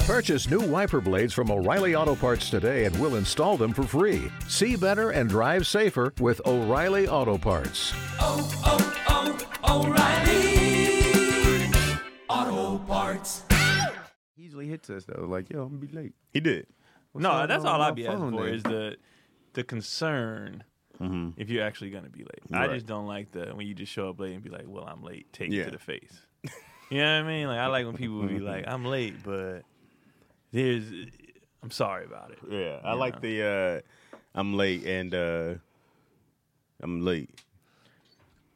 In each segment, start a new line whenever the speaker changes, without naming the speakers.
Purchase new wiper blades from O'Reilly Auto Parts today and we'll install them for free. See better and drive safer with O'Reilly Auto Parts.
oh, oh, O'Reilly Auto Parts.
He usually hits us though, like, yo, I'm gonna be late.
He did.
No, that's
on
all I
my
be asking
phone
for
then?
is the the concern if you're actually gonna be late. I
Mm-hmm. Right.
just don't like the when you just show up late and be like, "Well, I'm late." Take
Yeah. Mm-hmm.
to the face. You know what I mean? Like I like when people be like, "I'm late," but there's, I'm sorry about it.
Yeah, I like the uh, I'm late and uh, I'm late.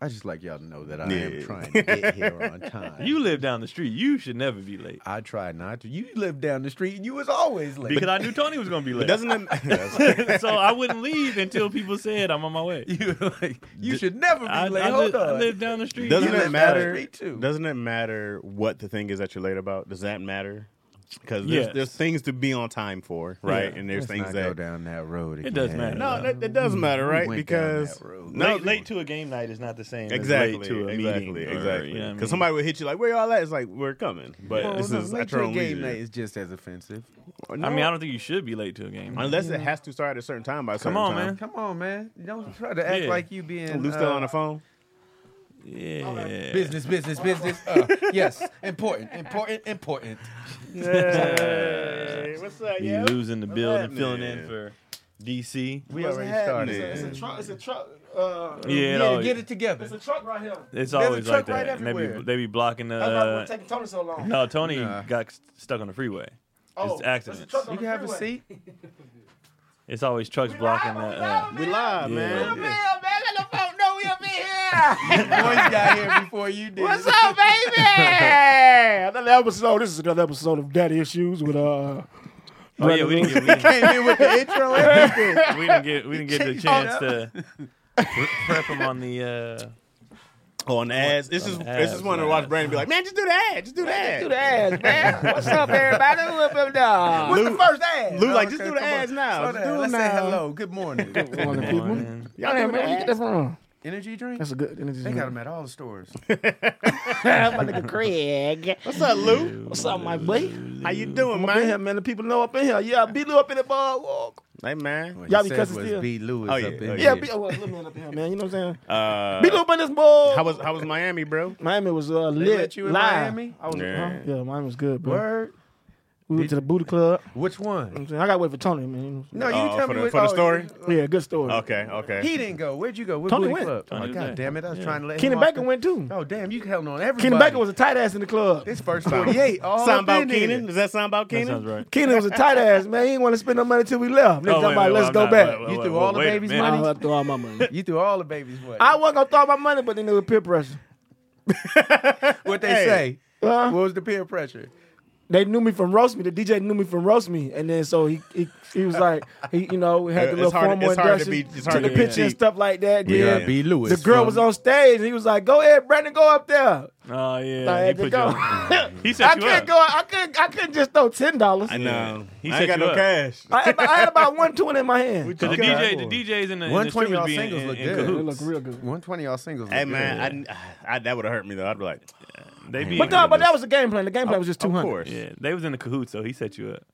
I just like y'all to know that I
Yeah.
am trying to get here on time.
You live down the street. You should never be late
I try not to. You live down the street and you was always late.
because I knew Tony was gonna be late.
Doesn't that?
so I wouldn't leave until people said I'm on my way.
you were like you should never be
I,
late.
I
Hold
li- I
on.
live down the street.
You
doesn't
live
it
down the
matter?
street, too.
Doesn't it matter what the thing is that you're late about? Does that matter? Because there's,
Yes.
there's things to be on time for, right?
Yeah.
And there's
Let's
things
not
that
go down that road. Again.
It does matter.
no, that, that does matter, right?
went down
because
that road.
no,
late, late to a game night is not the same.
exactly,
as late to a
exactly,
meeting or,
exactly.
you know what I
Because
mean?
somebody would hit you like, "Where y'all at?" It's like we're coming, but
Oh,
this
no,
is
late
at
to
your
a
own
game
leisure.
night is just as offensive.
I mean, I don't think you should be late to a game.
unless it has to start at a certain time. By a certain
on,
time.
man.
Come on, man. Don't try to act
Yeah.
like you being
Lou still
uh,
on the phone.
yeah.
Business, business, business. Uh, yes, important, important, important.
Hey, what's up,
You losing the building, filling in
happening?
for DC.
We
What's
already
happening?
started.
It's a-
It's a truck. It's a truck. Uh,
Yeah,
yeah,
it always-
get it together.
it's a truck right here.
It's
a
always like
truck right
that. and they, be,
everywhere.
they be blocking the. uh,
That's why we're taking Tony so long.
no, Tony
Nah.
got s- stuck on the freeway.
oh,
it's
there's a
accidents.
truck on
You
the
can have a
freeway.
seat.
It's always trucks blocking the. Uh,
We live,
Yeah.
man.
Yeah.
Boys got here before you did. What's up?
Hey, another episode. This is another episode of Daddy Issues with uh.
oh yeah, we didn't get we didn't,
Came in with the intro. and everything.
we didn't get we didn't get the
Changed
chance
up.
to pre- prep him on the. Uh,
Oh, on the ads. This is this is
ads,
one to
man.
watch Brandon be like, man, just do the ad, just do the ad,
ass, man. What's up, everybody? What's up, dog? What's the first ass?
Lou like, just do the ads
Slow
now. Just do
down.
it
Let's
now.
say hello. Good morning.
morning.
Y'all have
where you get that from?
Energy drink?
That's a good energy.
They got them at all the stores.
my nigga Craig.
What's up, Lou?
What's up, my boy?
How you doing,
I'm up in here,
man?
man. The people know up in here. Yeah, B Lou up in the boardwalk.
Hey, man.
Y'all
Y'all
be cussing
be cussing
still.
still?
B. Lewis
Oh, yeah.
up in
Oh,
Yeah,
here.
B. Oh, well, little man up in here, man. You know what I'm saying?
Uh,
B Lou up in this board.
how was how was Miami, bro?
Miami was uh,
They
lit.
let you in
live.
Miami?
I was,
Yeah.
yeah. yeah, Miami was good, bro.
Word.
We went to the booty club.
Which
You know what
one?
I'm saying? I got to wait for Tony, man.
No, you
Oh,
tell
for
me
the-
what-
for the
oh,
story?
Yeah, good story.
Okay, okay.
He didn't go. Where'd you go? What
Tony
booty
went.
club?
Tony
oh,
was
God
there.
damn it! I was
Yeah.
trying to let
Kenny
him off
Baker
the-
went too.
Oh damn! You held on everybody.
Kenny Baker was a tight ass in the club.
his first forty-eight. All
Sound
up
about
in there.
Keenan? Does that sound about
That
Keenan?
sounds right.
Kenny was a tight ass, man. He didn't want to spend no money till we left. Nigga,
Oh, wait,
talking about,
wait,
let's
I'm
go
not-
back.
wait, wait,
You
wait,
threw all the
wait a
baby's
minute.
money?
I had to throw all my money.
You threw all the babies. What?
I wasn't gonna throw all my money, but then it was peer pressure.
what they
Hey.
say?
Huh?
What was the peer pressure?
they knew me from roast me. The DJ knew me from roast me, and then so he he, he was like he you know had the
It's
little
hard-
formal
it's hard to
induction,
be- it's hard to
took the
be
picture and
cheap.
stuff like that.
We
then
got B. Lewis
The girl
from-
was on stage, and he was like, "Go ahead, Brandon, go up there."
Oh
I
yeah, he
had to
put you.
go.
on- He set
I
you
couldn't
up.
go. I couldn't. I couldn't just throw ten dollars.
I know.
He
I
set
ain't got
you
no
up.
cash.
I had, I had about one tune in my hand.
Because the
Okay.
DJ, the DJs in the, in the
120
street
y'all
was being
singles
in,
look
in
good.
It
cahoots.
looked real good.
One twenty, y'all singles.
Hey
look good.
man, I, I, that would have hurt me though. I'd be like,
They be
But
in
no, but that was the game plan. The game plan was just two
of
hundred.
course.
Yeah, they was in the cahoots, so he set you up.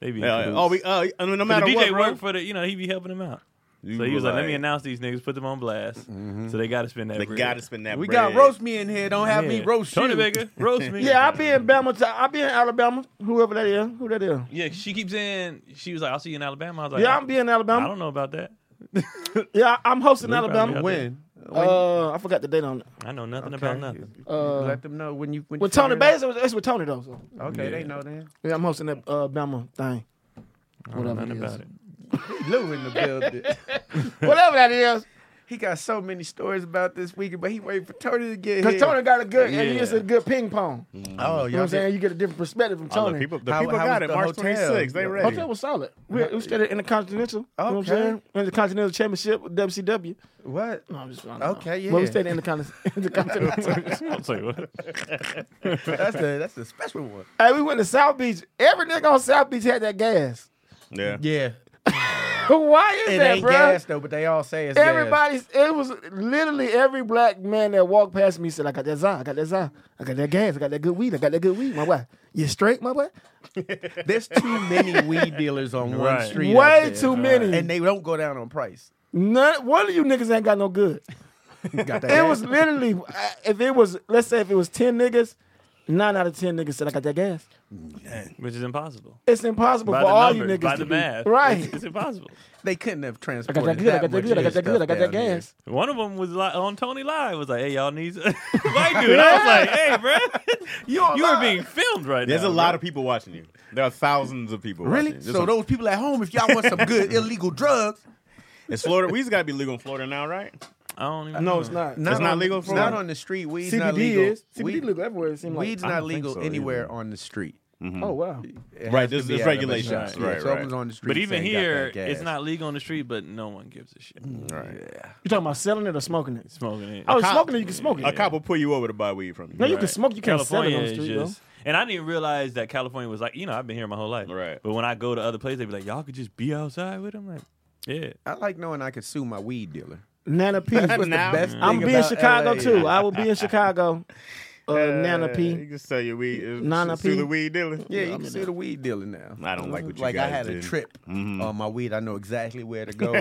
They be in
Yeah,
cahoots.
oh, we, uh, I mean, no
But
matter
the
what,
DJ
bro,
worked for the, you know, he be helping them out.
you
So he
were
was like, "Let me announce these niggas, put them on blast." So they got to spend that.
They
bread.
gotta spend that.
we
bread.
got roast me in here. Don't
Yeah.
have me roast
Tony
you.
Baker, roast me.
Yeah, I be in Bama. T- I be in Alabama. Whoever that is, who that is.
Yeah, she keeps saying she was like, "I'll see you in Alabama." I was like,
Yeah, I'm be in
I
Alabama.
don't know about that.
Yeah, I'm hosting
We probably
Alabama.
got-
When? When
Uh, I forgot the date on it.
I know nothing about nothing.
Uh,
let them know when you when
With
you turn
Tony
it up.
Bass, it was, it's with Tony though. So.
Okay,
Yeah.
they know that.
Yeah, I'm hosting that uh, Bama thing.
I don't know
Whatever
nothing
it is.
about it.
Lou in the building.
Whatever that is,
he got so many stories about this weekend, but he waiting for Tony to get
because
here.
Tony got a good, and
Yeah.
he is a good ping pong. You
oh,
know what I'm saying? You get a different perspective from
Oh,
Tony.
look, people, the
How-
people
how
got
was
it.
the
March
hotel?
26th, they
The
ready.
Hotel was solid. We, we stayed in the Continental. You know what I'm
Okay.
saying? In the Continental Championship with WCW.
What?
No, I'm just fine.
Okay,
But we
yeah.
stayed in the, con- in the Continental.
I'll tell you what.
That's the that's the special one.
hey, we went to South Beach. Every nigga on South Beach had that gas.
Yeah.
Yeah.
Why is
It
that,
ain't
bro?
gas though, but they all say it's gas.
Everybody's it was literally every black man that walked past me said, I got that Zon, I got that Zon, I got that gas, I got that good weed, I got that good weed, my boy. You straight, my boy?
There's too many weed dealers on one
Right.
street. out
Way
there.
too many.
and they don't go down on price.
None, one of you niggas ain't got no good.
Got that
It
gas.
was literally I- if it was let's say if it was ten niggas, nine out of ten niggas said I got that gas.
which is impossible.
It's impossible
By
for
the
all you
numbers,
niggas
by
to
the
be-
math,
right.
It's, it's impossible.
they couldn't have
I got
transported
that good, I
that
got that
much
good, I got that good, I got that
stuff down here.
gas.
One of them was like on Tony Live was like, "Hey, y'all need some white dude." I was like, "Hey, bro, you you are being filmed right
There's
now."
a lot of people watching you. There are thousands of people.
Really?
Watching. There's
So
a-
those people at home, if y'all want some good illegal drugs,
it's Florida. We just gotta be legal in Florida now, right?
I don't even.
No,
know.
it's not.
not
not
on-
legal
it's
for
not
them?
on the street. Weed's not
CBD
legal.
is CBD
Weed-
legal everywhere. It seems like.
Weed's
I don't
not
think
legal
so
anywhere
either.
on the street.
oh wow,
It has
Right,
to
there's-
be
there's
out of the
regulations.
shop.
Right,
Yeah,
right.
someone's on the street.
But even
saying, "Got
here,
that
it's
gas."
not legal on the street, but no one gives a shit.
Right.
you talking about selling it or smoking it?
Smoking it.
Oh,
cop-
smoking it, you can smoke it.
A cop will pull you over to buy weed from you.
No, you can
Right.
smoke. You can't
California
sell it on the
is
street,
just. And I didn't realize that California was like, you know, I've been here my whole life.
Right.
But when I go to other places, they be like, y'all could just be outside with them. Like, yeah.
I like knowing I could sue my weed dealer.
though. Nana P.
That's what's the best
I'm
thing
be in
about
Chicago
LA.
too. I will be in Chicago. Uh, Nana
You
P.
can sell your weed. uh,
Nana
sue
P.
the weed dealer.
Yeah, you
I'm
can
in
sue
it.
the weed dealer now.
I don't like what you
Like I
guys
had a
did.
trip on my weed. I know exactly where to go.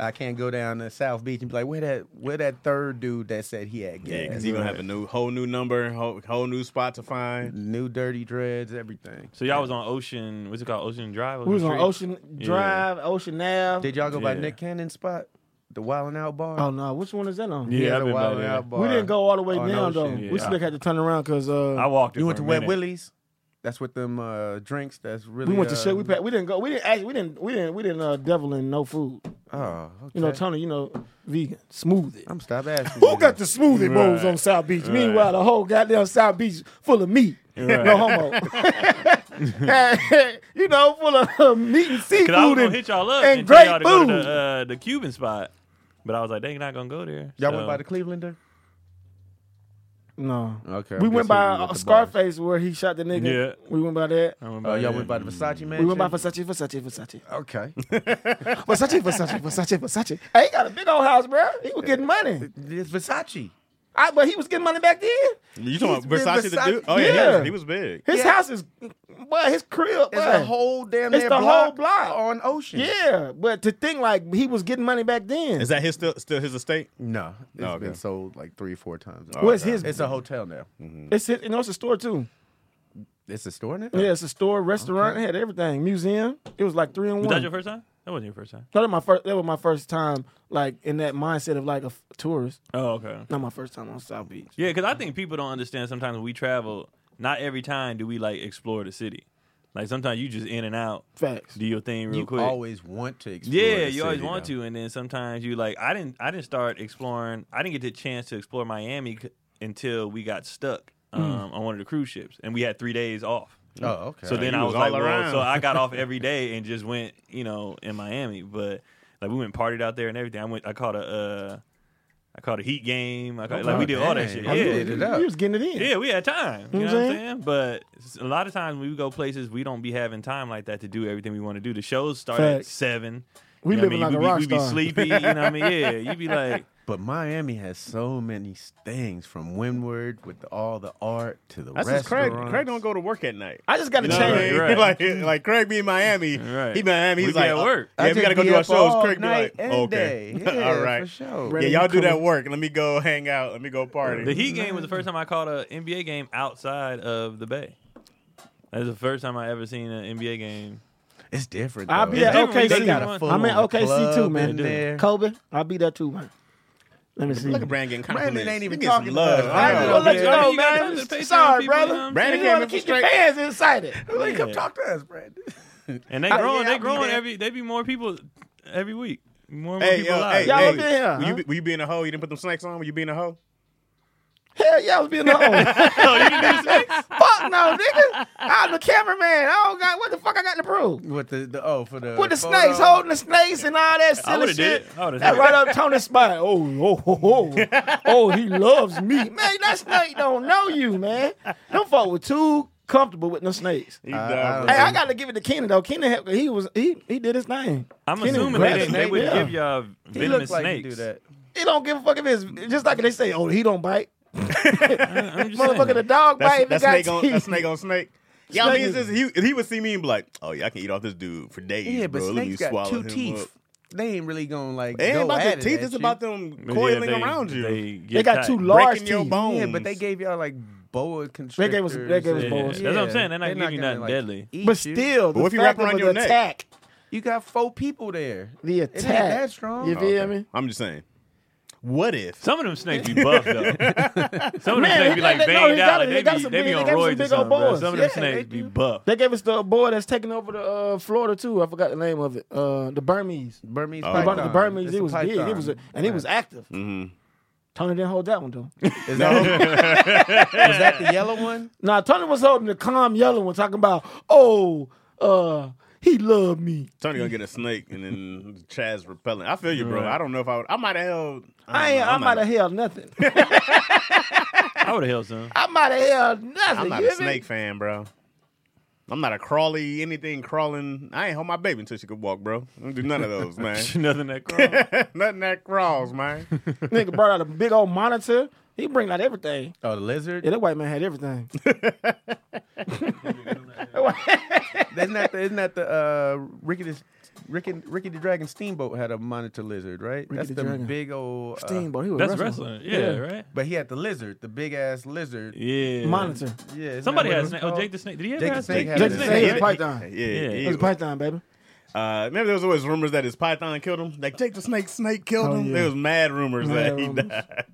I can't go down to South Beach and be like, where that where that third dude that said he had
Yeah,
gas.
because you're gonna have a new whole new number, whole, whole new spot to find.
new dirty dreads, everything.
So y'all was on Ocean, what's it called? Ocean Drive?
We was on
Street?
Ocean Drive, Ocean Ave.
Did y'all go by
Yeah.
Nick Cannon's spot, the Wild and Out bar?
Oh no, which one is that on?
Yeah, I've
the
been by
Wild and
there.
Out bar.
We didn't go all the way
on
down though.
Ocean.
We
Yeah.
still had to turn around because uh,
I walked it.
You went
for
to
a
Wet
minute.
Willie's. That's what them uh, drinks. That's really.
we went to
uh,
shit. We pa- we didn't go. We didn't actually. We didn't. We didn't. We didn't uh, devil in no food.
Oh,
You know,
okay.
Tony. You know, vegan smoothie.
I'm stop asking.
Who
you.
got the smoothie bowls on South Beach? Meanwhile, the whole goddamn South Beach full of meat. No homo. you know, full of uh, meat and seafood
Cause I was gonna
and,
hit y'all up
and
and,
great
tell y'all to
food.
go to the, uh, the Cuban spot, but I was like, they not gonna go there.
Y'all
so.
went by the Cleavelander.
no.
Okay.
we
I'm guessing
went by
you at
uh,
the bar.
Scarface where he shot the nigga.
Yeah.
We went by that.
I went
Oh,
by
y'all
there.
went by the Versace man.
Mm. We went by Versace, Versace, Versace.
Okay.
Versace, Versace, Versace, Versace. Hey, he got a big old house, bro. He was getting money.
it's Versace.
I, but he was getting money back then.
You talking
He's
about Versace
been
the dude?
Versace-
Oh yeah, He,
Yeah.
was, he was big.
His
Yeah.
house is, boy, his crib.
It's
boy.
a whole damn.
It's
near
the
block
whole block.
on Ocean.
Yeah, but to think like he was getting money back then.
Is that his still still his estate?
No, it's
Oh, okay.
been sold like three, four times.
Where's his?
It's a hotel now.
It's his, you know, it's a store too.
It's a store now.
Yeah, it's a store, restaurant, it had everything, museum. It was like three in
Was
one.
that your first time? That wasn't your first time.
No, that my first. That was my first time, like in that mindset of like a f- tourist.
Oh, okay.
Not my first time on South Beach.
Yeah, because I think people don't understand. Sometimes when we travel, not every time do we like explore the city. Like sometimes you just in and out,
Facts.
do your thing real
You
quick.
always want to. Explore
yeah,
the
you always
city,
want
though.
to, and then sometimes you like. I didn't. I didn't start exploring. I didn't get the chance to explore Miami c- until we got stuck
Hmm.
um, on one of the cruise ships, and we had three days off.
Oh, okay.
So then
you
I
was
was, like,
all
well,
around.
so I got off every day and just went, you know, in Miami. But like we went partied out there and everything. I went. I caught a. Uh, I caught a heat game. I caught, like we did all that
dang.
shit.
Oh,
Yeah,
you did it up.
He was getting it in.
yeah, we had time. You
You
know
know
what I'm
what I'm
saying? But s- a lot of times when we go places, we don't be having time like that to do everything we want to do. The shows start at
Facts.
seven.
We
you know
living
what I mean?
like a
we,
rock
be- we
star.
be sleepy. You know what I mean? Yeah, you be like,
But Miami has so many s- things from windward with all the art to the
That's just Craig.
restaurants.
Craig don't go to work at night.
I just got to
You know what I
change.
mean?
Right.
like, like Craig be in Miami.
Right.
He Miami.
We
He's
be
like
at work.
Yeah,
I
if we
just
gotta go
be
do our
up
shows.
all
Craig be
night
like,
and
okay,
day. Yeah,
all right.
for sure.
Yeah,
Ready
y'all
to
do
come
that
up.
work. Let me go hang out. Let me go party.
the heat game was the first time I caught a NBA game outside of the Bay. That's the first time I ever seen an NBA game.
It's different.
I'll
though.
be
It's
at
different when
OKC.
you
They
see
got
one.
a full
I'm at
on
OKC too,
club
man.
in there.
Kobe, I'll be there too, man. Let me see.
Look at Brandon getting compliments.
Brandon ain't even
He getting
talking
some
to
love.
us.
I
I'm
Brandon
know.
gonna let you
Yeah.
know,
You gotta
Oh, man.
touch the Patreon
Sorry,
people, you know what
brother.
I'm
Brandon
you wanna
came in
keep your
straight-
fans excited.
Like, come
Yeah.
talk to us, Brandon.
And they
I- yeah,
growing,
I
they
be
growing
there.
every. They be more people every week. More and more
Hey,
people
yo, hey,
alive.
Y'all
hey,
up in here,
Were
huh?
you, be- were you being a hoe? You didn't put them snacks on. Were you being a hoe?
Hell yeah, I was being the home.
Oh, you didn't do sex?
Fuck no, nigga. I'm the cameraman. I don't got what the fuck I got to prove.
With the, the oh for the
With the
photo.
snakes, holding the snakes and all
I
that silly
would have did
shit.
it. I would have
That
did it.
right up Tony's spine. Oh, oh, oh, oh. oh, he loves me. Man, that snake don't know you, man. Them folk with two comfortable with no snakes.
He
I-
died
I
from-
don't-
Hey, I gotta give it to Kenan though. Kenan, had- he was he he did his thing.
I'm
Kenan
assuming
grabbed
they,
a
didn't, they
snake,
would
yeah.
give y'all
He looked
venomous
like he
snakes.
do that.
He don't give a fuck if it's just like they say. Oh, he don't bite.
I'm just saying.
Motherfucker, the dog bite.
That's, that's
if it got
snake on, that's
teeth.
snake on snake. Y'all
Snake
mean
is-
this? He, he would see me and be like, "Oh yeah, I can eat off this dude for days,
Yeah, but
bro. Let me
snakes got
swallow
two
him up."
teeth. They ain't really gonna like
It ain't
go
about
at
the
it
teeth.
at
It's
you.
about them
Yeah,
coiling
they-
around you,
get
They got
tight.
two large
breaking your
teeth.
bones.
Yeah, but they gave y'all like boa constrictors.
gave us- they gave us
and-
Yeah,
boas.
That's what I'm saying. They're not
They're
giving you
gonna,
nothing
like,
deadly.
eat
But
you.
still, the
But what if you
fact
wrap around
of
your
the
neck?
attack,
you got four people there.
the
It
attack,
ain't that strong.
You
Oh,
feel
Okay.
me?
I'm just saying. What if?
Some of them snakes be buff though. Some of them
Man,
snakes
they-
be like
they-
veined
no, they
out.
got it.
Like
They
they,
got
be,
some
they
big-
be
they
on
got some
roids
big
or
old
something. bro.
bones.
Some of
Yeah,
them snakes
they
be
do.
buff.
They gave us the boy that's taking over the uh, Florida too. I forgot the name of it. Uh, the Burmese.
Burmese
Oh.
About
python.
the Burmese,
It's
it
a
was big. It
python.
was a, and it was active.
Mm-hmm.
Tony didn't hold that one though.
Is that, is that the yellow one?
Now Tony was holding the calm yellow one, talking about, oh, uh, he loved me.
Tony gonna get a snake and then Chaz repellent. I feel you, bro. I don't know if I would. I might have held.
I
don't
ain't,
know.
I might have held nothing.
I would have held some.
I might have held nothing.
I'm not
you
a
hear me?
snake fan, bro. I'm not a crawly anything crawling. I ain't hold my baby until she could walk, bro. I don't do none of those, man.
Nothing that crawls.
Nothing that crawls, man.
Nigga brought out a big old monitor. He bring out everything.
Oh, the lizard.
Yeah, that white man had everything.
Isn't that the, isn't that the uh, Ricky the Ricky, Ricky the Dragon Steamboat had a monitor lizard, right? That's
the
the
Dragon.
big old uh,
Steamboat. He was
That's
wrestling.
wrestling. Yeah, right.
But he had the lizard, the big ass lizard.
Yeah.
Monitor.
Yeah, isn't
Somebody
that what
had a
it's
snake. Oh,
called?
Jake the snake. Did he ever
Jake
have
the
a snake?
snake
Had
had
a
Jake the
snake?
Snake.
Yeah,
Python.
Yeah,
Yeah.
yeah.
It was Python, baby.
Uh, remember there was always rumors that his python killed him. Like Jake the snake, snake killed
Oh,
him.
yeah.
There was mad rumors
Mad
that
rumors.
he died.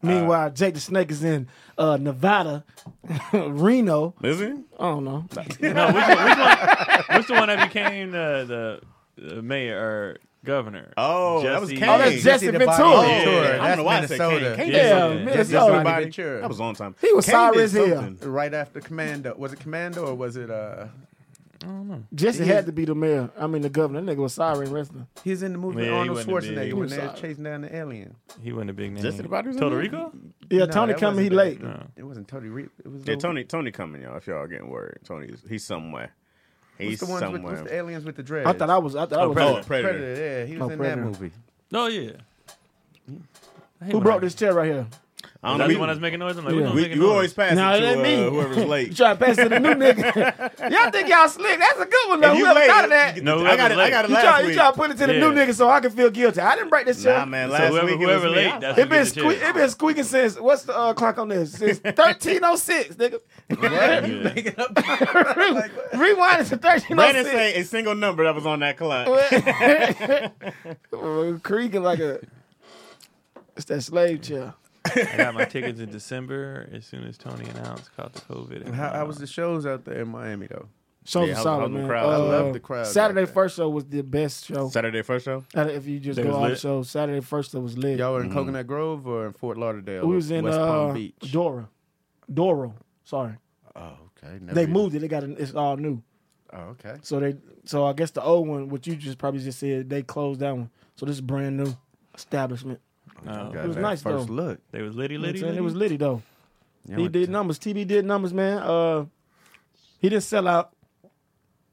Meanwhile, Jake the Snake is in uh, Nevada, Reno.
Is he?
I don't
No,
know.
which one? Which one, which the one that became the the uh, mayor or governor?
Oh, that was
Jesse-
Kane.
Oh, that's Jesse
the Body
Ventura.
Ventura.
Yeah, I don't
That's
know why I said Kane.
Minnesota.
Kane
Yeah,
did something.
Minnesota.
Jesse
Minnesota.
the Body
Somebody-
Ventura.
That was a long time.
He was
Kane did
Cyrus Hill.
something.
right after Commando. Was it Commando or was it? uh
Jesse had to be the mayor. I mean, the governor. That nigga was siren wrestling.
He's in the movie
Yeah, he
Arnold
wasn't a big-
Schwarzenegger
he
when
was uh,
they was
solid.
chasing down the alien.
He wasn't a big name.
Jesse the Body was in
Puerto
there?
Rico?
Yeah,
No,
Tony
that
coming. He
wasn't
late.
that. It wasn't Tony. Re- it was
Yeah,
the-
Tony, Tony coming, y'all. If y'all getting worried, Tony, is- he's somewhere.
What's
He's
the ones with
somewhere.
what's the aliens with the dread?
I thought I was. I thought I was.
oh,
Predator.
Predator.
Predator. Yeah, he was
Oh,
in
Predator.
that movie.
Oh,
No, yeah.
Who brought this chair right here?
I don't
That's
know.
the one that's making noise. I'm like,
Yeah.
which one's
We,
making
we
noise?
always pass
Nah,
it
it
to
ain't me.
uh, whoever's late.
Try to pass it to the new nigga. y'all think y'all slick? That's a good one though.
If you
Whoever
late,
thought of that. You
No,
I
whoever's
got it. I
late.
got it last
try, you
week.
try to put it to the new
Yeah.
nigga so I can feel guilty. I didn't break this chair.
nah, man.
So
Last
whoever,
week
whoever
it was
late,
me. I-
that's who
It been
get the
sque-
chair.
it been squeaking since what's the uh, clock on this? Since thirteen oh six, nigga.
Yeah.
Rewind it to thirteen oh
Brandon say
six.
a single number that was on that clock.
Creaking like a. It's that slave chair.
I got my tickets in December as soon as Tony announced caught the COVID.
How, how was the shows out there in Miami though?
Shows
Yeah,
are
how's-
solid,
how's the
man. Uh,
crowd? I
love the crowd
Saturday
out there.
first show was the best show.
Saturday first show.
Uh, If you just
They
go
was
off
lit.
show, Saturday first show was lit.
Y'all were in Coconut Grove or in Fort Lauderdale?
we was in
West
uh,
Palm Beach.
Dora, Doro. Sorry,
oh, okay.
they moved it. They got an, it's all new.
Oh, okay.
So they so I guess the old one, what you just probably just said, they closed that one. So this is brand new establishment.
No.
was nice,
first
though.
look.
um, They was litty,
You know what I'm
litty,
saying?
litty.
It was litty though.
Y'all
He
went
did
to-
numbers. TB did numbers, man. Uh, he didn't sell out.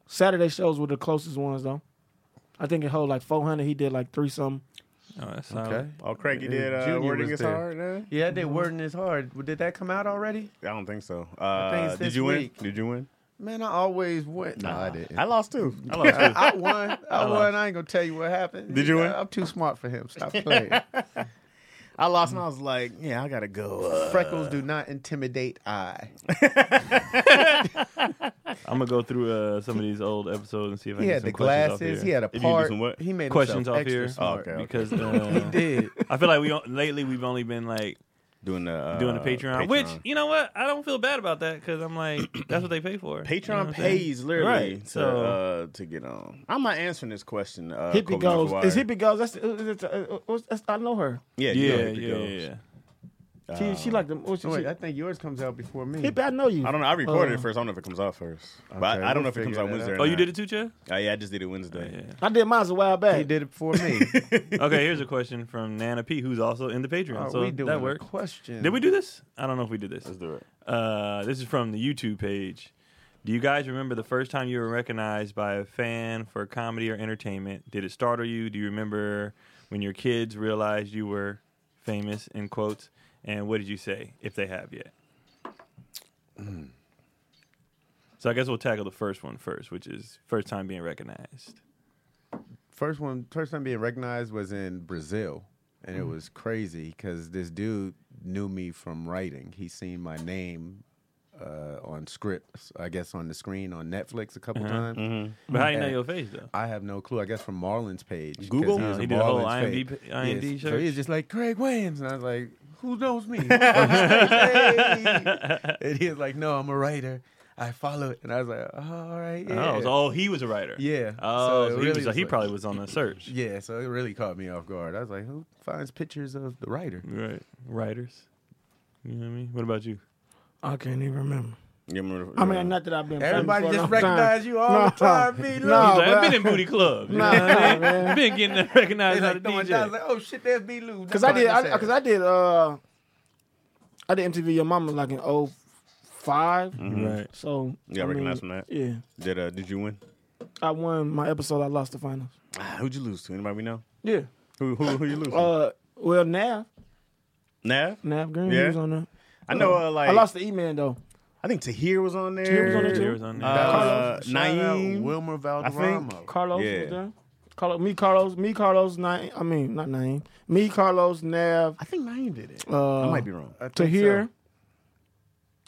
Saturday shows were the closest ones though. I think it hold like four hundred. He did like three something.
Oh, that's solid.
Okay.
Oh, Craigie
Yeah,
did. Uh,
Junior
wording
was
is
there.
hard. man?
Yeah, they wording is hard. Well, Did that come out already?
I don't think so.
think
Uh,
it's
did
this
you win?
week.
Did you win?
Man, I always win. No, I didn't.
I lost too.
I lost two.
I won. I won. I ain't gonna tell you Uh, what happened.
Did you win?
I'm too smart for him. Stop playing.
I lost, and I was like, yeah, I gotta go. Uh,
Freckles do not intimidate I.
I'm gonna go through uh, some of these old episodes and see if I
He
can
had the
get some questions off
glasses.
here.
He had a
If you do
part.
some what?
He made
questions
himself
off
extra
here
smart.
Oh, okay.
because uh,
Did
I feel like we don't, lately we've only been like
doing the uh,
doing the Patreon, which you know what I don't feel bad about that because I'm like that's what they pay for. You know what
Patreon
I'm saying?
pays literally
Right,
to
so-
uh, to get on. I'm not answering this question.
Oh,
Uh,
Hippie
Kobe
goes.
McGuire.
Is hippie goes? That's, uh, that's, uh, uh, what's- that's I know her.
Yeah, you
Yeah,
know
yeah,
Hippie
yeah,
goes. Uh,
yeah.
She, she like the. Oh, she,
Oh, wait,
she-
I think yours comes out before me.
Hip, I know you.
I don't know. I recorded
Uh,
it first. I don't know if it comes out first. But
Okay,
I, I don't know
we'll
if it comes
figure
out
that
Wednesday.
out.
or
Oh, you
not.
did it too, Chad?
Oh, yeah, I just did it Wednesday.
I did mine a while back.
He did it before me.
Okay, here's a question from Nana P, who's also in the Patreon.
Are
so
Oh, we doing
that
a
worked.
question?
Did we do this? I don't know if we did this.
Let's do it.
Uh, this is from the YouTube page. Do you guys remember the first time you were recognized by a fan for comedy or entertainment? Did it startle you? Do you remember when your kids realized you were famous in quotes? And what did you say if they have yet? So I guess we'll tackle the first one first, which is first time being recognized.
first one first time being recognized was in Brazil, and
Mm.
it was crazy because this dude knew me from writing. He seen my name uh, on scripts, I guess, on the screen on Netflix a couple
Uh-huh,
times.
But how do you know
Okay.
your face though?
I have no clue. I guess from Marlin's page. 'cause
Google?
he, was
He did a whole
Marlins
IMDb
fan.
IMD
Yes. So he
search?
was just like Craig Williams, and I was like, "Who knows me?" and he was like, "No, I'm a writer. I follow it." And I was like, oh, "All right, yeah."
Oh, so- oh, he was a writer.
Yeah. So
Oh, so
it
he, was,
really was
he
like-
probably was on the search.
Yeah, so it really caught me off guard. I was like, who finds pictures of the writer?
Right. Writers. You know what I mean? What about you?
I can't even remember.
You remember- uh,
I mean, not that I've been.
Everybody
famous for a
just
long time.
recognize you all
No.
the time. Me, Lou.
No,
He's like,
but-
I've been in booty clubs.
Nah, nah, man.
been getting
They
recognized by
like
the
throwing
DJ.
dots, like, oh shit, there's B. Lou.
Cause I did, I, cause I did, uh, I did MTV Your Mama like in
Right.
5 So
Mm. You got
I mean,
recognized from that?
Yeah,
Did uh, Did you win?
I won my episode. I lost the finals.
Ah, who'd you lose to? Anybody we know?
Yeah.
Who Who, who you lose? to?
Uh, well, Nav,
Nav.
Nav Green he
Yeah.
was on there.
I know. Uh, like
I lost the E Man though.
I think Tahir was on there.
Tahir was on there, too.
Tears on there.
Uh,
Shout out
Naeem.
Wilmer Valderrama.
Carlos
Yeah.
was there. Carlos, me, Carlos, me, Carlos, Naeem. I mean, not Naeem. Me, Carlos, Nav,
I think Naeem did it.
uh,
I might be wrong.
I think
Tahir,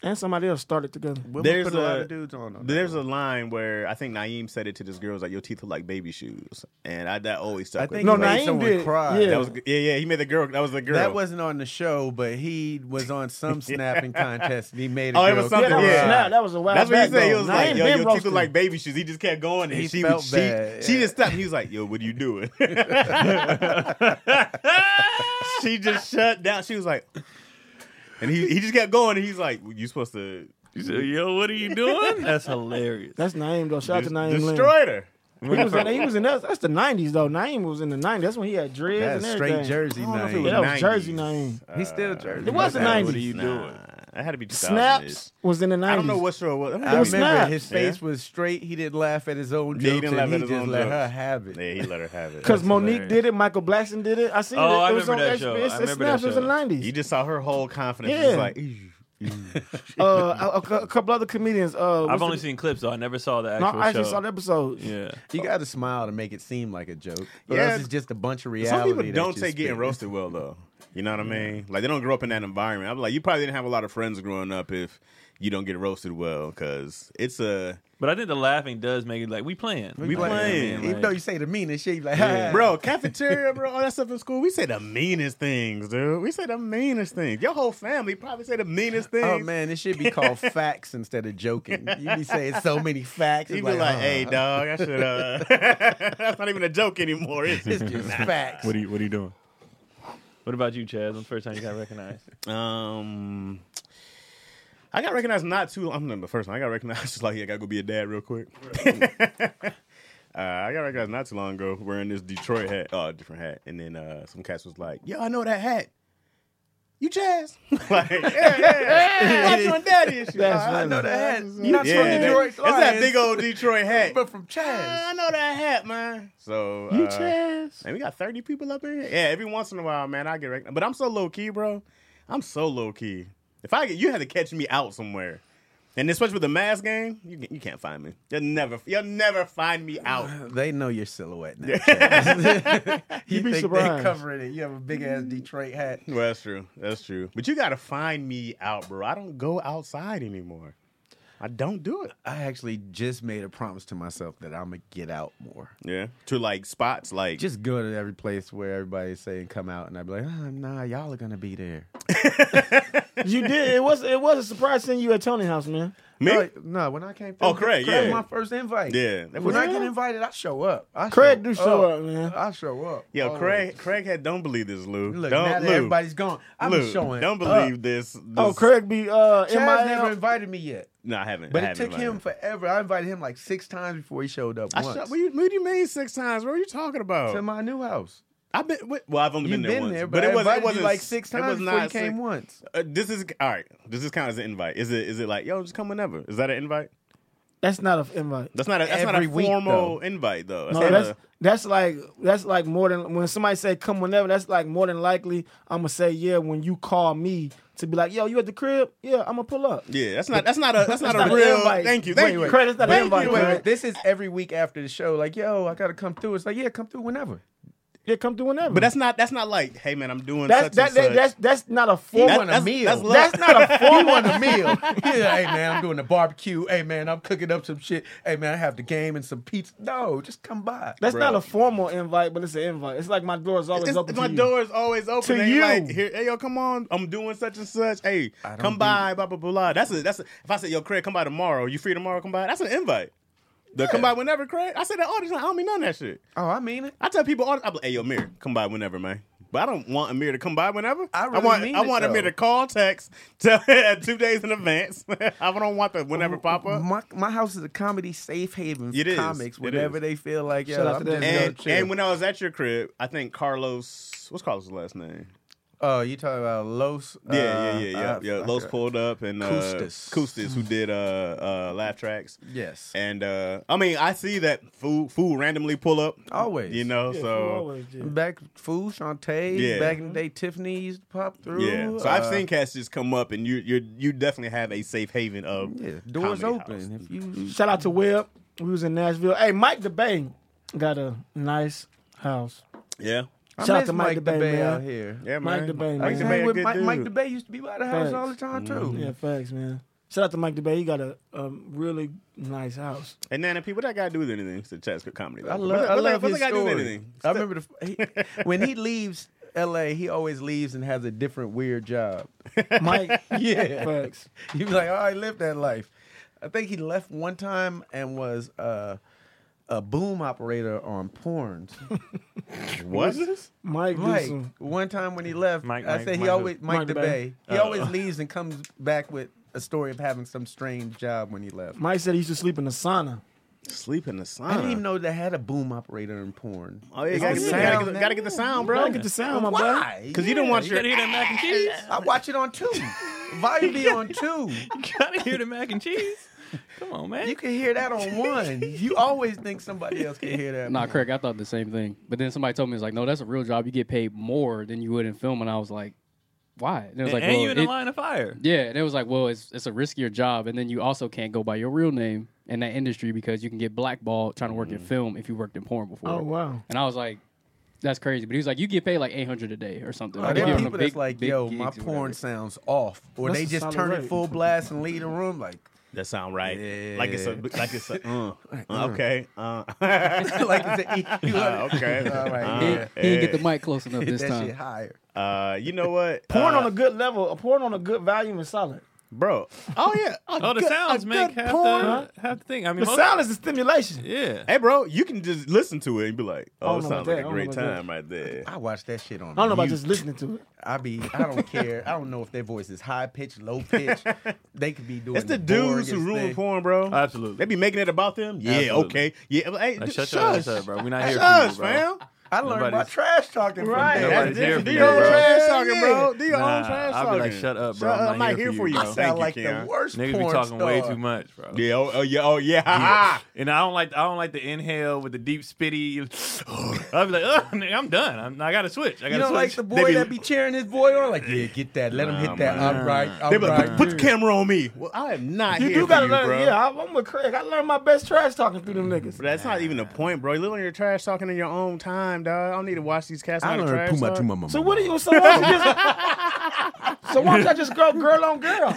and somebody else started together.
So. Wilmer
There's
put a, lot
a-
of dudes on. on
There's
Oh, that
a
one.
line where I think Naeem said it to this girl. was like, "Your teeth look like baby shoes," and I that always stuck.
I
with
think
me.
No,
he made
Naeem
someone
did.
cry.
Yeah.
that was yeah, yeah. He made the girl. That was the girl.
That wasn't on the show, but he was on some snapping contest. And he made a
Oh, it
girl
was
cry.
something,
that was,
yeah.
Nav, that was a while
That's what he
back,
said. He
though.
was
Naeem
like, "Yo,
been
your teeth
roasted.
look like baby shoes." He just kept going, and
He
she
felt
she,
bad,
she
yeah.
just stopped. He was like, "Yo, what are you doing?" she just shut down. She was like, and he he just kept going, and he's like, well, "You supposed to
You say, Yo, what are you doing? That's hilarious.
That's Naeem though. Shout out to Naeem. Lynn.
destroy her."
He was, in, he was in that, that's the nineties though. Naeem was in the nineties. That's when he had dreads
That's
and
straight
everything.
Jersey
don't know if it
Yeah,
night.
that was
90s.
Jersey Naeem.
He's still Jersey.
It was the
Nah,
What are
90s.
you
Nah,
doing?
that had to be 2000
Snaps was in the nineties.
I don't know what show it was.
I remember
snaps.
his face was straight. He didn't laugh at his own
Yeah, he
jokes.
didn't laugh
and
at
he
his
just
own
let
jokes.
her have it.
Yeah, he let her have it.
because Monique
hilarious.
did it, Michael Blackson did it. I seen
Oh,
it.
I
it was
remember
on
that show.
It's,
I
it's
remember that
Snaps. It was in the
show.
you
nineties.
just saw her whole confidence.
Yeah.
She's like,
Uh, a, a cou- a couple other comedians. Uh,
I've
what's
only
the-
seen clips though. I never saw the
No,
actual
I actually
show.
saw the episode.
Yeah.
You got to smile to make it seem like a joke. Or
Yeah.
else it's just a bunch of reality.
Some people
that
don't
you
take
spit.
getting roasted well though. You know what I mean? Like they don't grow up in that environment. I'm like, you probably didn't have a lot of friends growing up if you don't get roasted well, because it's a
But I think the laughing does make it like we playing. We,
Like,
playing.
Even
like-
though you say the meanest shit, you like,
bro cafeteria, bro, all that stuff in school. We say the meanest things, dude. We say the meanest things. Your whole family probably say the meanest things.
Oh man, it should be called facts instead of joking. You be saying so many facts.
You
it's
be like,
uh,
hey, dog, I should. uh That's not even a joke anymore. It's just
it's just facts.
What are you What are you doing? What about you, Chaz? When's the first time you got recognized?
Um, I got recognized not too. I'm not the first one. I got recognized just like yeah, I gotta go be a dad real quick. uh, I got recognized not too long ago wearing this Detroit hat, oh, different hat, and then uh, some cats was like, "Yo, I know that hat." You jazz? like, yeah, yeah. Watch you on daddy issues.
That's
I know
funny.
that hat.
You're not
Yeah,
from
that-
Detroit.
it's that
Lions,
big old Detroit hat.
But from
Ah, I
Chaz.
know that hat, man. So
You
uh,
Chaz.
and we got 30 people up in here. Yeah, every once in a while, man, I get recognized. But I'm so low key, bro. I'm so low key. If I get, you had to catch me out somewhere. And especially with the mask game, you, can- you can't find me. You'll never, you'll never find me out.
They know your silhouette now. Chaz. you
You'd be
think
surprised.
they covering it? You have a big ass Detroit hat.
Well, that's true. That's true. But you got to find me out, bro. I don't go outside anymore. I don't do it.
I actually just made a promise to myself that I'm gonna get out more.
Yeah. To like spots like.
Just go to every place where everybody's saying come out, and I'd be like, oh, nah, y'all are gonna be there.
You did. It was. It was a surprise seeing you at Tony House, man.
Me?
No, Oh, no, when I came through,
Oh, Craig, yeah.
my first invite.
Yeah.
When I get invited, I show up. I
Craig
uh,
do show up, man.
I show up.
Yo,
always.
Craig, Craig had don't believe this, Lou.
Look,
don't
now that
Lou,
everybody's gone, I'm
Lou,
showing.
Don't
up.
believe this, this.
Oh, Craig be uh,
Chaz never
MIL.
invited me yet,
No, I haven't.
but
I
it
haven't
took him
invited
forever. I invited him like six times before he showed up.
I
once.
shot, what, you, what do you mean six times? What are you talking about?
to my new house.
I've been what- well. I've only
You've
been there
been
once,
there, but,
it
I
wasn't.
invited
It wasn't
you like six
it was
times before you
not
came
six-
once.
Uh, this is all right. This is kind of an invite. Is it? Is it like yo? Just come whenever. Is that an invite?
That's not an invite.
That's not. A, that's not a
Every week,
formal invite though. That's
No,
not
that's
a-
that's like that's like more than when somebody say come whenever. That's like more than likely I'm gonna say yeah when you call me to be like yo you at the crib yeah I'm gonna pull up.
yeah, that's not. That's not a. That's not
not
a
an
real.
invite.
Thank you.
Wait,
Thank
wait.
you.
Craig, that's not an
Thank
invite,
you.
Wait,
Craig.
wait, this is every week after the show. Like, yo, I gotta come through. It's like, yeah, come through whenever.
Yeah, come do whenever.
But that's not. That's not like. Hey man, I'm doing.
that's
such
that,
and
that-
such.
that's that's not a
That-
formal.
want a
that's,
meal.
That's, love.
That's not a
He
formal.
won a meal. Yeah, hey man, I'm doing a barbecue. Hey man, I'm cooking up some shit. Hey man, I have the game and some pizza. No, just come by.
That's
Bro.
not a formal invite, but it's an invite. It's like my door is always
It's-
open.
my
to you.
door is always open.
To
They
you.
Like, Here, hey, yo, come on. I'm doing such and such. Hey,
don't
come
do-
by. Blah blah blah. blah. That's a, that's. A, if I say, yo, Craig, come by tomorrow. You free tomorrow? Come by. That's an invite. The come by whenever, Craig. I say that all the time. I don't mean none of that shit.
Oh, I mean it.
I tell people all. the- I'm like, hey, yo, Amir, come by whenever, man. But I don't want Amir to come by whenever.
I really
want
mean
I
it,
want Amir
though.
to call, text, tell two days in advance. I don't want the whenever pop up.
My, my house is a comedy safe haven for
It is.
comics
It
whenever
is.
they feel like,
Shout
yo,
out
I'm
to
just
them.
gonna
And,
chill.
and when I was at your crib, I think Carlos. What's Carlos' last name?
oh, you talking about Los?
Yeah, yeah, yeah,
uh,
yeah.
uh,
yeah. Los
fucker.
pulled up and uh,
Custis.
Custis, who did uh, uh, laugh tracks.
Yes.
And uh, I mean, I see that food food randomly pull up
Always.
You know,
Yeah,
so
always, yeah.
Back food, Shantae,
Yeah.
back
Mm-hmm.
in the day, Tiffany's popped through.
yeah. So I've
uh,
seen cats just come up, and you you you definitely have a safe haven of
yeah, doors
comedy
open.
house.
If you
Shout out to Webb. We was in Nashville. Hey, Mike DeBay got a nice house.
Yeah,
Shout
I
out
miss
to Mike
Mike
DeBay,
DeBay
man.
out here.
yeah,
Mike
man.
DeBay,
Mike
man.
DeBay,
Hang
a
with
good
Mike,
dude.
Mike DeBay used to be by the house
Facts. Mm-hmm.
all the time too.
Yeah, facts, man. Shout out to Mike DeBay. He got a um, really nice house.
And Nana P, what that guy do with anything? It's the Chats Good Comedy.
I
What
love,
that-
I
what that-
love
what
his
that guy do with
story.
anything?
I remember the, he, when he leaves L.A., he always leaves and has a different weird job.
Mike,
Yeah,
facts.
he was like, "Oh, I lived that life." I think he left one time and was uh, a boom operator on porns.
What?
Mike,
Mike,
do some.
one time when he left,
Mike,
I
Mike,
said he
Mike who?
always Mike,
Mike
DeBay.
DeBay.
He always leaves and comes back with a story of having some strange job when he left.
Mike said he used to sleep in the sauna.
Sleep in the sun.
I didn't even know they had a boom operator in porn.
Oh, yeah, you
It's
gotta,
the
get, you gotta
sound,
get-
man.
gotta get the sound, bro.
Don't get the sound, my brother.
Why?
Because you don't want
you
your
gotta hear that mac and cheese.
I watch it on two. Volume be on two.
You gotta hear the mac and cheese. Come on, man.
You can hear that on one. You always think somebody else can hear that.
Nah, Craig, I thought the same thing. But then somebody told me, it's like, no, that's a real job. You get paid more than you would in film. And I was like, why? And it was like,
and
well,
you in the
it-
line of fire.
Yeah. And it was like, well, it's, it's a riskier job. And then you also can't go by your real name in that industry because you can get blackballed trying to work
Mm-hmm.
in film if you worked in porn before.
Oh wow.
And I was like, that's crazy. But he was like, you get paid like 800 a day or something.
Are
Like,
there
they give them
Oh, people that's
big-
like,
big
yo,
gigs
my
or
porn
whatever.
sounds off, or
That's
they
a
just
solid
turn it
rate.
full blast and leave the room? Like,
That sound right.
Yeah.
Like it's a like it's a uh, uh, okay. Uh,
like it's an E EQ.
Uh, okay.
All right,
He,
yeah.
didn't- he didn't get the mic close enough
Hit
this
that shit
time.
higher.
uh, you know what?
Porn
uh,
on a good level, porn on a good volume is solid.
bro. Oh yeah. A
Oh, the
good-
sounds
a
make
good
half
porn.
the, half the thing. I mean,
The
most-
sound is the stimulation.
Yeah.
Hey, bro, you can just listen to it and be like,
I
"Oh,
don't
it
know
sounds
about
like
that.
a
I
great
don't know about
time right there."
I watch that shit on.
I don't know about
mute.
just listening to it.
I be. I don't care. I don't know if their voice is high pitched, low pitched. they could be doing.
It's the dudes who
boringest
ruin
thing.
porn, bro.
Absolutely.
They be making it about them. Yeah,
Uh, Absolutely.
okay. Yeah, like, hey,
Like,
dude,
shut your
shush,
ass up, bro. We're not here for
shush,
you, bro.
fam.
I learned my
Nobody's-
trash talking from
Right.
them.
Nobody's
That's
here
different.
for
Do
you,
your own
bro.
trash talking,
Yeah.
bro. Do your own
Nah,
trash
I'll
talking.
be like, shut up, bro.
Shut
I'm
up.
not here for you,
I
bro.
Sound
Thank
like
you,
the
Keon.
worst
Niggas be
porn
talking way
star.
too much, bro.
Yeah. Oh, oh, yeah. Oh, yeah. Ha, ha.
And I don't like I don't like the inhale with the deep spitty. I'll be like, oh, nigga, I'm done. I'm, I gotta switch. I gotta
You don't like
switch.
the
They
boy
be-
that be cheering his boy on? Like, yeah, get that. Let him hit that.
man.
I'm right. I'm
They be like,
right.
put, put the camera on me. Well, I am not
You
here
do
for
gotta
you,
learn.
bro.
Yeah, I, I'm with Craig. I learned my best trash talking through them niggas.
But that's not even the point, bro. You live on your trash talking in your own time, dog. I don't need to watch these cats.
I
on the
learned
trash
too much.
talk.
Too much.
So what do you? So why don't you just? so why don't I just go girl on girl?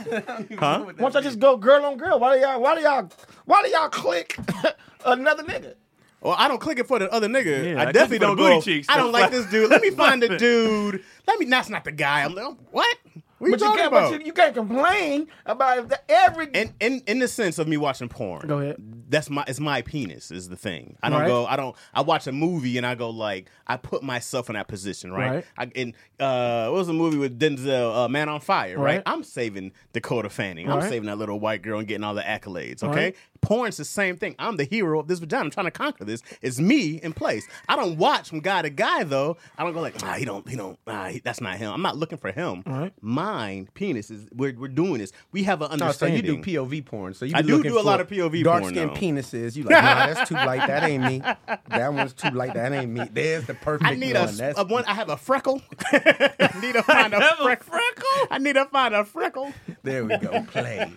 Huh?
Why don't I just go girl on girl? Why do y'all? Why do y'all? Why do y'all click another nigga?
Well, I don't click it for the other nigga.
Yeah,
I,
I click
definitely
it for
don't
the
go.
booty cheeks.
I don't like
That's
this dude. Let me find a dude. Let me. That's not the guy. I'm like, what? What you
but you
talking
can't,
about?
But you, you can't complain about if the, every.
in, in in the sense of me watching porn.
Go ahead.
That's my it's my penis is the thing. I don't
Right.
go. I don't. I watch a movie and I go like I put myself in that position, right? I, and uh, what was the movie with Denzel uh, Man on Fire? Right?
Right.
I'm saving Dakota Fanning. I'm
Right.
saving that little white girl and getting all the accolades. Okay.
Right.
Porn's the same thing. I'm the hero of this vagina. I'm trying to conquer this. It's me in place. I don't watch from guy to guy though. I don't go like, nah, he don't, he don't, nah, he, that's not him. I'm not looking for him.
Right.
Mine, penis is we're we're doing this. We have an
No, so
understanding.
you do POV porn. So you
I
be
do
looking
do a
for
lot of POV
dark
porn,
skinned
though.
penises. You like, nah, that's too light. That ain't me. That one's too light. That ain't me. There's the perfect
I need
one.
a,
that's
a one. I have a freckle. I need to find a
Have a
freckle. I need to find a freckle.
There we go. Play.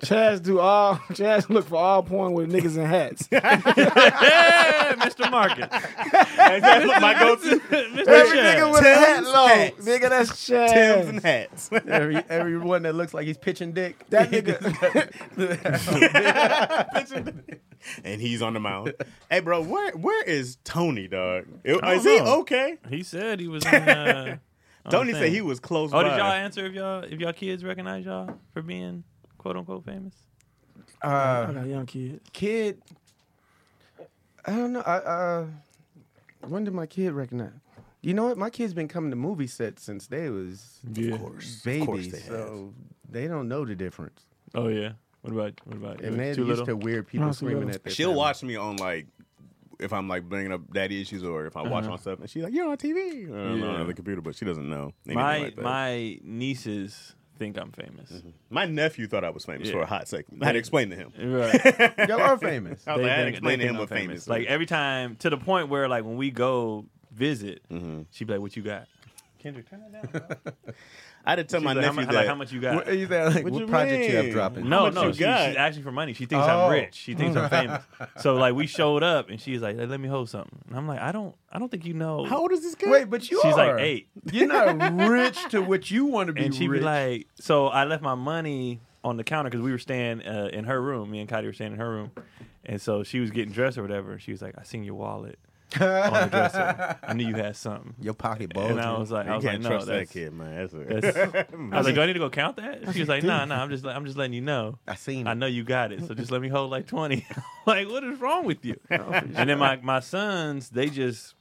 Chaz do all. Chaz look for all porn with niggas in hats.
Hey, Mr. Market.
That's my go-to.
every
Chaz.
nigga with a hat
Tim's
low.
hats.
Nigga, that's Chaz.
Tims and hats.
every every one that looks like he's pitching dick.
That nigga.
and he's on the mound. Hey, bro, where where is Tony, dog?
I don't
Is he
know.
okay?
He said he was. In, uh, on
Tony
the
said
thing.
he was close
Oh,
by.
did y'all answer if y'all if y'all kids recognize y'all for being quote unquote famous?
I
Uh,
got young kid.
kid. I don't know. I, uh, when did my kid recognize? You know what? My kid's been coming to movie sets since they was
Yeah.
babies,
course they have.
so they don't know the difference.
Oh yeah. What about what about you?
And they're
Too
used
little?
to weird people
Not too
screaming
little.
at their
She'll
family.
watch me on like. If I'm like bringing up daddy issues or if I watch myself and she's like, you're on TV. I don't know,
Uh-huh. Yeah.
on the computer, but she doesn't know. anything
my
like that. Mm-hmm.
my nieces think I'm famous.
My nephew thought I was famous
Yeah.
for a hot second. I had to explain to him.
Right.
Y'all are famous.
I, was
they
like, I had to
think, they
explain
think
to him
I'm
what
famous.
famous.
Like
is.
every time to the point where like when we go visit,
Mm-hmm.
she'd be like, "What you got?" Kendrick, turn it down. bro."
I had to tell
She's
my
like, how,
nephew
mu-
that.
like, how much you got?
What, is that like,
What
what,
you
project you
mean?
have dropping?
No,
much
no,
you
she,
got?
she's asking for money. She thinks
Oh.
I'm rich. She thinks I'm famous. So like we showed up, and she's like, "Let me hold something." And I'm like, "I don't, I don't think you know."
How old is this kid?
Wait, but you
She's
are.
like eight,
You're not rich to what you want to be
and she'd
rich.
be like, "So I left my money on the counter because we were staying uh, in her room. Me and Katie were staying in her room, and so she was getting dressed or whatever. She was like, "I seen your wallet on the dresser. I knew you had something."
Your pocket bulging.
And I was like,
you
I was like,
can't
no,
trust
that's-
that kid, man. That's a,
That's, I was like, do I need to go count that? She was like, nah, nah, I'm just, I'm just letting you know.
I seen
I
it.
know you got it, so just let me hold like twenty. like, what is wrong with you?
Oh,
and then my my sons, they just,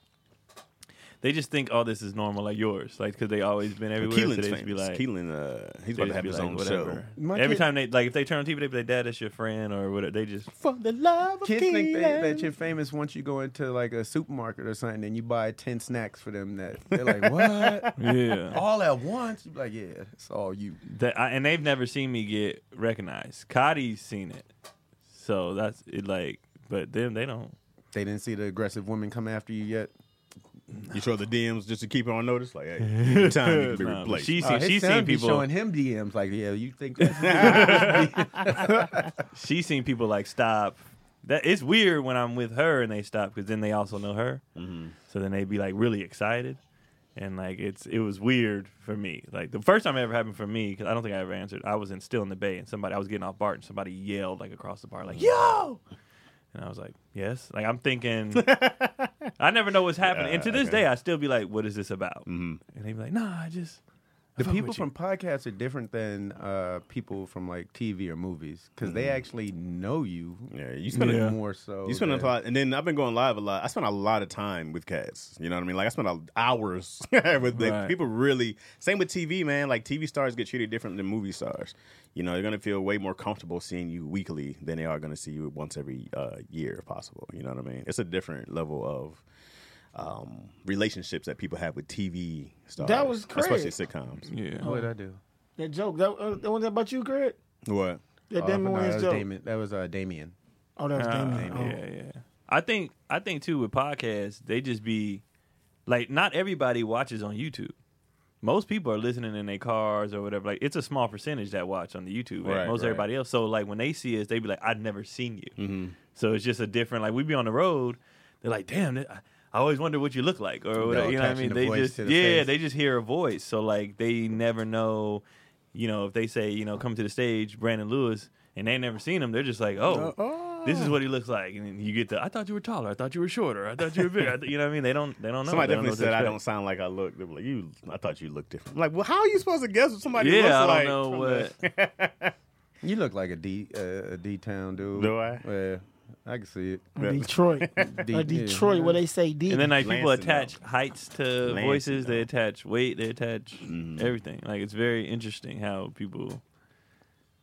they just think all this is normal, like yours, like because they always been everywhere. so
Keelan's
they just be
famous.
like,
Keelan, uh, he's
they
about to
just
have
be
his
like,
own show.
whatever.
My
Every
kid-
time they like, if they turn on TV, they be like, Dad, that's your friend or whatever. They just
For the love of
Kids think that, that you're famous once you go into like a supermarket or something and you buy 10 snacks for them that they're like, what?
yeah.
all at once? You're like, yeah, it's all you.
That, I, and they've never seen me get recognized. Cotty's seen it, so that's it. Like, but then they don't.
They didn't see the aggressive women come after you yet?
You show the DMs just to keep her on notice. Like, hey, anytime you can be
Nah, but
replaced.
She's seen,
Oh, his
she's
son
seen
be
people.
showing him DMs like, yeah, you think that's
she's seen people like stop. That it's weird when I'm with her and they stop because then they also know her. So then they be like really excited, and like it's it was weird for me. Like the first time it ever happened for me because I don't think I ever answered. I was in still in the bay and somebody I was getting off BART and somebody yelled like across the bar like yo, and I was like yes. Like I'm thinking. I never know what's happening, and to this day I still be like, "What is this about?" And they be like, "Nah, I just I
The
fuck
people
with you."
from podcasts are different than uh, people from like TV or movies because they actually know you.
Yeah, you spend a-
more so.
You spend a
than-
lot, and then I've been going live a lot. I spend a lot of time with cats. You know what I mean? Like I spend a, hours with the
Right.
people. Really, same with TV, man. Like TV stars get treated different than movie stars. You know, they're gonna feel way more comfortable seeing you weekly than they are gonna see you once every uh, year, if possible. You know what I mean? It's a different level of um, relationships that people have with TV stars.
That was
especially
Craig.
sitcoms.
yeah."
What did I do?
That joke. That, uh, that was about you, Greg?
What?
That
Oh,
Damon
no, that
Wayans
was
joke.
Damon. That was uh, Damien.
Oh, that was
Uh,
Damon. Oh.
Yeah, yeah. I think I think too with podcasts, they just be like not everybody watches on YouTube. Most people are listening in their cars or whatever. Like it's a small percentage that watch on the YouTube. right?
Right,
Most
right.
everybody else. So like when they see us, they be like, "I've never seen you."
Mm-hmm.
So it's just a different. Like we be on the road, they're like, "Damn." that- I- I always wonder what you look like, or whatever, you know what I
attaching
mean.
the
They
voice
just,
to
yeah,
the face.
they just hear a voice, so like they never know,
Uh,
you know, if they say, you know, come to the stage, Brandon Lewis, and they never seen him, they're just like, oh, this is what he looks like, and then you get the. I thought you were taller. I thought you were shorter. I thought you were bigger. I th- you know what I mean? They don't. They don't know.
Somebody
They don't know
definitely
what to
said I
expect.
don't sound like I look. They were like, "You, I thought you looked different." I'm like, well, how are you supposed to guess what somebody looks
Yeah, I
like?
don't know what.
You look like a D uh, a D town dude.
Do I?
Yeah, I can see it.
Yeah.
Detroit.
D-
Uh, Detroit, where they say D.
And then like people
Lansing,
attach heights to
Lansing,
voices, they
though. Mm-hmm.
attach weight, they attach everything. Like it's very interesting how people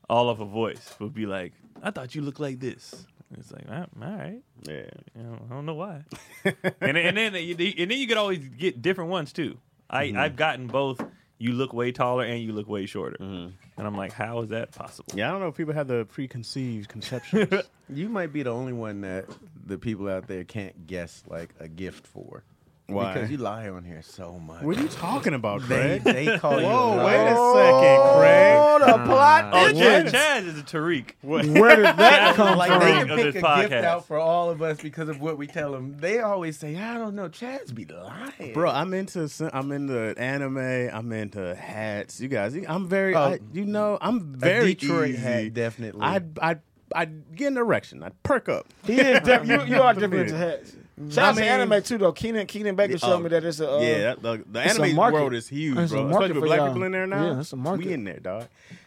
all off a voice will be like, "I thought you looked like this." And It's like, "Ah, all right,
Yeah.
you know, I don't know why. and, then- and then you- and then you could always get different ones too. I
Mm-hmm.
I've gotten both. You look way taller and you look way shorter, and I'm like, how is that possible?
Mm-hmm. Yeah, I don't know if people have the preconceived conceptions.
You might be the only one that the people out there can't guess like a gift for.
Why?
Because you lie on here so much.
what are you talking about,
They,
Craig?
they call you.
Whoa,
a
wait
liar.
a
Oh, the plot.
Oh, Chaz,
What?
Chaz is a Tariq.
second, Craig.
Where did that come
Like they
Of
can pick
this
a gift
podcast.
out for all of us because of what we tell them. They always say, "I don't know." Chad's be lying,
Bro, I'm into cin- I'm into anime. I'm into hats. You guys, I'm very
Oh.
I, you know I'm very
Detroit
easy.
hat, definitely.
I'd I'd I'd get an erection. I'd perk up.
He is def- you, you are different to hats. Shout out
I
to
mean-
anime too though. Keenan Keenan Baker showed
Oh,
me that it's a uh,
yeah, that, the, the
it's a
anime
market.
world is huge,
It's a
bro.
market
Especially with
for
black
y'all.
people in there now.
Yeah, it's a market.
We in there, dog.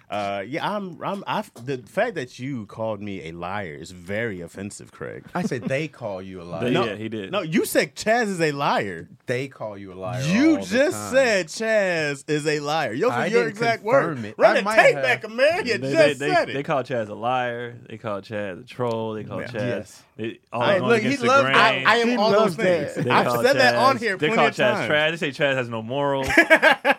Uh, yeah, I'm. I'm. I the fact that you called me a liar is very offensive, Craig.
I said they call you a liar.
They-
No,
Oh, yeah, he did.
No, you said Chaz is a liar.
They call you a liar. all
You
the
just
time.
said Chaz is a liar. Those
I
are your
didn't
exact
confirm
words.
it.
Run
I
a
might
take
have.
back, man.
They,
You just
they, they-
said it.
they call Chaz a liar. They call Chaz a troll. They call
Yeah.
Chaz.
Yes.
They, all
Hey,
going
look,
against
he
the
loves.
grain.
I, I am
He
all those
loves
things.
that.
They
I've
call
said that
Chaz-
on here
They
plenty
call
of
Chaz
times.
trash. They say Chaz has no morals.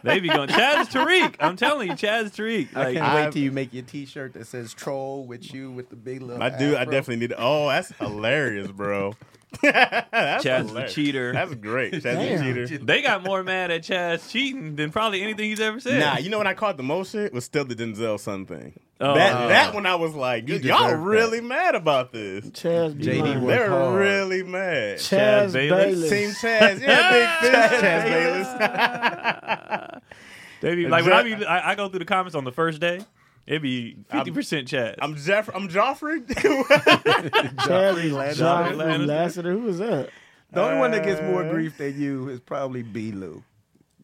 they be going, Chaz is Tariq. I'm telling you, Chaz is Tariq.
I
Like,
can't
I've-
wait till you make your T-shirt that says "Troll with you" with the big little.
I do. I
afro.
definitely need. Oh, that's hilarious, bro. that's
Chaz is a
hilarious.
cheater.
That's great. Chaz is a
Damn.
cheater.
they got more mad at Chaz cheating than probably anything he's ever said.
Nah, you know when I caught the most shit was still the Denzel Sun thing.
Oh.
that that one I was like, y'all
deserve
really mad about this.
Chaz B.
JD
Lane.
Work
They're
hard.
really mad.
Chaz
Chaz
Bayless.
Bayless.
Team Chaz, you're a big fish, Chaz Bayless.
They be, like when I, be, I, I go through the comments on the first day, it'd be 50% Chaz.
I'm Jeff. I'm Joffrey.
Chaz
Joffrey
Joffrey
Lannister.
Lassiter. Who was that?
The only one that gets more
Uh,
grief than you is probably B. Lou.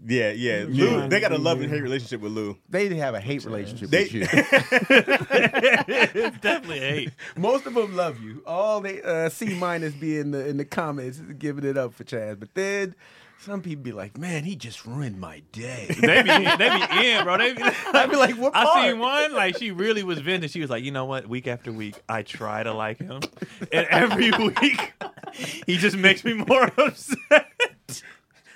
yeah, yeah. Lou,
Yeah.
they got a love and hate relationship with Lou.
They have a hate relationship
They-
with you.
it's definitely a hate.
Most of them love you. All they uh, C minus be in the in the comments giving it up for Chaz, but then some people be like, "Man, he just ruined my day."
They be, they be in, bro. They be,
I be like, "What part?"
I seen one like she really was venting. She was like, you know what? Week after week, I try to like him, and every week he just makes me more upset.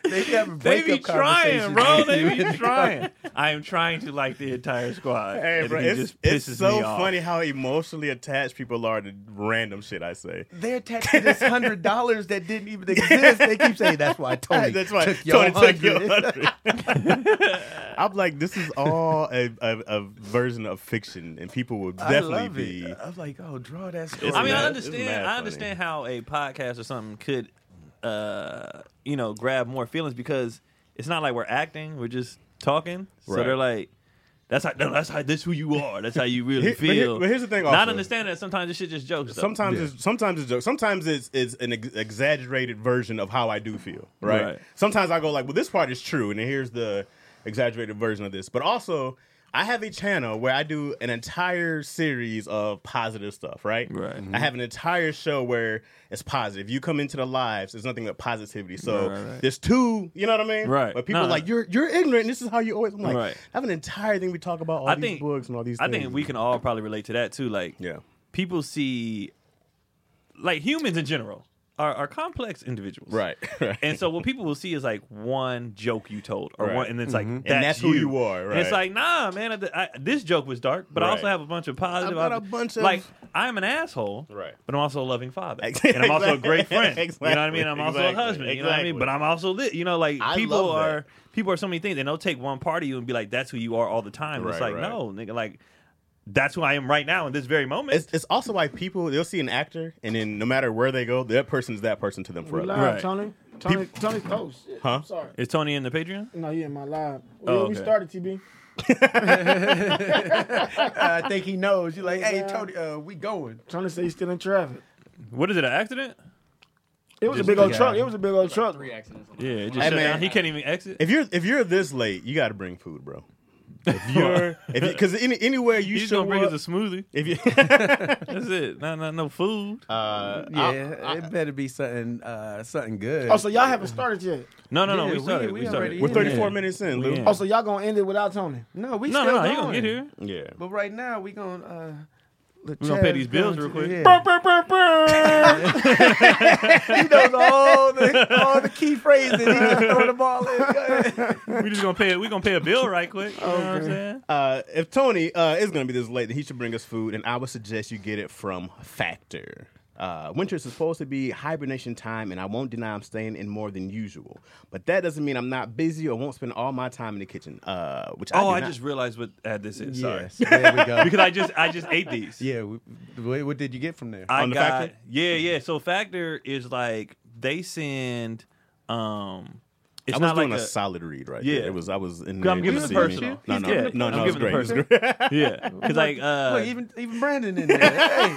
They be having
They
breakup
be trying,
conversations
bro.
with
They
you
be
in the
trying. I am trying to like the entire squad.
Hey,
and
bro,
he
it's,
just
it's
pisses
so
me off.
funny how emotionally attached people are to random shit I say.
They're attached to this hundred dollars that didn't even exist. They keep saying that's why Tony
That's why
took your
Tony took your
hundred.
100. I'm like, this is all a, a, a version of fiction, and people will
I
definitely
love
be.
it. I'm like, oh, draw that story.
It's
I mean,
mad-
I
it's
understand.
mad
I
funny.
understand how a podcast or something could, uh, you know, grab more feelings because it's not like we're acting; we're just talking. So
Right.
they're like, "That's how. No, that's how. That's who you are. That's how you really
Here- but
feel."
here- but here's the thing
Not
also.
understand that sometimes this shit just jokes. Though.
Sometimes it's sometimes it's joke. Sometimes it's it's an ex- exaggerated version of how I do feel. Right?
Right.
Sometimes I go like, well, this part is true, and here's the exaggerated version of this. But also, I have a channel where I do an entire series of positive stuff. Right.
Right. Mm-hmm.
I have an entire show where it's positive. You come into the lives, there's nothing but positivity. So
Right, right, right.
there's two. You know what I mean?
Right.
But people
No,
are like
no.
you're you're ignorant. and This is how you always. I'm like,
Right.
I have an entire thing we talk about all
I
these
think
books and all these.
I
things.
think we can all probably relate to that too. Like,
Yeah.
people see, like humans in general are, are complex individuals,
Right. Right.
And so what people will see is like one joke you told, or
Right. Mm-hmm.
one, and it's like that's,
that's who you are,
And it's like
right.
nah, man, I did- I, this joke was dark, but I also
Right.
have a bunch of positive.
I've got
op-
a bunch of-
like I'm an asshole,
Right.
But I'm also a loving father,
Exactly.
and I'm also a great friend. You know what I
Exactly.
mean? I'm also
Exactly.
a husband. You know what I mean?
Exactly.
But I'm also this. You know, like
I
people
love that.
are people are so many things, and they'll take one part of you and be like, "That's who you are all the time." And it's like,
Right, right.
no, nigga, like. That's who I am right now in this very moment.
It's, it's also why people they'll see an actor and then no matter where they go, that person's that person to them
We
forever.
live,
Right.
Tony. Tony. Tony. Oh shit.
Huh?
I'm sorry.
Is Tony in the Patreon?
No, you in my live.
Oh,
we
okay.
started, TB.
I think he knows. You're like, hey, Tony, uh, we going.
Trying to say he's still in traffic.
What is it? An accident?
It was
Just
a big old
the
truck.
guy.
It was a big old truck.
Three accidents.
Yeah, it just
Hey,
shut
man.
down. He can't even exit.
If you're if you're this late, you got to bring food, bro. If you're if because any anywhere you
He's
show
gonna bring
up,
us a smoothie.
if you
That's it. Not, not no food.
uh,
Yeah, it better be something, uh, something good.
Oh, so y'all haven't started yet.
No, no, no.
yeah,
we
we-
started. We,
we
started.
already
we're
Yeah.
thirty four minutes in, Lou.
Yeah.
Oh, so y'all gonna end it without Tony?
no, we
No,
still
no, no.
going.
He gonna get here.
Yeah,
But right now, we gonna uh,
We gonna pay these bills real quick.
Yeah. he knows all the all the key phrases. He just throw the ball in.
we just gonna pay. We gonna pay a bill right quick. You know what I'm saying?
Uh, if Tony uh, is going to be this late, then he should bring us food, and I would suggest you get it from Factor. Uh, winter is supposed to be hibernation time, and I won't deny I'm staying in more than usual. But that doesn't mean I'm not busy or won't spend all my time in the kitchen. Uh, which I
Oh,
do
I
not-
just realized what ad this is. Sorry.
Yes, there we go.
Because I just I just ate these.
yeah, we, what, what did you get from there?
I
On the
got
Factor?
yeah, yeah. So Factor is like they send. um It's
I was
not
doing
like
a, solid read right
Yeah.
there. It was I was in.
I'm
there.
giving
You
the
see
person.
me? No,
He's
no,
giving
no,
it.
no,
I'm
no, it's
giving the
great. It's
person.
great.
yeah. Because like uh,
Look, even even Brandon in there. hey,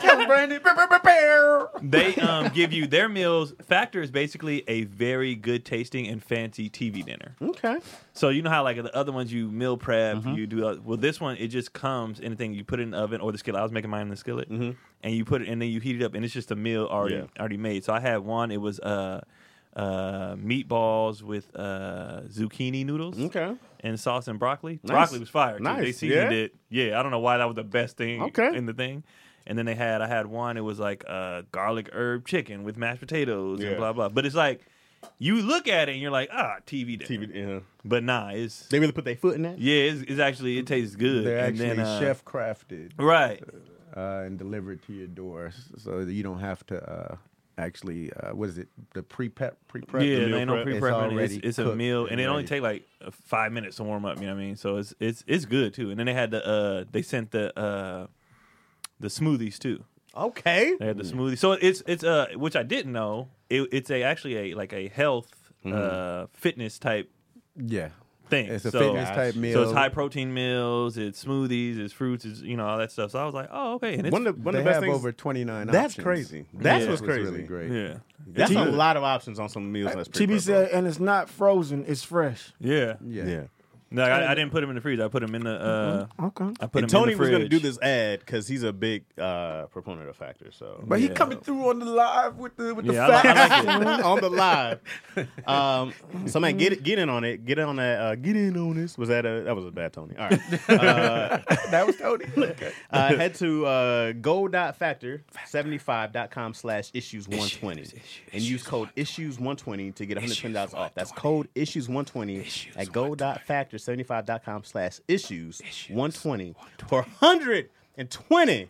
tell Brandon. brr, brr, brr, brr.
they um, give you their meals. Factor is basically a very good tasting and fancy TV dinner.
Okay.
So you know how like the other ones you meal prep, you do uh, well. This one it just comes anything you put it in the oven or the skillet. I was making mine in the skillet, and you put it and then you heat it up, and it's just a meal already
Yeah.
already made. So I had one. It was uh, uh, meatballs with uh, zucchini noodles.
Okay.
And sauce and broccoli.
Nice.
Broccoli was fire. too. They
Nice,
seasoned
yeah.
it. Yeah, I don't know why that was the best thing
Okay.
in the thing. And then they had I had one. It was like uh, garlic herb chicken with mashed potatoes
Yeah.
and blah blah. But it's like you look at it and you're like ah TV dinner.
TV. Yeah.
But nah, it's
They really put their foot in that.
yeah, it's, it's actually it tastes good.
They're
and
actually
then, uh,
chef crafted
Right.
uh, and delivered to your door, so that you don't have to uh, actually uh, what is it? The pre prep pre prep.
yeah,
meal
they ain't no
prep.
pre
It's
prep. It's,
already
it's a
cooked
meal, and it only
already.
take like uh, five minutes to warm up. You know what I mean? So it's it's it's good too. And then they had the uh they sent the uh the smoothies too.
Okay.
They had the
Mm.
smoothie. So it's it's uh which I didn't know. It, it's a actually a like a health uh fitness type
Yeah,
thing.
Mm. it's a
so,
fitness type
So
meal.
So it's high protein meals, it's smoothies, it's fruits, it's you know all that stuff. So I was like, oh okay, and it's
One of the, one
they
of the best
have
things.
over twenty nine.
that's crazy. That's
Yeah.
what's crazy.
Really great.
yeah
That's a
TB
lot of options on some meals. That's
TB
pre-prepped.
said, and it's not frozen. It's fresh.
yeah.
Yeah.
Yeah.
No, I, I didn't put them in the freezer. I put them in the. Uh,
Okay.
I put
and
them
Tony
in the
was
fridge.
going to do this ad because he's a big uh, proponent of Factor. So,
But he coming through on the live with the with the
Yeah, I,
facts.
li- I like it.
on the live, um, so man, get get in on it. Get on that. Uh, get in on this. Was that a that was a bad Tony? All right. Uh,
that was Tony. Okay.
uh, head to uh, go.factor75.com slash issues 120 and use code issues 120 to get $120 off. That's code issues 120 at go.factor75.com slash issues 120 for $120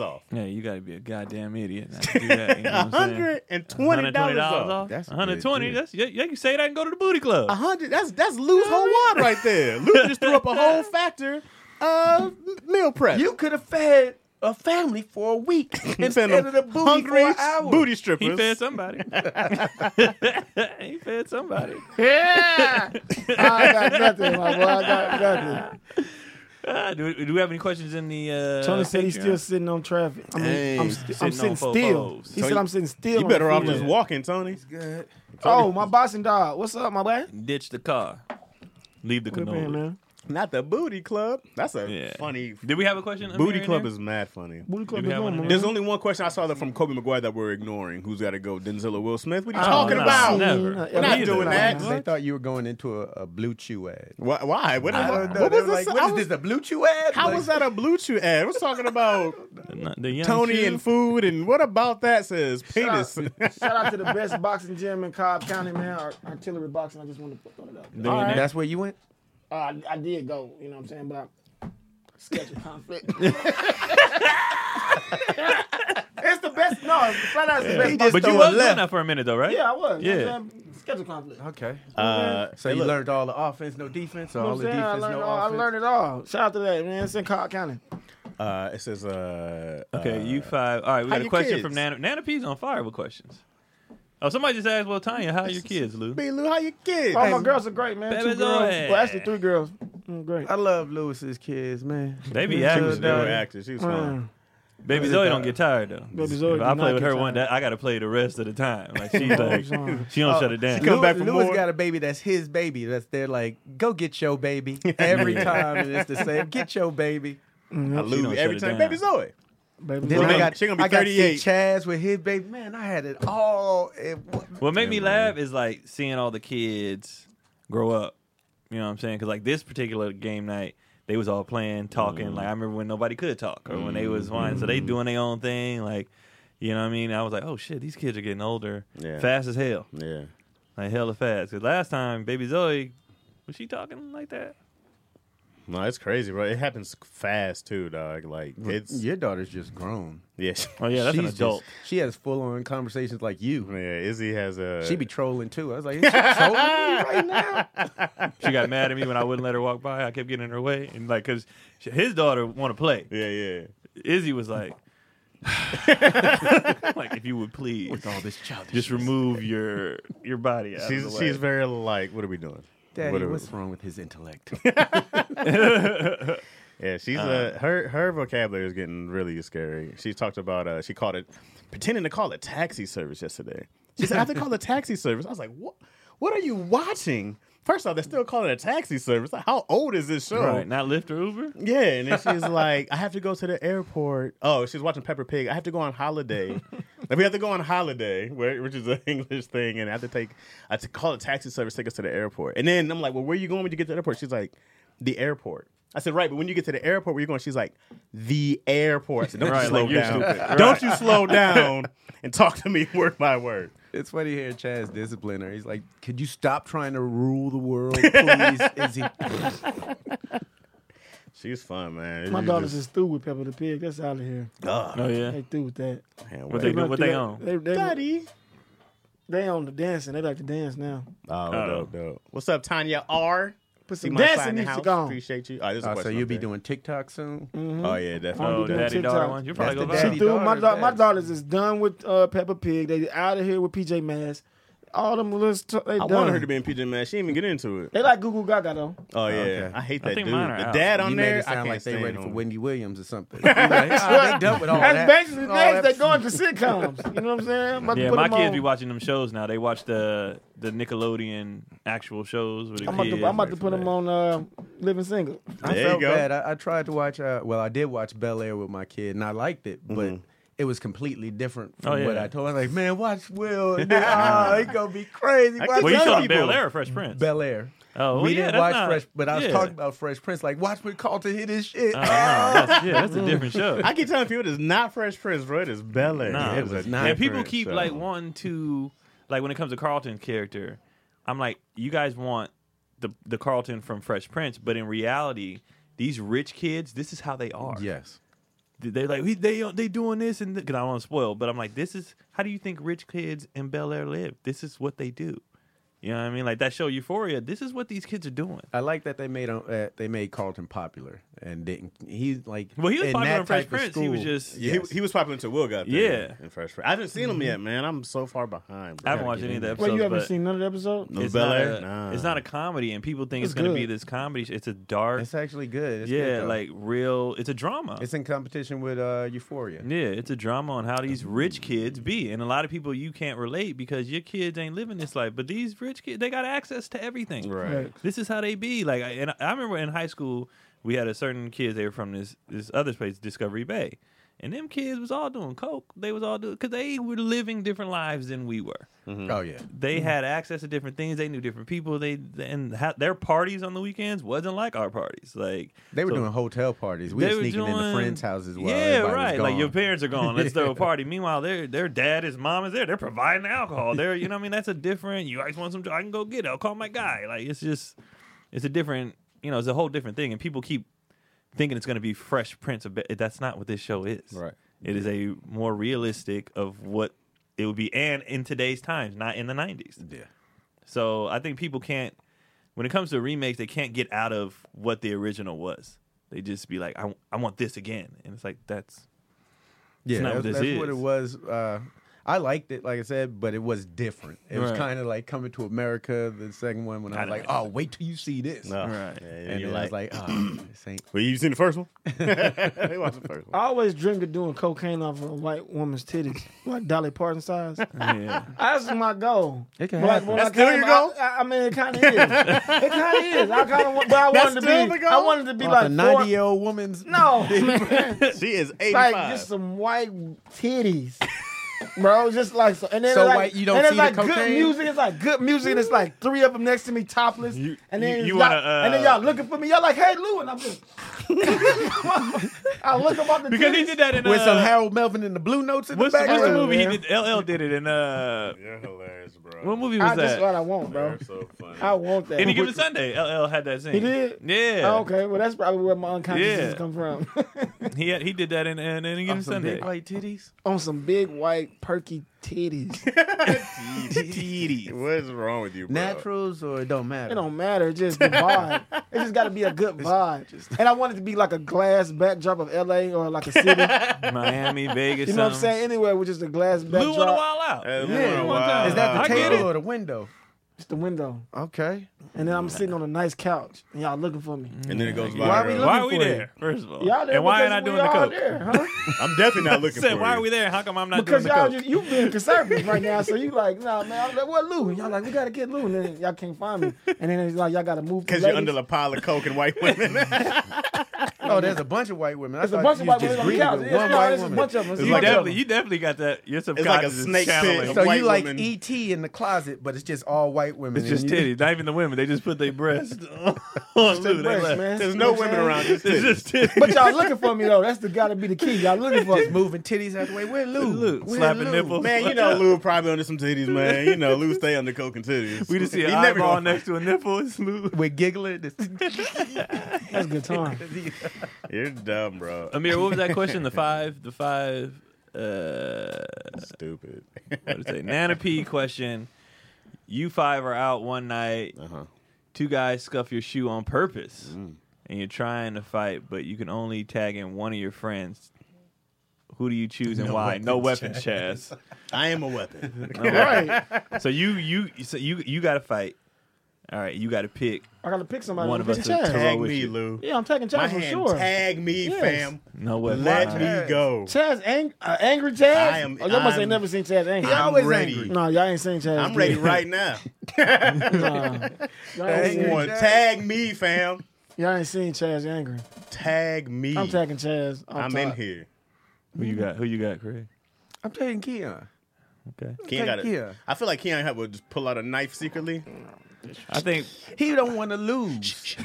off.
Yeah, you gotta be a goddamn idiot. Not to do that, you know what I'm saying?
$120
$120
off.
That's a good Uh,
120.
deal.
That's yeah, yeah. You can say that and go to the booty club.
100 That's that's Lou's whole wad right there. Lou just threw up a whole factor of meal prep.
You could have fed a family for a week instead
them
of the booty
hungry
for an hour.
booty
he
strippers.
fed somebody. he fed somebody.
I got nothing, my boy. I
Uh,
got nothing.
Ah, do, we, do we have any questions in the? Uh,
Tony said he's
Patreon?
still sitting on traffic. I mean,
Dang.
I'm, st-
Sitting
I'm
on
sitting
four
still.
foes.
He
So
said
you-
I'm sitting still.
You better
on
off
the
just
freeway.
walking, Tony.
Good.
Oh, my boxing dog. What's up, my boy?
ditch the car, leave the
Good man,
canola.
man.
Not the booty club. That's a
Yeah.
funny.
Did we have a question? Amir,
Booty
in
club
there?
is mad funny.
Booty club
we
is
have one
on,
in
man.
there?
There's only one question I saw that from Kobe McGuire that we're ignoring. Who's got to go? Denzel or Will Smith? What are you talking
Oh, no,
about?
no.
Seen,
Never.
uh,
We're not
yeah,
doing
nah,
that.
nah.
They thought you were going into a, a blue chew ad.
Why? Why? What, is,
I don't know.
what
They
was
were like,
this?
what
I
is
was-
this, a blue chew ad?
How
Like,
was that a blue chew ad? We're talking about
The- the young
Tony
Q.
and food, and what about that says penis?
Shout out to the best boxing gym in Cobb County, man. Ar- Artillery boxing. I just want to put it up.
All right.
That's where you went?
Uh, I, I did go, you know what I'm saying, but I schedule conflict. it's the best. No, it's flat out it's the best. boxing-
But you
throwing
was doing
left.
that for a minute though, right?
yeah, I was. you know
Yeah.
what I'm saying? schedule conflict.
Okay.
Uh,
so you learned all the offense, no defense, or
You know what
all
I'm
the
saying?
defense,
I learned,
no
all, I
offense?
learned it all. Shout out to that, man. It's in Cobb County.
uh, it says, uh,
Okay,
uh,
you five. All right, we
how
got a
your
question
kids?
from Nana. Nana P's on fire with questions. Oh, somebody just asked, "Well, Tanya, how are your kids, Lou?"
B. Lou, how you kids?
Oh, my girls are great, man. Two
Baby's
girls.
on it.
Well, actually, three girls. Mm, great.
I love Lewis's kids, man.
They be
She
acting,
was
dude.
They were
dope.
acting. She was
Uh,
fine.
Mm.
Baby Zoe don't get tired though.
Baby Zoe
if
do
I play
not
with
get
her one
tired.
day, I got to play the rest of the time. Like she's like, she don't shut it down.
come back for
Lewis
more.
got a baby that's his baby. That's they're like, go get your baby every time, and it's the same. Get your baby.
I
She don't
lose
shut
every
it
time.
down.
Baby Zoe.
Baby
Then
Zoe.
I got
she gonna be
I got
38.
see Chaz with his baby. Man, I had it all. It,
What made me laugh is like seeing all the kids grow up. You know what I'm saying? Because like this particular game night, they was all playing, talking. Like I remember when nobody could talk or when they was whining. So they doing their own thing. Like you know what I mean? I was like, oh shit, these kids are getting older
Yeah.
fast as hell,
Yeah.
like hella fast. Because last time, baby Zoe, was she talking like that?
No, it's crazy, bro. It happens fast too, dog. Like it's yeah,
Your daughter's just grown.
Oh yeah, that's an
She's
adult.
just- she has full on conversations like you.
yeah. Izzy has a
She be trolling too. I was like, is she trolling me right now?
she got mad at me when I wouldn't let her walk by. I kept getting in her way, and like, cause she- his daughter want to play.
yeah, yeah.
Izzy was like, like if you would please,
All this childish.
just remove your your body. Out of
She's
the way.
she's very like, what are we doing? What
Daddy,
are we-
what's wrong with his intellect?
Yeah, she's uh, her her vocabulary is getting really scary. She talked about uh, she called it pretending to call it taxi service yesterday. She said I have to call it taxi service. I was like, what? What are you watching? First off, they still call it a taxi service. Like, how old is this show?
right. Not Lyft or Uber.
Yeah, and then she's like, I have to go to the airport. Oh, she's watching Pepper Pig. I have to go on holiday. Like, we have to go on holiday, where- which is an English thing, and I have to take, I have to call a taxi service, take us to the airport. And then I'm like, well, where are you going when you get to the airport? She's like, the airport. I said, right, but when you get to the airport, where you going? She's like, the airport. I said, don't
Right,
you slow
like, you're
down.
stupid.
Don't you slow down and talk to me word by word.
It's funny hearing Chaz discipline her. He's like, "Could you stop trying to rule the world, please?" Is he?
She's fun, man.
My
She's
daughter's
just-
just through with Pepper the Pig. That's out of here.
Oh yeah.
They through with that.
Man,
What they do?
run
What
through
they
that-
on?
They, they,
Daddy.
they on the dancing. They like to dance now.
Oh, dope, dope. What's up, Tanya R?
Put
See
some
my
dancing
sign in the
music
house.
on.
Appreciate you. Oh, this is a
Oh, so
question
you'll
up
be
there.
doing TikTok soon?
Oh yeah, definitely.
I'll
Oh,
be doing
daddy daughter
TikTok.
one. You're probably
That's
go
the
viral.
daddy.
She through. My,
daughters
da- my
dance.
daughters is done with uh, Peppa Pig. They out of here with PJ Masks. All them little stuff. They
I
done.
wanted her to be in PJ Masks. She didn't even get into it.
They like Google Gaga though.
Oh yeah,
okay.
I hate
I
that
think
dude.
mine are
The
out.
dad on
You made
there,
it
I
sound
can't
like they
stand
ready for
him.
Wendy Williams or something. You're like, oh, they done with all
That's
that. oh,
basically
All
next. They
that-
going to sitcoms. You know what I'm saying? I'm about to
Yeah,
put
my
'em
kids
on.
be watching them shows now. They watch the the Nickelodeon actual shows with the
I'm about,
kids.
to, I'm about to put them on uh, Living Single.
I
There you
felt
go.
bad. I, I tried to watch. Uh, well, I did watch Bel Air with my kid, and I liked it, but.
Mm-hmm.
It was completely different from
Oh, yeah.
what I told. her. I was like, "Man, watch Will. And then, oh, it's gonna be crazy." Watch
Well, you
these
showed them
people."
Bel Air or Fresh Prince.
Bel Air.
Oh, well,
we
yeah,
didn't
that's
watch
not-
Fresh, but I was
yeah.
talking about Fresh Prince. Like, watch when Carlton hit his shit.
Oh, no, that's, yeah, that's a different show.
I keep telling people it is not Fresh Prince, bro. It is Bel Air.
No,
It is
was
a
not.
And people
different
keep
show.
like wanting to, like when it comes to Carlton's character, I'm like, you guys want the the Carlton from Fresh Prince, but in reality, these rich kids, this is how they are.
yes.
They're like, "We- they they doing this and because I don't want to spoil, but I'm like, this is how do you think rich kids in Bel Air live? This is what they do. You know what I mean? Like that show Euphoria. This is what these kids are doing.
I like that they made uh, they made Carlton popular and didn't he like
Well, he was
in
popular
that
in Fresh
type of
Prince. He was
school-
just
Yeah, he, he was popular until Will got
Yeah.
there. in Fresh Prince. I haven't seen him yet, man. I'm so far behind.
I
Bro.
haven't watched any of the episodes.
Wait, you haven't
but
seen none of the episodes?
No
it's
Bel
not
Air.
a-
Nah.
It's not a comedy, and people think it's,
It's
going to be
good.
this comedy. sh- It's a dark.
It's actually good. It's good,
yeah,
though.
like real. It's a drama.
it's in competition with uh, Euphoria.
yeah, it's a drama on how these rich kids be, and a lot of people you can't relate because your kids ain't living this life. But these rich kids, they got access to everything.
right.
This is how they be. Like, I- and I- I remember in high school, we had a certain kids. They were from this this other place, Discovery Bay, and them kids was all doing coke. They was all doing because they were living different lives than we were.
Oh yeah.
They had access to different things. They knew different people. They and ha- their parties on the weekends wasn't like our parties. Like
They were
so-
doing hotel parties. We
they
were
were
sneaking into
doing-
friends' houses while
yeah,
everybody was
right. Like
gone.
your parents are gone. Let's throw a party. Meanwhile, their their dad, his mom is there. They're providing alcohol. They're you know what I mean. That's a different. You guys want some? I can go get it. I'll call my guy. Like it's just it's a different. You know, it's a whole different thing. And people keep thinking it's going to be Fresh Prince. of Be- That's not what this show is.
Right.
It is a more realistic of what it would be, and in today's times, not in the nineties.
Yeah.
So I think people can't, when it comes to remakes, they can't get out of what the original was. They just be like, I, I want this again. And it's like, that's,
Yeah,
not
that's,
what this
that's what
is.
it was. Uh, I liked it, like I said, but it was different. It was
Right.
kind of like coming to America, the second one, when I was
Kinda
like,
like-
oh, wait till you see this.
No.
Right.
Yeah,
And
you're
then I was like, oh, this ain't.
well, you seen the first one? they watched the first one.
I always dreamed of doing cocaine off of a white woman's titties, like Dolly Parton size.
Yeah.
That's my goal. It can like, when
That's
I came,
still your goal?
I, I- I mean, it kind of is. it kind of is. I kind of, but I
That's
wanted to
still the
be.
goal?
I wanted to be
Like a
like four-
90 year old woman's.
No, man.
She is 85.
like just some white titties. Bro, just like so, and then
So
like,
white, you don't
and it's
see the
like good
cocaine?
music. It's like good music, and it's like three of them next to me, topless.
You-
and then
you-
it's
you
like-
wanna, uh,
and then y'all looking for me. Y'all like, hey Lou, and I'm just, I look about the
Because he
titties.
did that in
With
uh,
some Harold Melvin and the Blue Notes in the
What's the,
back.
what's the
Yeah,
movie he
man.
did? LL did it in uh.
You're hilarious, bro.
What movie was
I just
that?
what I want, bro.
You're so funny.
I want that.
Any given Sunday, LL had that scene.
He did?
Yeah.
Oh, okay, well that's probably where my unconsciousness
Yeah.
come from.
He had, he did that in, in, in Any given
Some
Sunday.
big white titties.
On some big white perky titties.
titties.
What is wrong with you, bro?
Naturals or it don't matter?
It don't matter. It's just the vibe. it just got to be a good vibe. And I want it to be like a glass backdrop of LA or like a city. you know
Miami, Vegas.
what I'm
something.
saying? Anywhere with just a glass
Blue on a
backdrop.
wild out.
Hey,
Yeah,
Lord,
one
wow.
time.
Is that
I
the
get
table
it.
or the window?
It's the window.
Okay.
And then I'm sitting on a nice couch and y'all looking for me.
And then it goes
Why
viral.
we
Why are we
for you.
there? First of all,
Y'all there
and why
because
am I doing
we
the
all
coke?
there, huh?
I'm definitely not looking
Said,
for
why
you.
are we there? How come I'm not
Because
doing the
y'all
coke?
just you being conservative right now, so you like, nah, man. I'm like, what, Lou? And y'all like, we gotta get Lou, and then y'all can't find me. And then it's like, y'all gotta move.
Because you're under a pile of coke and white women.
Oh, there's a bunch of white women. I
There's a bunch
thought you
of white women
just
on the
greeted
couch.
with
Yes,
one
no,
white
there's a
woman.
bunch of them. It's
you
like-
definitely, you definitely got that. Your subconscious is
snake pit.
channeling.
So
So
white
you like
woman.
ET in the closet, but it's just all white women.
It's just
and you-
titties. Not even the women. They just put their breasts on Lou. They
breasts, man.
left.
There's no women around. Just
It's
titties.
just titties.
But y'all looking for me though. That's the gotta be the key. Y'all looking for me.
Moving titties out the way. Where Lou?
Lou,
Where
slapping
Lou?
nipples.
Man, you know Lou probably under some titties, man. You know Lou stay under coke and titties.
We just see
He
an
never
eyeball
gonna-
next to a nipple. It's Lou.
We're giggling. It's-
That's a good time.
You're dumb, bro.
Amir, what was that question? The five, the five, uh,
Stupid.
what did it say? Nana P question. You five are out one night.
Uh-huh.
Two guys scuff your shoe on purpose, and you're trying to fight, but you can only tag in one of your friends. Who do you choose and why? no weapons, Chaz.
I am a weapon.
right.
So you you so you you got to fight. All right, you got to pick.
I gotta pick somebody.
One
One
of
of
us to
Chaz.
tag-
Tag me,
you.
Lou.
Yeah, I'm taking
My
Chaz for
hand,
sure.
tag me,
Yes.
fam.
No weapons.
Let
All
me
right.
go.
Chaz ang- uh, angry Chaz.
I am-
Oh, y'all must
I'm-
ain't never seen Chaz angry.
I'm
always
ready.
angry.
No, y'all ain't seen Chaz.
I'm
good.
ready right now.
Nah. Y'all, ain't
Come
seen,
on, tag me, fam.
y'all ain't seen Chaz angry.
Tag me.
I'm tagging Chaz. off
I'm
top.
in here.
Who you got? Who you got, Craig?
I'm taking Keon.
Okay.
Keon
Tag
got it.
Keon.
I feel like Keon would just pull out a knife secretly.
I think
He don't want to lose.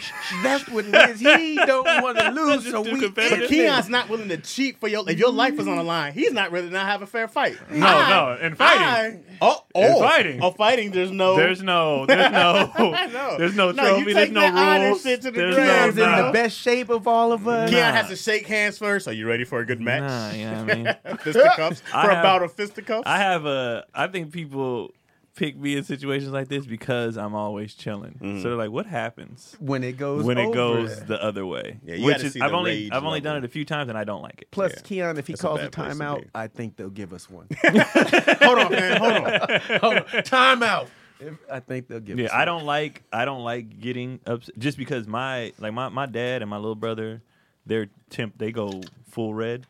That's what it is. He don't want to lose. so
too
we
competitive.
But Keon's not willing to cheat for your if your life is on the line. He's not really not have a fair fight.
no, no, and fighting.
I, oh, oh,
fighting.
Oh, fighting. There's no.
There's no, there's no,
know.
there's no
No, you
trophy. there's
take
no
that honor
rules.
shit to the
there's
grave.
Keon's
no,
Nah.
in the best shape of all of us.
Keon has to shake hands first. Are you ready for a good match?
Nah, you know what I mean.
Fisticuffs for
I
a
have-
bout of fisticuffs.
I have a. I think people pick me in situations like this because I'm always chilling.
Mm-hmm.
So they're like, "What happens
When it goes
when it
over.
goes the other way?"
Yeah, you
Which
gotta
is,
see
I've
the
only
rage
I've only
level.
done it a few times and I don't like it.
Plus,
Yeah.
Keon, if he
That's a
calls a
bad place to
timeout,
be.
I think they'll give us one.
hold on, man. Hold on.
timeout. If- I think they'll give
Yeah,
us
I don't like I don't like getting upset just because my like my, my dad and my little brother, they're temp they go full red,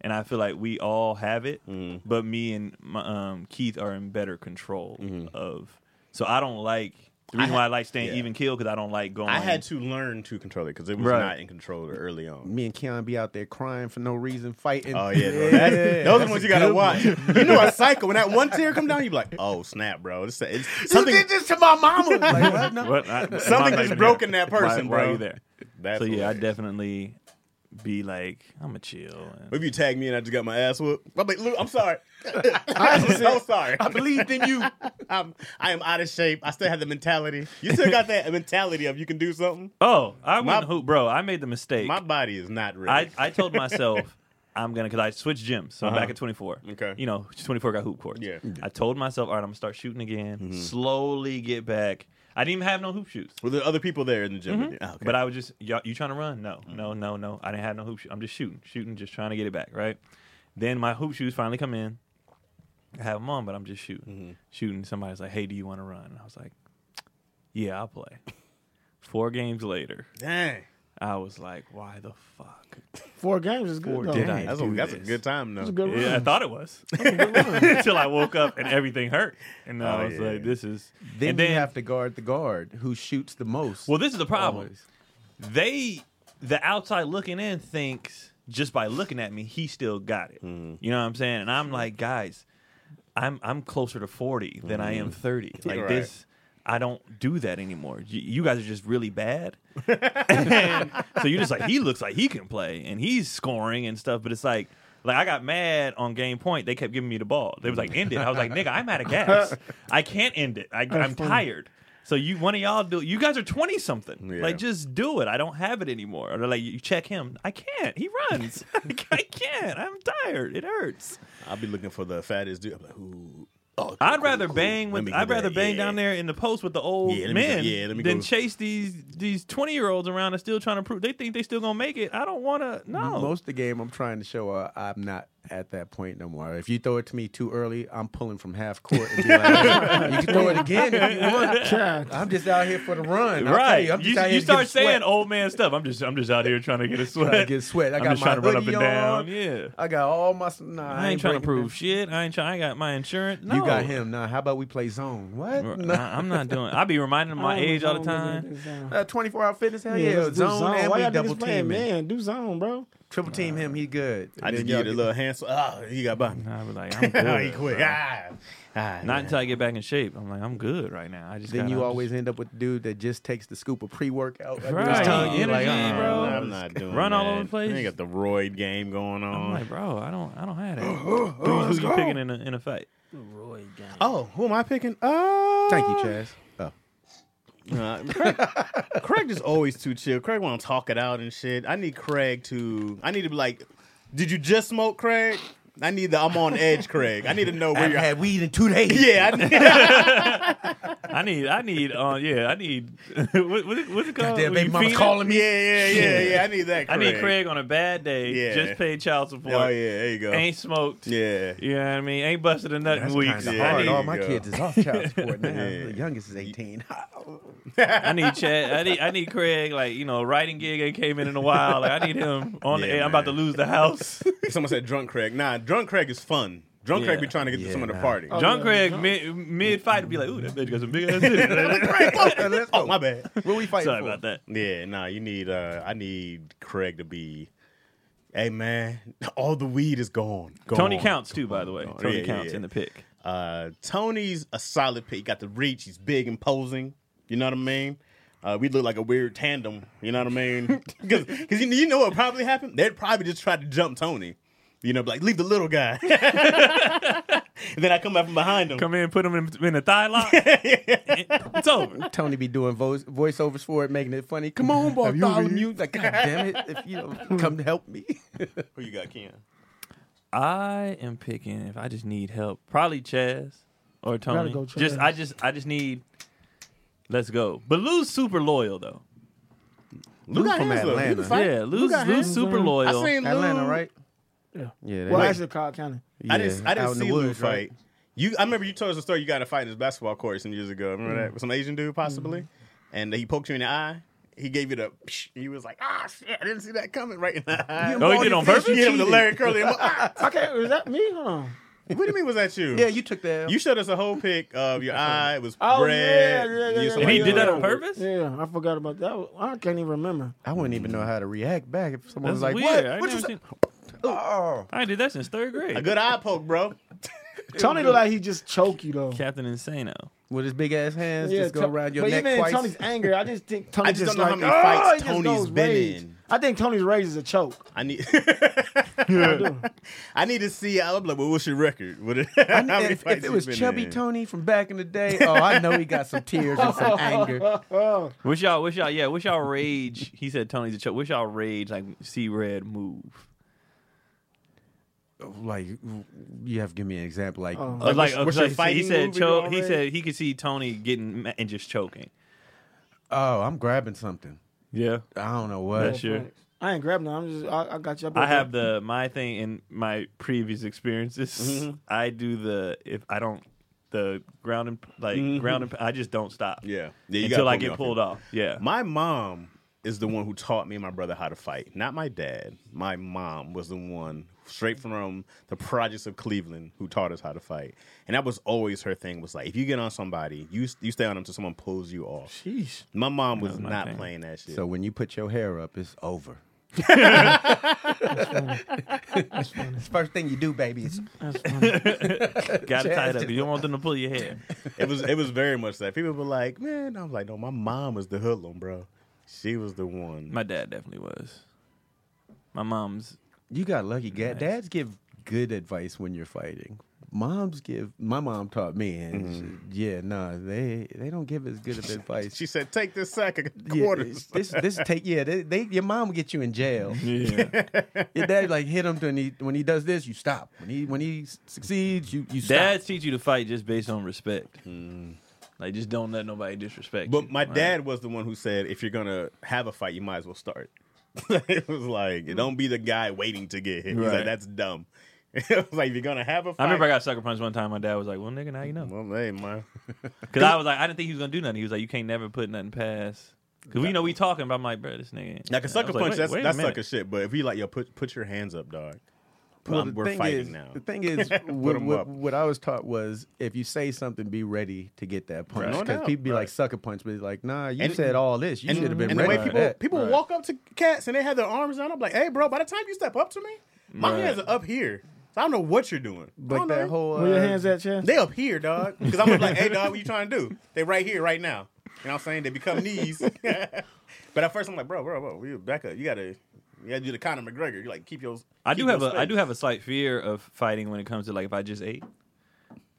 and I feel like we all have it,
Mm-hmm.
but me and my, um, Keith are in better control of. So I don't like the reason why I like staying
Mm-hmm. yeah.
even keel because I don't like going.
I had to learn to control it because it was
Right.
not in control early on.
Me and Keon be out there crying for no reason, fighting.
Oh yeah, bro. That's- those are the ones you gotta watch. You know a cycle when that one tear come down, you be like, "Oh snap, bro! It's, it's something
this to my mama. like, what? No.
What? I- my
something
life
just
in
broken
there.
that person,
Why,
bro."
Why are you there?
That's
so yeah, I
hilarious.
definitely be like I'm a chill. and-
If you tag me and I just got my ass whooped, I'm like, Lou, I'm sorry. I'm
just
so
said-
sorry.
I believed in you.
I'm, I am out of shape. I still have the mentality. You still got that mentality of you can do something.
Oh, I
My-
went hoop, bro. I made the mistake.
My body is not ready.
I, I told myself I'm gonna because I switched gyms, so I'm back at 24.
Uh-huh. Okay.
you know 24 got hoop courts.
Yeah. Mm-hmm.
I told myself, all right, I'm gonna start shooting again. Slowly get back. I didn't even have no hoop shoes,
Were there other people there in the gym? with you? Oh, okay. Mm-hmm.
but I was just y'all, you trying to run? No, no, no, no. I didn't have no hoop shoes. I'm just shooting, shooting, just trying to get it back. Right. Then my hoop shoes finally come in. I have them on, but I'm just shooting.
Mm-hmm.
Shooting. Somebody's like, "Hey, do you want to run?" And I was like, "Yeah, I'll play." Four games later,
Dang.
I was like, "Why the fuck?"
Four games is good.
Four
though.
did I
Oh, That's, a,
do
that's a
this?
good time, though.
That's a good
Yeah, I
run.
thought it was until I woke up and everything hurt, and I
Oh,
was
yeah.
like, "This is."
Then,
and then
you have to guard the guard who shoots the most.
well, this is the problem.
always.
They, the outside looking in, thinks just by looking at me, he still got it. You know what I'm saying? And I'm like, guys, I'm I'm closer to 40 than I am 30. Like
Right.
this, I don't do that anymore. Y- you guys are just really bad. And so you're just like, he looks like he can play and he's scoring and stuff, but it's like. Like I got mad on game point. They kept giving me the ball. They was like, "End it." I was like, "Nigga, I'm out of gas. I can't end it. I, I'm tired." So you, one of y'all do. You guys are twenty something.
Yeah.
Like just do it. I don't have it anymore. Or they're like, "You check him." I can't. He runs. I can't. I'm tired. It hurts.
I'll be looking for the fattest dude. I'm like, ooh. Oh, cool,
I'd
cool,
rather
cool.
bang
Let me
with
go
I'd rather bang
yeah.
down there in the post with the old
Yeah, let me go-
men
yeah, let me
than
go.
chase these these twenty year olds around and still trying to prove they think they still gonna make it. I don't wanna no.
Most of the game, I'm trying to show uh, I'm not at that point no more. If you throw it to me too early, I'm pulling from half court. And be like, you can throw it again if you want. I'm just out here for the run. I'll tell
right.
you, I'm just
You,
out here
you
to
start
get sweat.
saying old man stuff. I'm just I'm just out here trying to get a sweat.
Trying to get sweat. I
I'm
got
just
my
trying to run up
hoodie
and
on.
down. Yeah.
I got all my. Nah,
I ain't trying to
breaking
prove
this.
shit. I ain't trying I got my insurance. No.
You got him. Nah, how about we play zone? What?
Right.
Nah.
I, am not doing I be reminding
I
my
don't
age all the
know how many
time.
niggas down.
Uh, 24 hour fitness,
Oh,
hell
Yeah,
yeah,
let's do
zone, and
Why
we
y'all
double
niggas playing
team him.
man? Do zone, bro.
Triple team him, he good.
I
And
just
then
give
y'all
you the little hands. Ah, he got by me.
I be like, I'm
Oh,
good.
he quick.
bro.
Ah, ah,
Not
yeah.
until I get back in shape. I'm like, I'm good right now. I just
Then
gotta-
you
I'm
always end up with the dude that just takes the scoop of pre workout.
Right.
telling you, like,
Energy,
uh,
bro.
uh-uh, I'm not doing
Run
that.
all over the place.
They got the roid game going
I'm
on.
like, bro, I don't, I don't have that. who who you picking in a, in a fight?
oh, who am I picking? Oh,
Thank you, Chaz. Oh.
Nah, Uh, Craig, Craig is always too chill. Craig want to talk it out and shit. I need Craig to. I need to be like, did you just smoke, Craig? I need the I'm on edge, Craig. I need to know where you're. at.
weed in two days.
yeah, I need,
I need, I need, uh, yeah, I need. what, what, it- what's it called? When
Goddamn, baby
you
mama
feed it?
calling me.
yeah, yeah, yeah, yeah. I need that.
I
Craig.
need Craig on a bad day.
Yeah.
just paid child support.
Oh yeah, there you go.
Ain't smoked.
yeah,
You know what I mean? Ain't busted a nut in
That's
weeks.
kinda
Yeah,
I,
hard.
need,
there
All
you
my
go.
kids is off child support now.
Yeah.
The youngest is 18.
I need Chad. I need, I need Craig. Like you know, a writing gig ain't came in in a while. Like I need him on the.
Yeah,
air. I'm about to
man.
lose the house.
Someone said drunk Craig. Nah, drunk Craig is fun. Drunk Craig be
Yeah.
trying to get to
Yeah,
some of the
nah.
party.
John
yeah,
Craig
John-
mid mid fight would be like, ooh, that bitch got some big ass. titties."
oh my bad.
What we fighting
Sorry
for?
about that.
Yeah, nah, you need uh I need Craig to be Hey man, all the weed is gone. Gone.
Tony counts too, by the way.
Gone.
Tony
Yeah, yeah,
counts
yeah.
in the pick.
Uh Tony's a solid pick. He got the reach, he's big and posing. You know what I mean? Uh, we look like a weird tandem, you know what I mean? Because you, you know what probably happened? They'd probably just try to jump Tony. You know, be like leave the little guy. and then I come out from behind him.
Come in, put him in, in a thigh lock. it's over.
Tony be doing vo- voiceovers for it, making it funny. Come on, Bartholomew. Like, God damn it. If you don't come to help me.
Who you got, Ken?
I am picking if I just need help, probably Chaz or Tony.
go
Just
Chaz.
I just I just need. Let's go. But Lou's super loyal though.
Lou
from
hands, though. uh, He
Atlanta.
can fight.
Yeah,
Lou
Lou's,
got
Lou's
hands.
super
man.
loyal.
I seen Lou-
Atlanta, right?
Yeah.
Yeah. they-
Well, actually, Cobb County.
yeah,
I didn't. I
out
didn't
in
see
the
Lou
woods,
fight.
right?
You, I remember you told us a story. You got in a fight in this basketball court some years ago. Remember
Mm.
that with some Asian dude possibly,
Mm-hmm.
and he poked you in the eye. He gave you the. Psh, you was like, ah, shit! I didn't see that coming right in the eye.
Oh, he did on purpose?
You hit him the Larry Curly. in the- ah!
Okay, is that me? Hold on.
what do you mean? Was that you?
Yeah, you took that.
You showed us a whole pic of your eye. It was
Oh,
red.
yeah, yeah, yeah,
You
yeah,
was
and he
like,
did that
"Yo."
on purpose.
Yeah, I forgot about that. I can't even remember.
I wouldn't even know how to react back if someone
That's
was like,
weird.
"What?
I,
What
never
you say?"
seen-
Oh,
I did that since third grade.
A good eye poke, bro.
Tony looked like he just choked you though.
Captain Insano.
with his big ass hands, just go
To-
around your
but
neck
even
twice.
in Tony's anger, I just think Tony
I just
just
don't know how many
like, "Oh,"
fights
he just
Tony's
goes
been
rage.
in.
I think Tony's rage is a choke.
I need.
I do.
I need to see. I'm like, well, what's your record? What? how
I kn-
many
if,
fights
if
you
it was
been
chubby
in?
Tony from back in the day, oh, I know he got some tears and some anger.
Oh,
Wish y'all, wish y'all, yeah, wish y'all rage. He said Tony's a choke. Wish y'all rage like see red move.
Like, you have to give me an example. Like,
Oh.
Like, like,
what's your
like he
fighting
said,
movie
choke.
already?
He said he could see Tony getting ma- and just choking.
oh, I'm grabbing something.
Yeah,
I don't know what.
That's your- Sure.
thanks. I ain't grabbing none. I'm just I, I got you.
I have the my thing in my previous experiences.
Mm-hmm.
I do the if I don't the ground and like ground and I just don't stop.
Mm-hmm. Yeah. Yeah, you
until
gotta
I
pull me
get
off
pulled
here.
off. Yeah.
My mom is the one who taught me and my brother how to fight. Not my dad. My mom was the one straight from the projects of Cleveland who taught us how to fight. And that was always her thing was like if you get on somebody, you you stay on them until someone pulls you off.
Jeez.
My mom was
my
not
thing.
playing that shit.
So when you put your hair up, it's over. It's first thing you do, baby. It's
Mm-hmm.
That's funny.
Got it tied up. You don't want them to pull your hair.
it was it was very much that. People were like, "Man, I was like, no, my mom was the hoodlum, bro. She was the one."
My dad definitely was. My mom's
you got lucky. Ga- Dads give good advice when you're fighting. Moms give. My mom taught me, and
Mm-hmm.
she- yeah, nah, they they don't give as good of advice.
she said, "Take this sack of
Yeah,
quarters."
this this take yeah. They, they your mom will get you in jail.
yeah.
Your dad like hit him when he when he does this, you stop. When he when he succeeds, you you stop.
Dads teach you to fight just based on respect. Like just don't let nobody disrespect.
Mm. But
you,
my
right?
dad was the one who said, if you're gonna have a fight, you might as well start. it was like, don't be the guy waiting to get hit. He's
Right.
like, that's dumb. it was like, if you're gonna have a fight,
I remember I got sucker punched one time. My dad was like, "Well, nigga, now you know."
Well, hey, man.
Because I was like, I didn't think he was gonna do nothing. He was like, "You can't never put nothing past." Because we know we talking, but I'm like, bro, this nigga. ain't-"
Like a
I
sucker
was like,
punch,
wait-
that's,
wait a
that's
minute.
sucker shit. But if you like, yo, put put your hands up, dog.
Well,
Um, we're
thing
fighting
is-
now.
The thing is, what,
'em
what-
up.
what I was taught was if you say something, be ready to get that punch.
No
Because
doubt,
people be
right.
like sucker punch, but it's like, nah, you
And-
said all this. You should have been
and the
ready
way
for
people
that.
people
Right.
walk up to cats and they have their arms down. I'm like, hey, bro. By the time you step up to me, my
Right.
hands are up here. So I don't know what you're doing. I
like
don't
that
know.
whole.
Where your
uh,
hands at, Chance?
They up here, dog. Because I'm like, hey, dog, what you trying to do? They right here, right now. You know what I'm saying? They become knees. but at first, I'm like, bro, bro, bro, we back up. You gotta, you gotta do the Conor McGregor. You like keep your.
I
keep
do have
your
a I do
space.
have a slight fear of fighting when it comes to like if I just ate.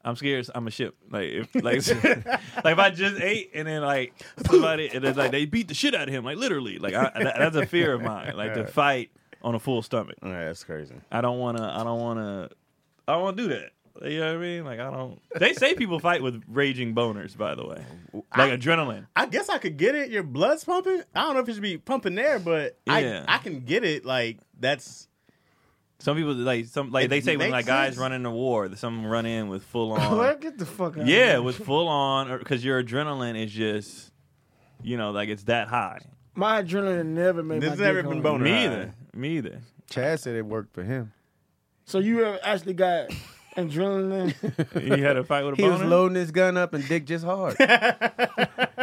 I'm scared I'm a ship. Like if like, like if I just ate and then like somebody and then like they beat the shit out of him, like literally. Like I, that, that's a fear of mine. Like to fight on a full stomach.
Oh, Yeah, that's crazy.
I don't wanna I don't wanna I don't wanna do that. You know what I mean? Like I don't they say people fight with raging boners, by the way. Like adrenaline.
I guess I could get it. Your blood's pumping. I don't know if it should be pumping there, but
Yeah.
I I can get it. Like that's
Some people like some like
It
they say when
makes
like guys
sense.
run into war, some run in with full on
What? Get the fuck
Yeah,
out. Of
it
here.
was full on because your adrenaline is just, you know, like it's that high.
My adrenaline never made
This
my.
has never
dick
been
hard.
boner.
Me
Right.
either. Me either.
Chad said it worked for him.
So you ever actually got adrenaline?
You had a fight with a
He was
boner.
loading his gun up and dick just hard.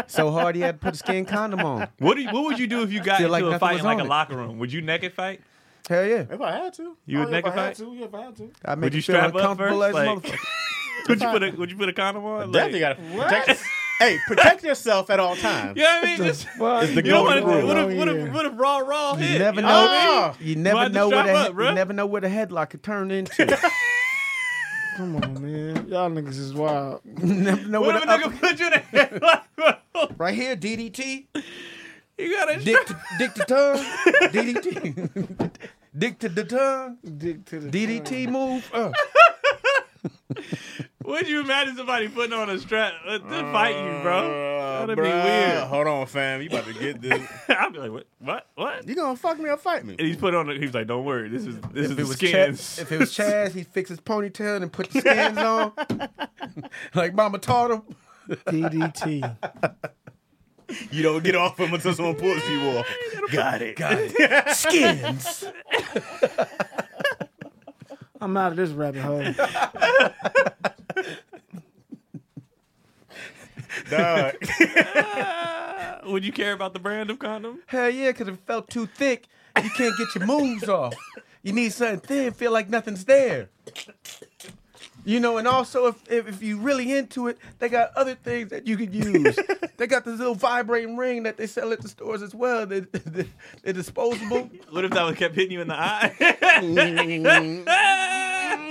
so hard he had to put a skin condom on.
what do you, What would you do if you got
Feel
into
like
a
nothing
fight
was
in like
on
a
it.
locker room? Would you naked fight?
Hell yeah.
if I had to.
You would
if
Oh,
I
naked
had
fight?
to, yeah, if I had to.
I make
Would you
feel
strap up first?
uncomfortable as a
Like,
motherfucker.
would you put a Would you put a condom on?
Definitely
Like,
gotta protect. hey, protect yourself at all times.
You know what I mean? Just,
Fuck.
It's the
you don't want
golden
to.
rule.
What if What
Oh, yeah.
if What if raw raw hit?
You never
know.
know.
what I mean?
Ah!
You
Might
never
have to
know what
strap
a,
up, bruh.
you never know what a headlock could turn into.
Come on, man. Y'all niggas is wild.
you never know
What
what,
if a
a,
nigga put you in a headlock?
right here DDT.
you gotta.
Dick to, dick to tongue, DDT. dick to the tongue,
Dick to the
DDT move. Uh,
Would you imagine somebody putting on a strap uh, to fight you, bro?
Uh,
That'd be
bruh,
weird.
Hold on, fam. You about to get this.
I'd be like, what? What? What?
You gonna fuck me or fight me?
And he's put on. He was like, "Don't worry, this is this is
if,
the
it was
skins."
Chaz, if it was Chaz, he'd fix his ponytail and put the skins on, like Mama taught him.
DDT.
You don't get off him until someone pulls you off. Got it. Got it.
Skins.
I'm out of this rabbit hole.
Dog.
Would you care about the brand of condom?
Hell yeah, because if it felt too thick, you can't get your moves off. You need something thin, feel like nothing's there. You know, and also if, if if you really into it, they got other things that you could use. they got this little vibrating ring that they sell at the stores as well. They, they, they're disposable.
What if that would kept hitting you in the eye?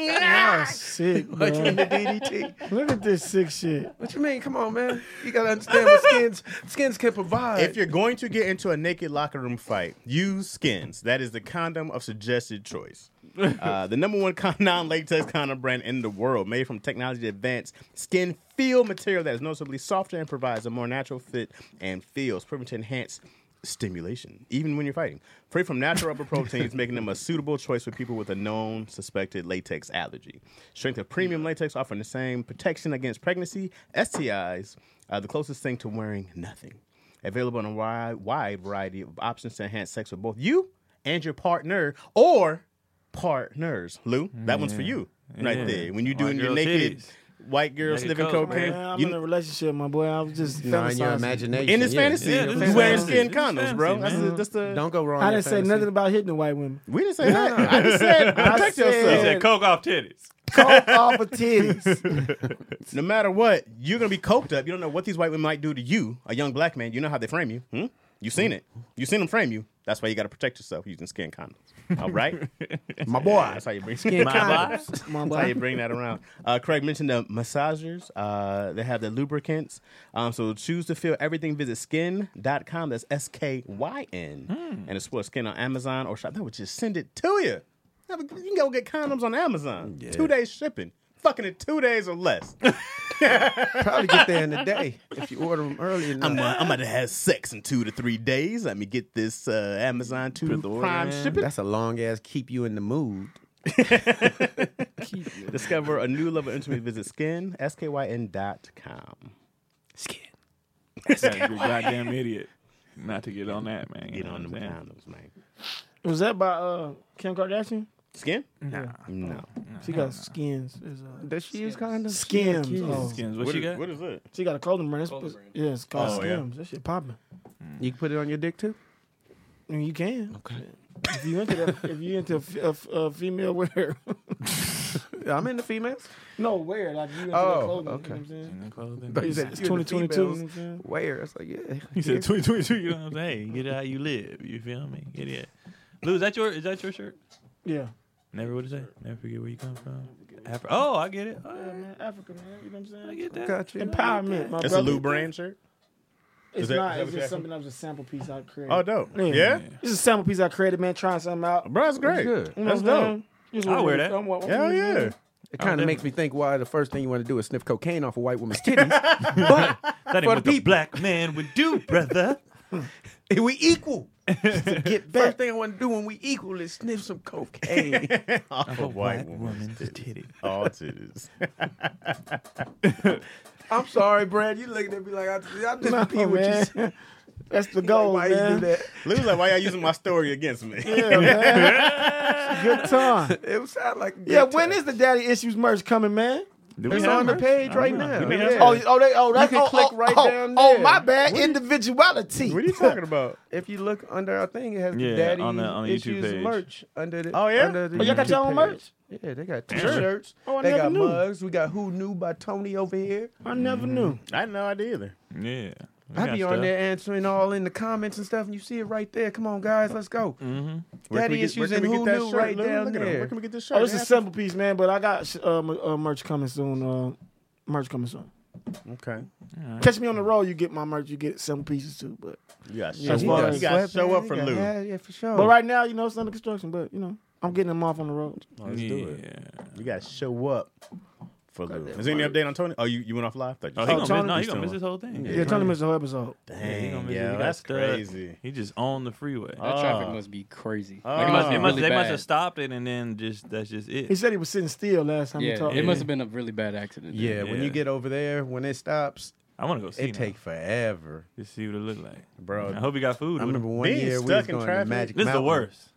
Y'all sick,
Like in the
bro.
DDT.
Look at this sick shit.
What you mean? Come on, man. You gotta understand what skins skins can provide.
If you're going to get into a naked locker room fight, use skins. That is the condom of suggested choice. Uh, the number one con- non-latex condom brand in the world, made from technology advanced skin feel material that is noticeably softer and provides a more natural fit and feels, proven to enhance stimulation, even when you're fighting. Free from natural rubber proteins, making them a suitable choice for people with a known suspected latex allergy. Strength of premium latex offering the same protection against pregnancy, STIs, uh, the closest thing to wearing nothing. Available in a wide, wide variety of options to enhance sex with both you and your partner or partners. Lou, that one's for you right
Yeah.
there. When you're
White
doing your
girl
naked
titties.
white girl
Naked
sniffing
coke,
cocaine,
Man, I'm
you-
in a relationship, my boy. I was just
You know, in your
fantasizing.
imagination.
in his
yeah.
fantasy,
Yeah, this
you
is
wearing
fantasy.
skin
This is
condoms,
fantasy,
bro. That's
man.
the, that's the
Don't go wrong.
I
in
didn't say
fantasy.
nothing about hitting the white women.
We didn't say that. I just said protect
said-
He
yourself.
said coke off titties.
Coke off of titties.
No matter what, you're gonna be coked up. You don't know what these white women might do to you, a young black man. You know how they frame you. Hmm? You seen it. You seen them frame you. That's why you gotta protect yourself using skin condoms. All right, my boy. That's how you bring skin
condoms.
My
That's how you
boy.
bring that around. Uh, Craig mentioned the massagers. Uh, they have the lubricants. Um, so choose to feel everything. Visit skin.com. That's S K Y N. And explore skin on Amazon or shop. That would just send it to you. Have a- You can go get condoms on Amazon. Two days shipping. Fucking in two days or less.
Probably get there in a day if you order them early enough.
I'm, uh, I'm about to have sex in two to three days. Let me get this uh, Amazon 2
the order
Prime
in.
shipping.
That's a long ass keep you in the mood.
Discover a new level of intimacy. Visit skin, S K Y N dot com.
Yeah, you're a goddamn idiot. Not to get on that, man. You
Get
know
on them
what I'm saying?
condoms, man.
Was that by uh, Kim Kardashian?
Skin?
Nah.
No.
She got skins. Is, uh,
Does she use condoms?
Skims. Oh,
Skins, what, you got?
What is it?
she got a clothing brand. It's, Yeah, it's called
Oh, yeah.
Skims. That shit popping.
You can put it on your dick too.
I mean, you can. Okay. If you into that, if you into f- f- uh, female wear,
I'm in the females.
no wear like you into
Oh,
that clothing.
okay.
You know what I'm saying?
But you said
It's
you in the
2022,
females.
you know what I'm saying?
Where? It's like yeah.
He said 2022. You know what I'm saying? Get it how you live. You feel me? Get it. Lou, is that your is that your shirt?
Yeah.
Never would have said. Never forget where you come from. Afri- oh, I get it. All right, man.
Man, Africa, man. You know what I'm saying?
I get that.
Got you.
Empowerment, my
That's a
brother.
Lou Brand shirt.
It's
Is that-
not.
is that
It's
what you
just
asking?
something that was a sample piece I created.
Oh, dope. Yeah,
This is a sample piece I created, man. Trying something out.
bro, that's great.
good.
You know
That's
what I'm
dope.
saying? Just
I'll wear
wanna-
that.
I'm wa-
Hell yeah.
It kind of makes me think why the first thing you want to do is sniff cocaine off a white woman's titties.
That ain't
the
what the
people.
black man would do, brother.
we equal. to get back. First thing I want to do when we equal is sniff some cocaine.
Off a white woman.
titty.
All titties.
I'm sorry, Brad. You looking at me like I, I just
No,
repeat what you
man.
said.
That's the goal,
Why
man.
you do that?
Lou's like, why y'all using my story against me?
Yeah, man. Good time.
It was sound like a good
Yeah,
time.
when is the Daddy Issues merch coming, man?
It's on the page right
know.
now.
We have
Yeah.
it.
Oh, oh, they, oh, that's
can
oh,
click
oh,
right
oh,
down
Oh,
there.
my bad, individuality.
What are you talking about?
If you look under our thing, it has
Yeah,
the daddy
on the- on the YouTube
issues
page.
merch under the.
Oh, yeah?
under the
Oh, y'all got
YouTube
your own
page. Yeah, they got t-shirts.
Oh, I
they
never
got
knew.
mugs. We got Who Knew by Tony over here.
I never knew.
I had no idea either.
Yeah. We
I
got
be on
stuff.
there answering all in the comments and stuff, and you see it right there. Come on, guys, let's go.
Mm-hmm. Where can
Daddy
we get- where
issues
can
and
we get
Who
that
Knew
shirt,
right
Lou?
down
Look at him. Where
there.
can we get this shirt?
Oh, it's a
Yeah.
simple piece, man, but I got sh- um, uh, merch coming soon. Uh, merch coming soon.
Okay.
Catch me on the road. You get my merch. You get simple pieces too, but
Yeah,
Yeah, he got
you got to
Sweatpants,
show up for
he got-
Lou.
Yeah, yeah, for sure.
but right now, you know, it's under construction. But you know, I'm getting them off on the road.
Let's
yeah.
do it. You got to show up for Lou.
Goddamn
Is there any update on Tony? Oh, you, you went off live? Thought you
Oh,
said-
he gonna miss,
Tony-
no, he
he's
gonna miss
still
this whole thing.
Yeah, trying to miss the whole episode.
He gonna
Dang,
miss it.
yeah,
He got
that's
stuck.
crazy.
He just on the freeway.
Oh.
That traffic
Ah.
must be crazy.
Ah.
Like, it must
They
be
They must,
really
they
bad.
must have stopped it and then just that's just
He
it.
said he was sitting still last time he
Yeah,
talked.
it must have been a really bad accident. dude.
Yeah, when
Yeah.
you get over there, when it stops,
I want to go see.
it
now.
take forever.
Just see what it look like, I
Bro.
hope he got food.
I remember one
Being
year we
stuck
was
in
going to
traffic?
Magic
this is the
Mountain.
worst.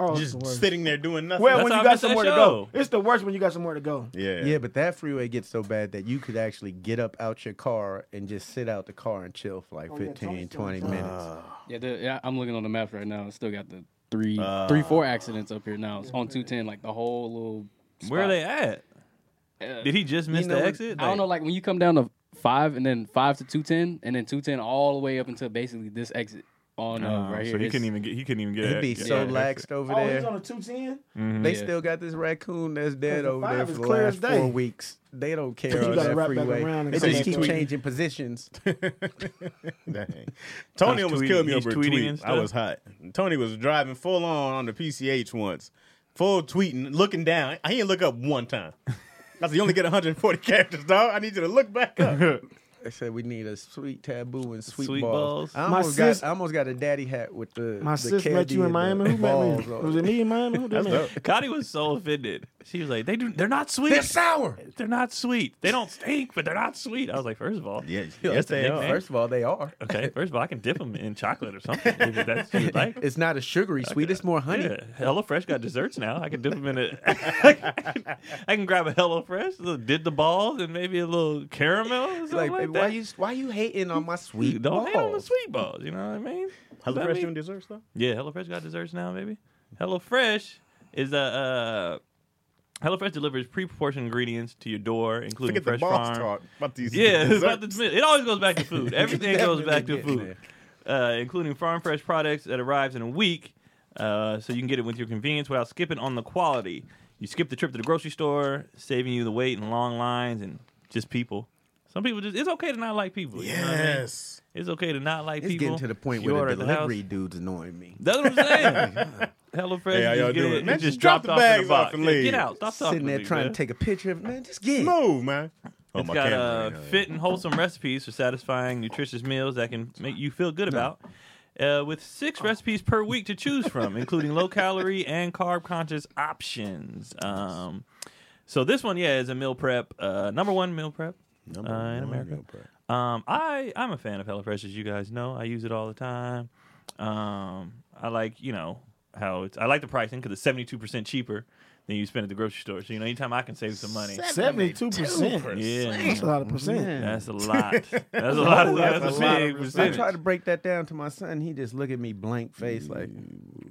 Oh, it's the
Just
worst.
sitting there doing nothing.
Well,
That's
when
how
you
I
got
miss that
somewhere to
show.
go, it's the worst when you got somewhere to go.
yeah.
Yeah, but that freeway gets so bad that you could actually get up out your car and just sit out the car and chill for like
Oh, yeah, Tony's
15,
still
20
driving.
minutes.
Yeah, the, yeah, I'm looking on the maps right now. I still got the three,
Uh,
three, four accidents up here now. It's on 210, like the whole little. Spot.
Where are they at?
Uh,
Did he just miss
know
the
what-
exit?
I don't know. Like when you come down to five, and then five to 210, and then 210 all the way up until basically this exit on uh,
Oh,
right here.
so he
It's-
couldn't even get. He couldn't even get.
It'd be
get
so
that
laxed over
Oh,
there.
he's on a two ten.
They
Yeah.
still got this raccoon that's dead
the
over
five
there
is
for the
clear as
last
day.
four weeks. They don't care
You
on
gotta
that
wrap back around
freeway.
and
They
come
just
back
keep
to it.
changing positions.
Dang. Tony
He's
almost
tweeting-
killed me
he's
over a
tweeting
tweet.
and
I
stuff?
was hot. Tony was driving full on on the PCH once, full tweeting, looking down. He didn't look up one time. I said, "You only get 140 characters, dog. I need you to look back up."
They said we need a sweet taboo and sweet,
Sweet balls.
balls. I
My
almost,
sis-
got, I almost got a daddy hat with the
My
the
sis met
candy
you in
and the
Miami. Who met
balls
me?
on
Was
it.
it me in Miami? Who did that?
Gotti was so offended. She was like, "They do. They're not sweet.
They're sour.
They're not sweet. They don't stink, but they're not sweet." I was like, first of all,
Yeah,
Yes,
a
they are.
nickname.
First of all, they are.
Okay, first of all, I can dip them in chocolate or something. If that's what you'd like.
It's not a sugary sweet. It's more honey.
Yeah, Hello Fresh got desserts now. I can dip them in it. I can grab a Hello Fresh, dip the balls, and maybe a little caramel. Or something like,
Like, why
that.
you why you hating on my
You
sweet
don't hate on the
balls?
sweet balls. You know what I mean? Does
Hello
that
Fresh
mean-
doing desserts though.
Yeah, HelloFresh got desserts now, baby. HelloFresh is a uh, HelloFresh delivers pre-proportioned ingredients to your door, including
Forget the
fresh
boss
farm.
talk about these.
Yeah, it's
desserts.
about the, it always goes back to food. Everything goes back to
Definitely
food, uh, including farm fresh products that arrives in a week, uh, so you can get it with your convenience without skipping on the quality. You skip the trip to the grocery store, saving you the wait and long lines and just people. Some people just it's okay to not like people. you know what I mean?
Yes.
it's okay to not like
It's
people.
getting to the point
You
where
order
the
at house.
delivery dude's annoying me.
That's what I'm saying. Hello Fresh,
Hey, how
you
y'all
get
doing?
it,
Man,
it just
just drop
dropped
the
off in
bags
the box.
off and leave.
Get out. Stop talking
Sitting there
to me,
trying
man.
to take a picture of man. Just get.
Move, man. Oh,
It's got uh,
ain't on.
fit and wholesome recipes for satisfying, nutritious meals that can make you feel good about. Uh, with six recipes per week to choose from, including low calorie and carb conscious options. Um, so this one, yeah, is a meal prep. Uh, number one meal prep uh, in America. Um, I I'm a fan of HelloFresh, as you guys know. I use it all the time. Um, I like you know how it's. I like the pricing because it's seventy two percent cheaper than you spend at the grocery store. So you know, anytime I can save some money,
Seventy-two percent.
yeah,
That's a lot of percent.
that's a lot. That's a lot. Of, that's, a, big
I
percentage.
tried to break that down to my son. He just look at me blank face like,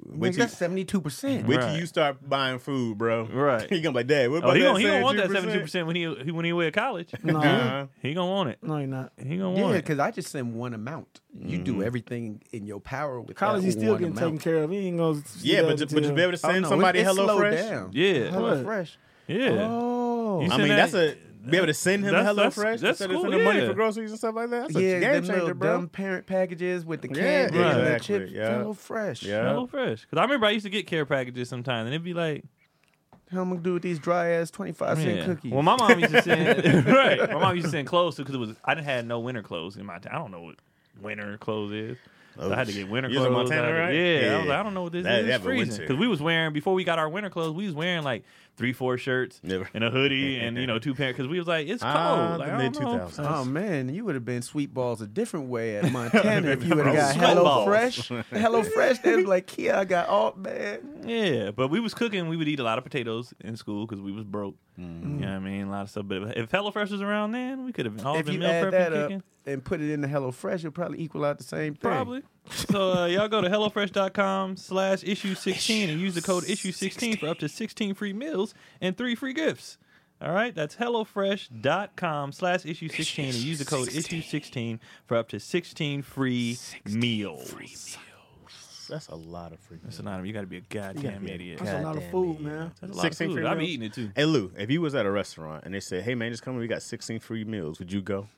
Wait
nigga,
till,
that's seventy two percent.
wait till
Right.
you start buying food, bro.
Right.
He gonna be like, Dad, what
oh,
about
he
that
gonna, he gonna want that
72%?"
seventy two percent when he, he when he away at college.
No,
Uh-huh.
He gonna want it.
no, you're not.
He gonna
Yeah,
want it.
because I just send one amount. You do everything in your power with
College,
that
he's still
one
getting taken
amount.
care of. He ain't gonna. see
Yeah,
that
but just, but
until-
to be able to
Oh,
send
no,
somebody
it, it
Hello
slowed
Fresh.
Down.
Yeah,
Hello Fresh.
yeah.
Oh,
You
I
send
mean,
that-
that's a be able to send him
That's-
Hello
that's-
Fresh
that's
instead of
cool,
sending money
yeah.
for groceries and stuff like that. That's
yeah,
a game
them little
changer, bro.
dumb parent packages with the
Yeah,
candy and the
exactly,
chips.
yeah.
Hello Fresh.
Yeah.
HelloFresh. Because I remember I used to get care packages sometimes, and it'd be like.
How am I gonna do with these dry ass twenty five cent
Yeah.
cookies?
Well, my mom used to send right. My mom used to send clothes because it was I didn't had no winter clothes in my. town. I don't know what winter clothes is. So I had to get winter
You was
clothes.
in
I
Montana,
had to-
right?
Yeah, I was
Yeah.
like, I don't know what this
That-
is.
that
It's
but
freezing
winter.
because we was wearing before we got our winter clothes. We was wearing like three, four shirts
Never.
and a hoodie and you know two pants because we was like it's cold.
Ah,
Like,
the
I don't know.
mid-2000s.
Oh man, you would have been sweet balls a different way at Montana if you would have got
Sweat
Hello
balls.
Fresh. Hello Fresh, they was like, "Kia, I got all man."
Yeah, but we was cooking. We would eat a lot of potatoes in school because we was broke.
Mm.
You know what I mean? A lot of stuff. But if HelloFresh was around then, we could have all
If
been
you
meal
add
prepping,
that
kicking.
up and put it in the Hello Fresh, it'll probably equal out the same thing.
Probably. so uh, y'all go to HelloFresh.com slash issue 16 and use the code issue 16 for up to 16 free meals and three free gifts. All right, that's HelloFresh.com slash issue 16 and use the code issue 16 for up to 16 free meals.
That's a lot of freaking.
That's anonymous. You got to be a goddamn idiot.
That's a lot of food, man.
That's a lot of
16
food.
free
I be
meals?
eating it too.
Hey Lou, if you was at a restaurant and they said, "Hey man, just come in. We got 16 free meals. Would you go?"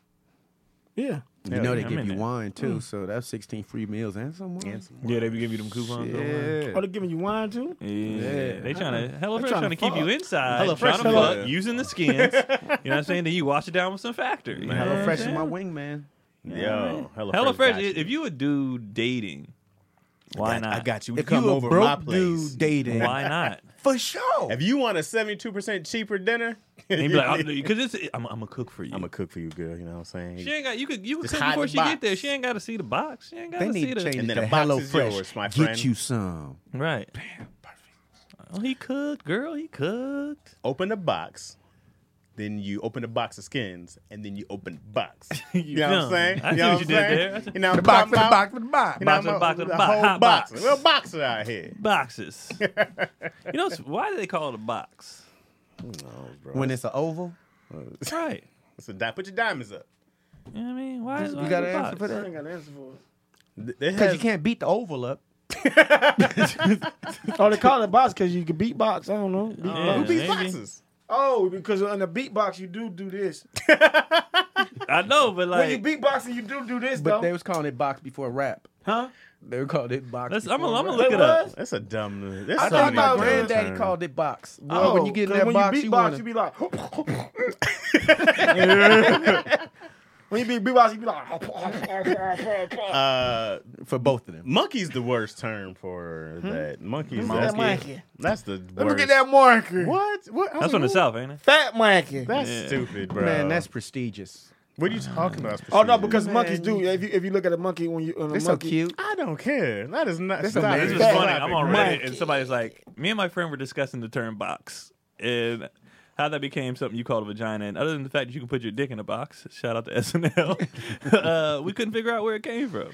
Yeah,
You know they
yeah, I'm
give
in
you
there.
wine too,
hmm.
so that's sixteen free meals and some wine.
Yeah, they be giving you them coupons. online.
Yeah.
are Oh, they giving you wine too?
Yeah. They trying to HelloFresh
tryna
trying, to keep
fuck.
you inside,
HelloFresh
trying to
tryna-
fuck, using the skins. you know what I'm saying? Then you wash it down with some factor. You know what
Hello
I'm
Fresh is
saying?
my wingman.
Yo, Hello,
Hello Fresh.
got
If you would do dating, why
I got-
not?
I got you.
If
come
you a
over my
broke
place.
dude dating,
Why not?
for sure.
If you want a 72 percent cheaper dinner,
And be like, because it's I'm, I'm a cook for you.
I'm gonna cook for you, girl. You know what I'm saying?
she ain't got you could you could
Just
cook
hide
before
the
she get
box.
there. She ain't got to see the box. She ain't got
They
to see
need
the
to change
And
it
then
to
a box
Hello
is
Fresh.
yours, my
Get
friend.
you some.
right. Damn, perfect. Oh, he cooked, girl. He cooked.
open the box, then you open the box of skins, and then you open the box. You, know what I'm
dumb.
saying?
I
you
see
know
what
what
you
I'm
did there. I
saying?
see-
You know
The
I'm
box,
talking
the
about?
box, the box.
You know,
Box of the
I'm a-
box of the
a
box.
whole
Hot
box.
box.
We're boxers out here.
Boxes. you know it's- why do they call it a box?
When it's an oval,
That's right.
So di- put your diamonds up.
You know what I mean? Why? why
you got to
is it a
answer
box?
for that.
ain't got an answer for it.
Because you can't beat the oval up.
Oh, they call it box because you can beatbox. I don't know. Beatbox.
Yeah,
Who beats
maybe.
boxes?
Oh, because on the beatbox you do do this.
I know, but
when you
like,
beatboxing, you do do this
But
though.
they was calling it box before rap.
huh?
They were calling it box.
let's,
before
I'm gonna I'm gonna
rap.
look it up.
was?
That's a dumb. That's so
I thought
many
my
dumb
granddaddy
terms.
called it box. Well, when Oh, you get in
'cause
that
when
box,
you
you
beatbox,
want
you, be like, When you be beatboxing, you be like,
Uh,
for both of them.
monkey's the worst term for
Hmm?
that. Monkey's
Monkey.
that's,
Monkey.
that's the worst.
let me get that marker.
What? What? I
That's
mean,
from the south, ain't it?
Fat monkey.
That's stupid, bro.
Man, that's prestigious.
what are you talking about?
Oh no, because
Man,
monkeys do. If you if you look at a monkey when you on a
They're so
monkey,
cute.
I don't care. That is not.
This
stop
is
it.
amazing.
This was
Stop
funny.
it,
I'm on
bro.
Reddit and somebody's like, me and my friend were discussing the term box and how that became something you called a vagina. And other than the fact that you can put your dick in a box, shout out to SNL, uh, we couldn't figure out where it came from.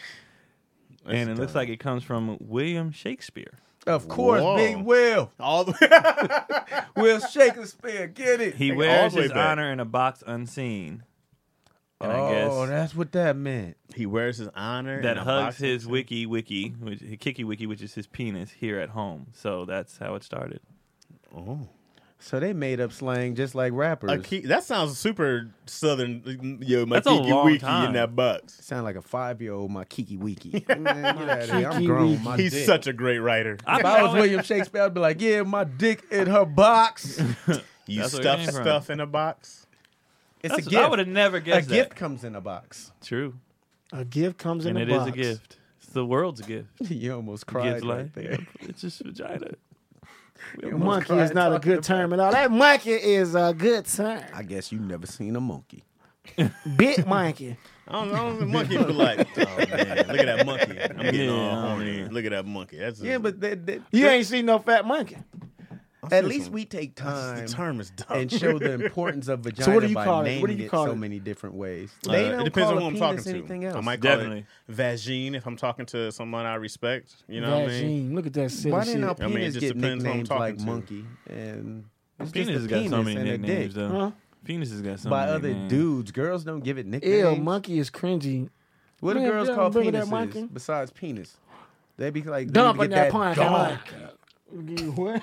and it looks like it comes from William Shakespeare.
Of course,
Whoa.
Big Will.
all the
Will Shakespeare. Get it.
He
Like, all
wears
the way
his
back.
honor in a box unseen. And
oh,
I guess
that's what that meant.
he wears his honor
that
in a
hugs
box.
his wiki wiki, which kicky wiki, which is his penis here at home. So that's how it started.
So they made up slang just like rappers.
A key, that sounds super southern. Yo, my
That's a
geeky
long
wiki in
time.
that box.
Sound like a five year old, my kiki wiki. Man, get outta here. I'm grown. My
He's
dick.
such a great writer.
I
If I was William Shakespeare, I'd be like, yeah, my dick in her box.
You
That's where it
stuff
came from.
stuff in a box.
It's a
That's-
gift.
I would have never
a
guessed that.
gift comes in a box.
True,
a gift comes in
and
a
it is
box.
a gift. It's the world's gift.
You almost
Gives
cried right
life.
there.
It's just vagina. We almost-
Monkey is not a good term at all. That monkey is a good term.
I guess you never seen a monkey.
Bit monkey.
I don't know. The monkey be like, oh man, look at that monkey. I'm getting all
Yeah,
horny. Look at that monkey. That's
Yeah, but that, that,
You ain't seen no fat monkey.
at least we take time
the term is dumb.
and show the importance of vagina
what do you
by
call it? What
naming
do you call
so
it?
many different ways.
Uh,
They don't
it depends on
call a
who I'm talking
penis
to.
anything else.
I might call
Definitely.
it vagine if I'm talking to someone I respect. You know what I mean?
Vagine. Look at that silly
Why
shit.
didn't our
I mean, it
penis
just
get
depends who I'm
nicknames
talking
like
to.
monkey and it's
Penis
just
has
a
got
penis
so many
and a dick
nicknames though.
Huh?
Penis has got so
by
many
other
names.
dudes? Girls don't give it nicknames.
Ew, monkey is cringy.
What do
Man,
girls
y'all
call
remember that
penises
monkey?
besides penis? They be like,
Dump
let
in
me
that
get
pond.
dog.
What?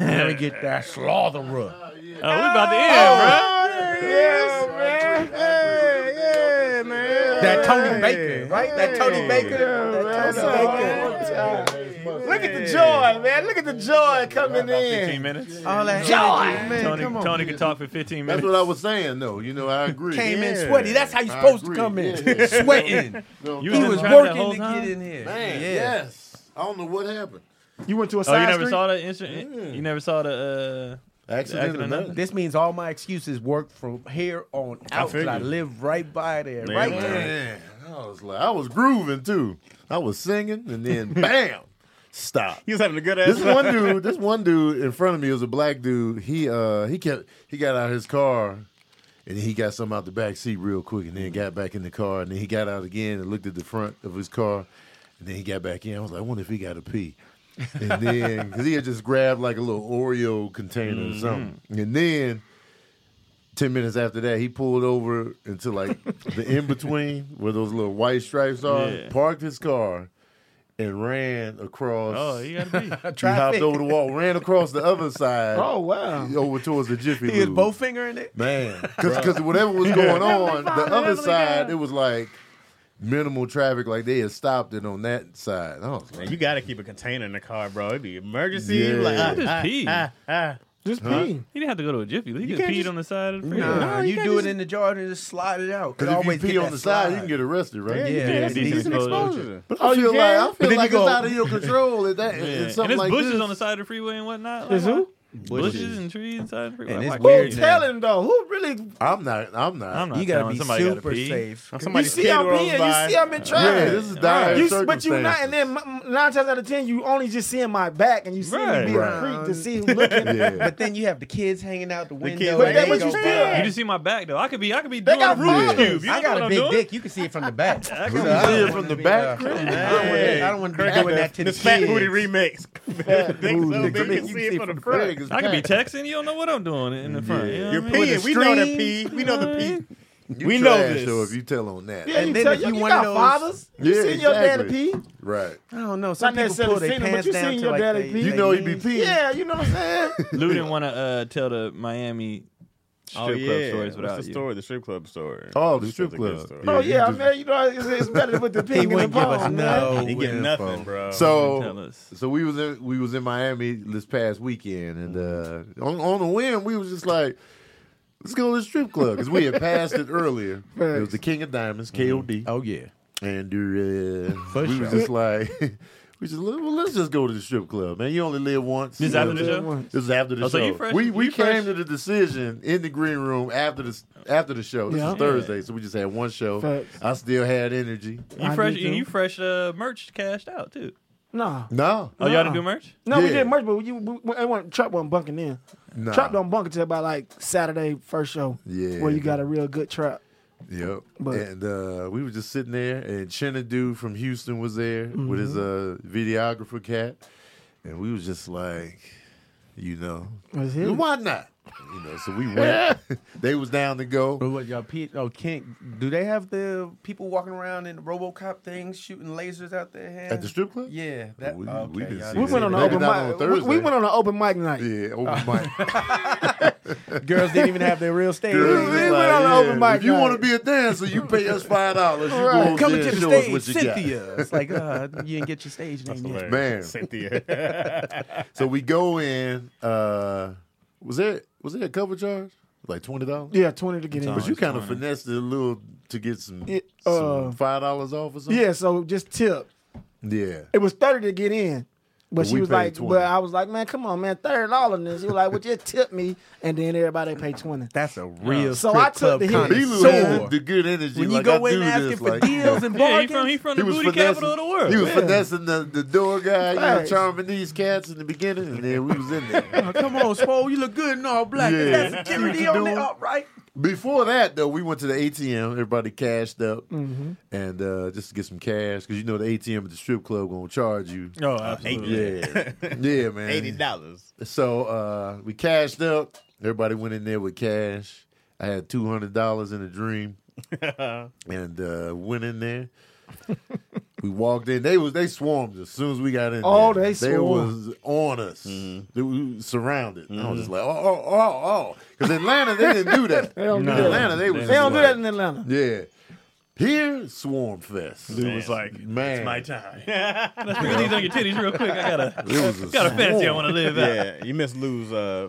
Let me get that slaughterer.
Oh, we about to
Oh,
end,
Yeah, man. Hey, yeah, man.
That Tony Baker, right? That Tony Baker. That
That's
Tony
all
Baker.
right. Look at the joy, man. Look at the joy coming
bro. Fifteen
in.
minutes.
All that
Joy.
energy, man,
Tony,
come on.
Tony could talk for fifteen
That's
minutes.
what I was saying, though. You know, I agree.
came in
Yeah.
sweaty. That's how you're
I
supposed to
agree.
come in,
Yeah, yeah.
sweating.
No,
You
he
was
was
in the whole
working to
time?
get in here.
man,
yeah.
yes. I don't know what happened.
You went to a
Oh, you
side
never
street?
saw the instrument. You never saw the.
Accident
Accident or
or
nothing.
nothing.
This means all my excuses work from here on out. 'cause I,
figured.
live right by there,
Yeah,
right
man.
there.
Man, I was like, I was grooving too. I was singing, and then bam, stop.
He was having a good ass.
This one dude, this one dude in front of me was a black dude. He uh he kept he got out of his car, and he got something out the back seat real quick, and then got back in the car, and then he got out again and looked at the front of his car, and then he got back in. I was like, I wonder if he got a pee. And then, because he had just grabbed like a little Oreo container or something, and then. 10 minutes after that, he pulled over into like the in between where those little white stripes are,
Yeah.
parked his car, and ran across.
Oh, you gotta be.
He hopped over the wall, ran across the other side,
Oh, wow.
over towards the Jiffy
He was
Lube.
both fingering it.
man, because whatever was going on, the other side it was like minimal traffic. Like they had stopped it on that side. I was like,
Man, you gotta keep a container in the car, bro. It'd be emergency. You
Yeah.
be Like, ah,
I just
ah,
peed.
ah, ah.
Just pee.
He didn't have to go to a jiffy. League. He just
can't
peed
just-
on the side of the freeway.
Nah, you, do it in the jar and just slide it out. It
because if
always
you pee
get
on
that
the side, you
slide.
can get arrested, right?
Yeah,
Yeah,
yeah, that's
decent
decent
exposure.
exposure.
But I feel like I
then
feel
you
like
go-
it's out of your control. At that,
Yeah.
yeah.
And
it's
it's
something like
bushes
this.
on the side of the freeway and whatnot. Like,
Is who?
Bushes, and trees inside the freeway.
And it's
Like,
Who
weird
yeah.
now.
telling, though? Who really?
I'm not. I'm not.
I'm not
You gotta
telling
be
somebody gotta
super
pee.
safe.
You
Somebody's
see
kid
him
rolls
being, you
by.
see him in
yeah,
traffic.
this is dire
You, s- but
circumstances.
you not, and then m- m- nine times out of ten, you only just seeing my back, and you see
Right.
me being a
Right.
creep to see who's looking.
yeah.
But then you have the kids hanging out the window.
kids
and
like,
they
"Hey,
go
but you
by."
still-
You just see my back though. I could be. I could be
They
doing
got
a Rubik's
models.
cube. You
I
know
got
what
a
I'm
big
doing?
dick. You can see it from the back. So I
can
see it
don't
from
wanna
the
be,
back.
uh, I don't want to be doing that to the
This fat
kids.
booty remix. Think so,
Ooh,
big, you can see it from the front.
Craig is
I could be
packed.
texting. You don't know what I'm doing in the front. You know
You're
what I mean?
peeing. We know the
stream.
pee. We know the pee.
You
We know
trash,
this.
though, if you tell on that.
Yeah,
And
you
then
tell
if
you,
you
you
one of
got
those-
fathers. You
Yeah,
seen your daddy
exactly.
pee?
Right.
I don't know. Some
Not
people pull
necessarily
their
seen it, but
pants
you
down
seen
to
your
like
daddy
they,
pee.
You
they
know he be
knees.
peeing.
Yeah, you know what I'm saying.
Lou didn't want to uh, tell the Miami
Oh,
strip club stories without
What's the
you.
story? The strip club story.
Oh, the
That's
strip
a
club.
good story.
Yeah.
Oh
you
yeah,
just-
man. You know it's, it's better with the
He
pink and the
wouldn't give us
bone, man.
no.
He get
info.
nothing, bro.
Tell
So,
us.
so we was in we was in Miami this past weekend, and uh, on on a whim, we was just like, Let's go to the strip club because we had passed it earlier. It was the King of Diamonds, KOD,
Oh yeah.
and uh,
For
we
sure.
was just like, we just well, let's just go to the strip club, man. You only live once.
This is
You
after
know,
the show?
This is after the
Oh,
show.
so you fresh-
we we
you
came
fresh-
to the decision in the green room after the after the show. This
Yeah.
is Thursday, so we just had one show.
Facts.
I still had energy.
You
I
fresh,
do, too.
and you fresh uh, merch cashed out too.
Nah.
No,
Oh, y'all didn't
Nah.
do merch?
No, we
Yeah.
did merch, but we, we, we, it wasn't- Trap wasn't bunking in.
no.
Trap don't bunk until about like Saturday first show.
Yeah.
Where you got a real good trap.
Yep.
But-
and uh, we were just sitting there, and Chenna Dude from Houston was there with his uh, videographer cat, and we was just like, you know,
Was his.
why not? You know, so we went. they was down to go.
But what y'all? Pete, oh, King, do they have the people walking around in the RoboCop things shooting lasers out their hands?
At the strip club?
Yeah,
that- We- we okay, didn't y'all see
We
did.
went on an
Maybe
open
not on
mic. we-
Thursday.
we, went on an open mic night.
Yeah, open mic.
Girls didn't even have their real stage.
Girls
we
was
went on an open mic
If you
night.
want to be a dancer, you pay us five dollars. You
Right.
go
Coming
over there
to the
and show
stage,
us what you got.
Cynthia. It's like, uh, you didn't get your stage name yet.
Man.
Cynthia.
So we go in. Uh, was there was there a cover charge? Like twenty dollars?
Yeah, Oh, twenty to get in.
But you kind of finessed it a little to get some,
It, uh,
some five dollars off or something.
Yeah, so just tip.
yeah.
It was thirty to get in. But
But
she
we
was
paid
like,
20.
but I was like, man, come on, man, thirty dollars in this. She was like, well, just tip me, and then everybody paid twenty.
That's a real
So I
strip
took
club
the hit.
He
connoisseur.
was had the good energy.
When you
like,
go
I
in
do
asking
this,
for
like,
deals and
Yeah, he
bargains,
from he from
He
the
was
booty
finessing,
capital of the world.
He was finessing the, the door guy, you know,
Facts.
charming these cats in the beginning, and then we was in there.
come on, Spo, you look good in all black.
Yeah.
Is that security
You
on
doing-
it, all right?
Before that, though, we went to the ATM. Everybody cashed up, and uh, just to get some cash because you know the ATM at the strip club gonna charge you.
oh, absolutely.
Yeah, yeah, man.
Eighty dollars.
So uh, we cashed up. Everybody went in there with cash. I had two hundred dollars in a dream, and uh, went in there. we walked in. They was they swarmed us as soon as we got in.
Oh,
there.
they swarmed. Mm-hmm.
was on us. They were surrounded. I was just like, oh, oh, oh, oh, because Atlanta they didn't do that.
They don't do that.
Atlanta they was
They don't do
just
that in Atlanta.
like- Yeah, here swarm fest.
Dude was like,
Man.
it's my time. Let's put these on your titties real quick. I got a,
It was a
got a fancy I
swarm.
want to live at.
Yeah, you missed Lou's uh,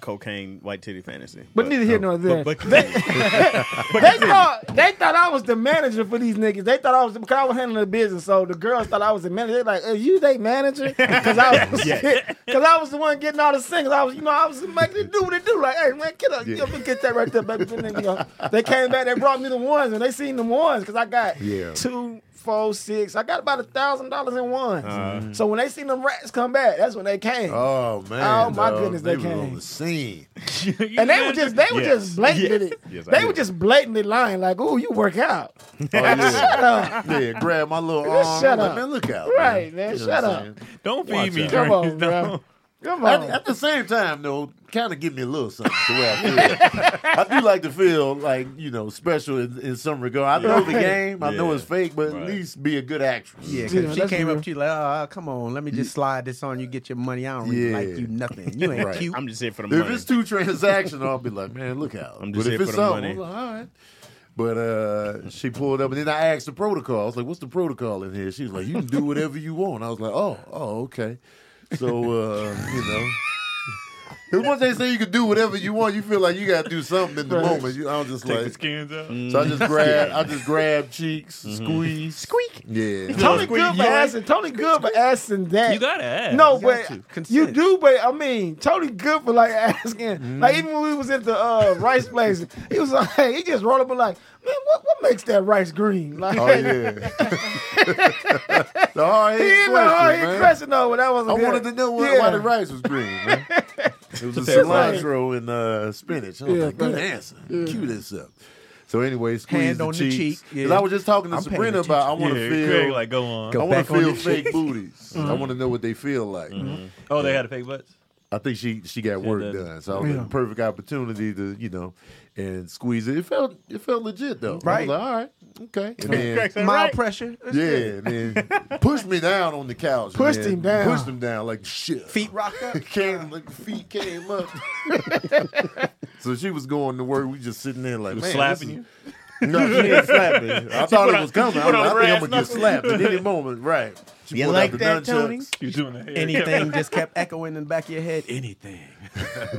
cocaine white titty fantasy.
But neither here nor there.
but-
they thought they thought I was the manager for these niggas. They thought I was because I was handling the business. So the girls thought I was the manager. They like, "Are you they manager?" Because I was because I was the one getting all the singles. I was you know I was making it do what it do. Like, hey man, get up,
Yeah.
yeah. get that right there, baby. And then, you know, they came back. They brought me the ones and they seen the ones because I got
Yeah.
two, four, six. I got about a thousand dollars in ones. So when they seen them rats come back, that's when they came.
Uh-huh. Oh man!
Oh, my
dog.
goodness,
they
they
was
came.
on the scene. Oh,
And they were just they were
Yes.
just blatantly
Yes, I
they
did.
were just blatantly lying like, "Ooh, you work out."
Oh, yeah.
Shut up.
Yeah, grab my little
Just
arm.
shut
I'm like,
up.
man, look out.
Right, man,
You know what
shut
I'm
up.
saying?
Don't feed
Watch
me.
out.
Come
dreams, don't.
on, bro. Come
At,
on.
at the same time, though, kind of give me a little something the way I feel. I do like to feel like, you know, special in, in some regard. I know the
Right.
game, I know
Yeah.
it's fake, but
Right.
at least be a good actress.
Yeah, 'cause
Yeah,
she
that's
came
real.
up, she's like, oh, come on, let me just slide this on you, get your money. I don't really
Yeah.
like you nothing. You ain't
Right.
cute.
I'm just here for the
If
money.
it's too transactional, I'll be like, man, look out.
I'm just
but if
here for
it's
the
something,
money.
I'm like, all right. But uh, she pulled up, and then I asked the protocol. I was like, "What's the protocol in here?" She was like, "You can do whatever you want." I was like, "Oh, oh, okay." So uh, you know, because once they say you can do whatever you want, you feel like you got to do something in the moment. You, I was just
Take the
like,
skins out.
so I
Mm.
just grabbed, I just grabbed cheeks,
Mm-hmm.
squeeze, squeak. Yeah,
Tony good for asking. Tony good for asking that.
You gotta ask.
no,
to.
but you
Consent.
do, but I mean, Tony good for like asking.
Mm-hmm.
Like even when we was at the uh, rice place, he was like, he just rolled up and like, man, what, what makes that rice green? Like,
oh yeah. the hard
he
hit
even
question,
hard
man.
hit question though, but that wasn't
I
good.
wanted to know why, why the rice was green, man. It was a cilantro and uh, spinach. I was
Yeah,
like, good
right.
answer. Cue this up. So anyway, squeeze
Hand
the
on the
cheeks.
cheek,
'Cause
yeah.
I was just talking to
I'm paying
Sabrina about I want to
Yeah,
feel
Craig, like, go on.
I
Go
want
back
to
on
feel
your
fake
cheeks. Mm-hmm.
booties. I want to know what they feel like.
Oh, they had a fake butts?
I think she she got work
does.
done, so I was
Yeah.
a perfect opportunity to you know and squeeze it. It felt it felt legit though. I
Right.
was like, all right, okay. And then,
Mild pressure.
yeah, and then push me down on the couch.
Pushed
man.
him down.
Pushed him down like shit.
Feet rocked up.
came like feet came up. so she was going to work. We just sitting there like
Was
man,
slapping
this is-
you?
No, she didn't slap me. I thought it was coming. I,
put
was like, I
on
think
brass
I'm gonna get
knuckles.
slapped at any moment. Right. She
You
pulled out
like
the
that,
nunchucks.
Tony?
She's doing the hair.
Anything just kept echoing in the back of your head. Anything.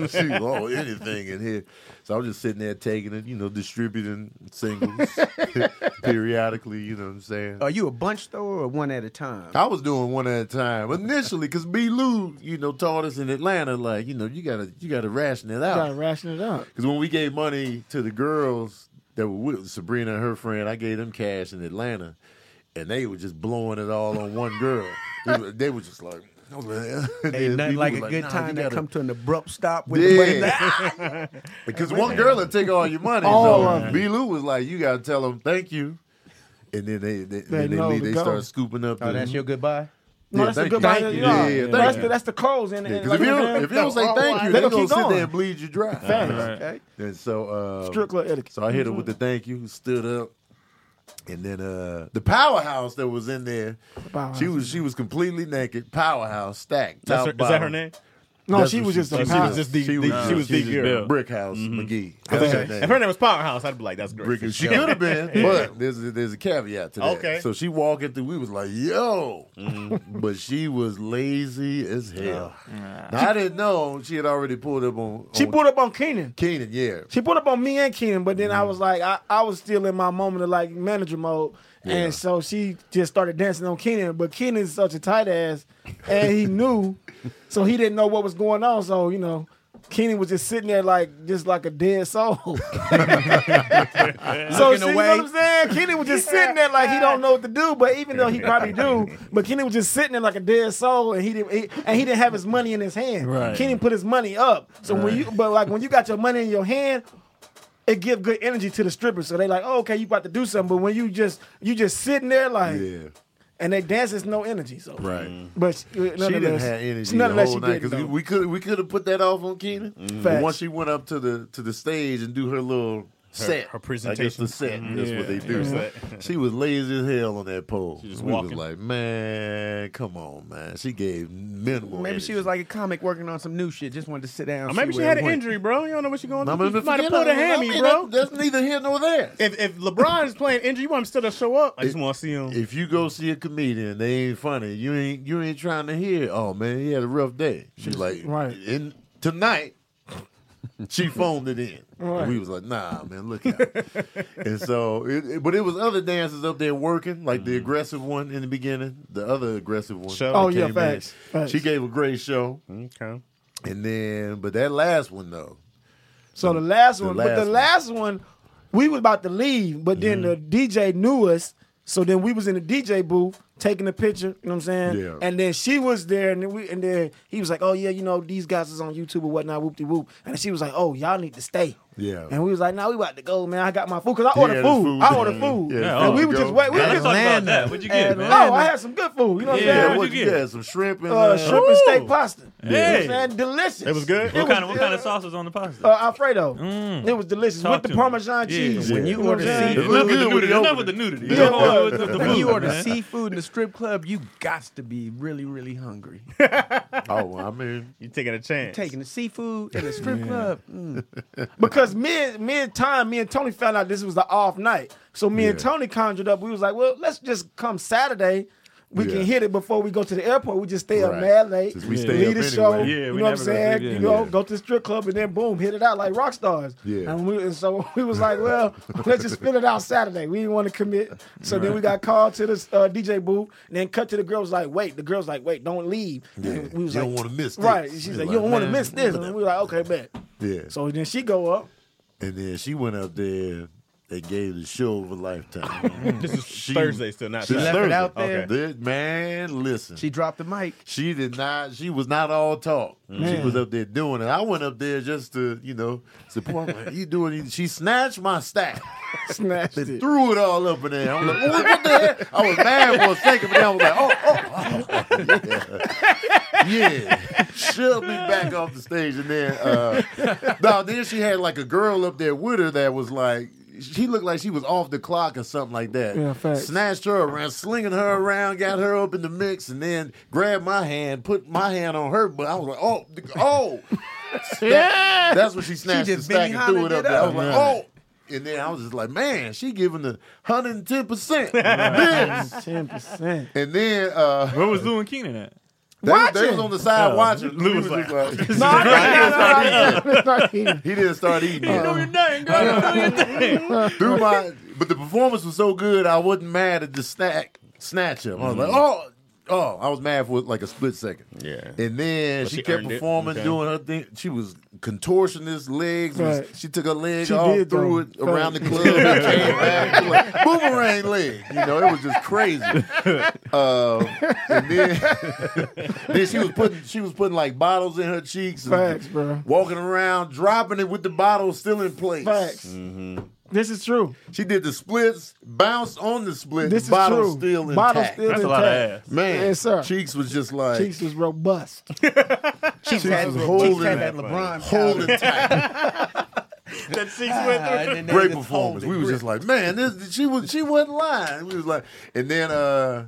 she was all anything in here. So I was just sitting there taking it, you know, distributing singles periodically. You know what I'm saying?
Are you a bunch though, or one at a time?
I was doing one at a time initially because B. Lou, you know, taught us in Atlanta, like you know, you gotta you gotta ration it
gotta
out.
ration it up.
Because when we gave money to the girls that were with Sabrina and her friend, I gave them cash in Atlanta, and they were just blowing it all on one girl. they, were, they were just like, oh, man.
Ain't nothing like a good time that come to an abrupt stop with the money.
Because one girl will take all your money.
All
so
of it.
B. Lou was like, you got to tell them thank you. And then they they,
They
then they,
know
leave,
to
they
go.
start scooping up.
Oh,
the-
that's your goodbye.
No,
Yeah,
that's a
thank
good
you.
body.
Thank you.
no,
Yeah, yeah, thank
that's,
you.
the, that's the clothes in it.
Because
Like,
if, you
you know,
don't, if you don't say thank you,
they
they're
gonna
going
keep
to sit
going.
there and bleed you dry.
Facts.
Okay.
And so, uh,
Strip club etiquette.
so I hit her with the
Mm-hmm.
thank you, stood up. And then uh, the powerhouse that was in there,
Powerhouse.
she was she was completely naked. Powerhouse stacked. top,
That's her, is that her
bottom.
name?
No,
That's
she
what
was just a
she
She was
pie.
just the,
She
the-
was,
she was the
just
girl.
Brickhouse
Mm-hmm.
McGee. That's her name.
If her name was Powerhouse, I'd be like, that's great.
Brick and she could have been, but there's a, there's a caveat to that.
Okay.
So she walking through, we was like, yo,
Mm-hmm.
but she was lazy as hell. Now, I didn't know she had already pulled up on.
She
on
pulled up on Keenan.
Keenan, yeah.
She pulled up on me and Keenan, but then I was like, I, I was still in my moment of like manager mode.
Yeah.
And so she just started dancing on Keenan, but Keenan is such a tight ass, and he knew, so he didn't know what was going on. So you know, Keenan was just sitting there like just like a dead soul. so she, you know
away.
what I'm saying? Keenan was just sitting there like he don't know what to do. But even though he probably do, but Keenan was just sitting there like a dead soul, and he didn't he, and he didn't have his money in his hand.
Right.
Keenan put his money up. So when you but like when you got your money in your hand, it give good energy to the strippers. So they like, oh, okay, you about to do something. But when you just you just sitting there like
Yeah.
and they dance, it's no energy. So
Right.
But uh, she,
She didn't have energy the whole night because we could we could have put that off on Keenan. But
Mm-hmm.
Facts.
once she went up to the to the stage and do her little set, I
her
guess
presentation. Mm-hmm.
the set. That's what they do.
her set.
She was lazy as hell on that pole. She
was
we was
walking.
like, man, come on, man. She gave minimal.
Maybe
energy.
she was like a comic working on some new shit. Just wanted to sit down.
Or
and
maybe
see
she
where
had
it
an
went.
injury, bro. You don't know what you're going
I'm
through.
gonna
You might have
forget
pulled
I
a
mean, I
hammy,
mean,
bro.
that- That's neither here nor there.
If if LeBron's playing injury, you want him still to show up. I just
If-
want to see him.
If you go see a comedian, they ain't funny. You ain't you ain't trying to hear. Oh man, he had a rough day. She's like,
Right.
In tonight, she phoned it in.
Right.
We was like, nah, man, look out. and so, it, it- but it was other dancers up there working, like the aggressive one in the beginning, the other aggressive one.
Shelby.
Mm-hmm. that
Oh, yeah,
came in.
facts, facts.
She gave a great show,
Okay.
and then but that last one though,
So the last
The
one,
last
but the
one. Mm-hmm.
last one, we was about to leave, but then the DJ knew us. So then we was in the DJ booth taking a picture, you know what I'm saying?
Yeah.
And then she was there, and then we, and then he was like, "Oh yeah, you know these guys is on YouTube or whatnot, whoop de whoop." And she was like, "Oh y'all need to stay."
Yeah.
And we was like, "No, we about to go, man. I got my food because I
He
ordered
had his
food.
food.
I ordered food,
Yeah,
his
and we
food.
were
Go.
just wait. We were
Let's
just
talk about
Atlanta.
that. What'd you get, man?
oh, I had some good food. You know what
Yeah,
yeah,
I'm saying?
what
you
you
get?
had some shrimp and
Uh,
uh,
shrimp and steak pasta.
Hey.
You know what I'm saying? Delicious.
It was good?
What
It was-
kind of what kind of sauce was on the pasta?
uh, Alfredo.
Mm.
It was delicious
Talk
with
to
the
me.
Parmesan
Yeah.
cheese.
When you
know what
order
I'm saying?
seafood-
enough
Look
with the
good with
nudity.
the
Enough
opening.
with the nudity.
Yeah.
Enough with the
When you
food,
order
man.
seafood in the strip club, you got to be really, really hungry.
Oh, I mean,
You taking a chance?
Taking the seafood in the strip club. mm.
Because mid mid time, me and Tony found out this was the off night. So me and
Yeah.
Tony conjured up. We was like, well, let's just come Saturday. We
Yeah.
can hit it before we go to the airport. We just stay up
Right.
mad late.
Since we
lead
stay up
the
anyway.
show.
Yeah,
you
we
know what I'm
never go to the
saying?
gym.
You know,
Yeah.
go to the strip club and then boom, hit it out like rock stars.
Yeah.
And, we, and so we was like, well, let's just fill it out Saturday. We didn't want to commit. So then we got called to this uh, DJ booth and then cut to the girls like, wait. The girls like, wait, don't leave. And we was
You
like,
don't wanna miss this.
Right. She's
You're
like, you
like,
don't want to
man,
miss this. And we were like, okay, bet.
yeah.
So then she go up.
And then she went up there and gave the show of a lifetime.
This is
She-
Thursday still, not
She
Saturday.
Mm. left it out there.
Okay.
This- man, listen.
She
She,
dropped the mic.
did not, she was not all talk. She was up there doing it. I went up there just to, you know, support her. you doing it. She snatched my stack.
Snatched
They
it.
threw it all up in there. I'm like, what, what the hell? I was mad for a second, but then I was like, oh, oh, oh, yeah. Yeah. Shoved me back off the stage. And then, uh, no, then she had like a girl up there with her that was like, she looked like she was off the clock or something like that.
Yeah, facts.
Snatched her around, slinging her around, got her up in the mix, and then grabbed my hand, put my hand on her butt. I was like, oh, oh. yeah. That's when she snatched
just
the stack
Benny
and threw it up
Hana'd it
there. I
up.
was like, oh. and then I was just like, man, she giving the hundred and ten percent. And
Ten percent.
then uh,
Where was Lou and Keenan at?
they, was- they was on the side watching.
Lou was
We just like-
No, I can't. No, no, no, no, no, no.
he didn't start eating. yet.
Dang, girl, do your thing.
through my but the performance was so good I wasn't mad at the snack snatch up. I was like, oh oh, I was mad for like a split second.
Mm-hmm. Yeah.
And then
But
she,
she
kept
earned it,
performing,
okay.
doing her thing. She was contortionist legs. was-
Right.
she took her leg
She
off,
did,
threw it
though.
around the club, and came back. Like, boomerang leg. You know, it was just crazy. Um, and then, then she was putting she was putting like bottles in her cheeks and
Facts, bro.
walking around, dropping it with the bottle still in place.
Facts. Mm-hmm. This is true.
She did the splits, bounce on the split,
This is
bottle
true.
still intact.
Bottle still
That's a
intact.
lot of ass.
Man,
Yes, sir.
Cheeks was just like
Cheeks was robust.
She's
had- was holding
had
that
that LeBron
holding Ah, tight.
That six went through.
Great performance. We was just like, man, this she was she wasn't lying. We was like, and then uh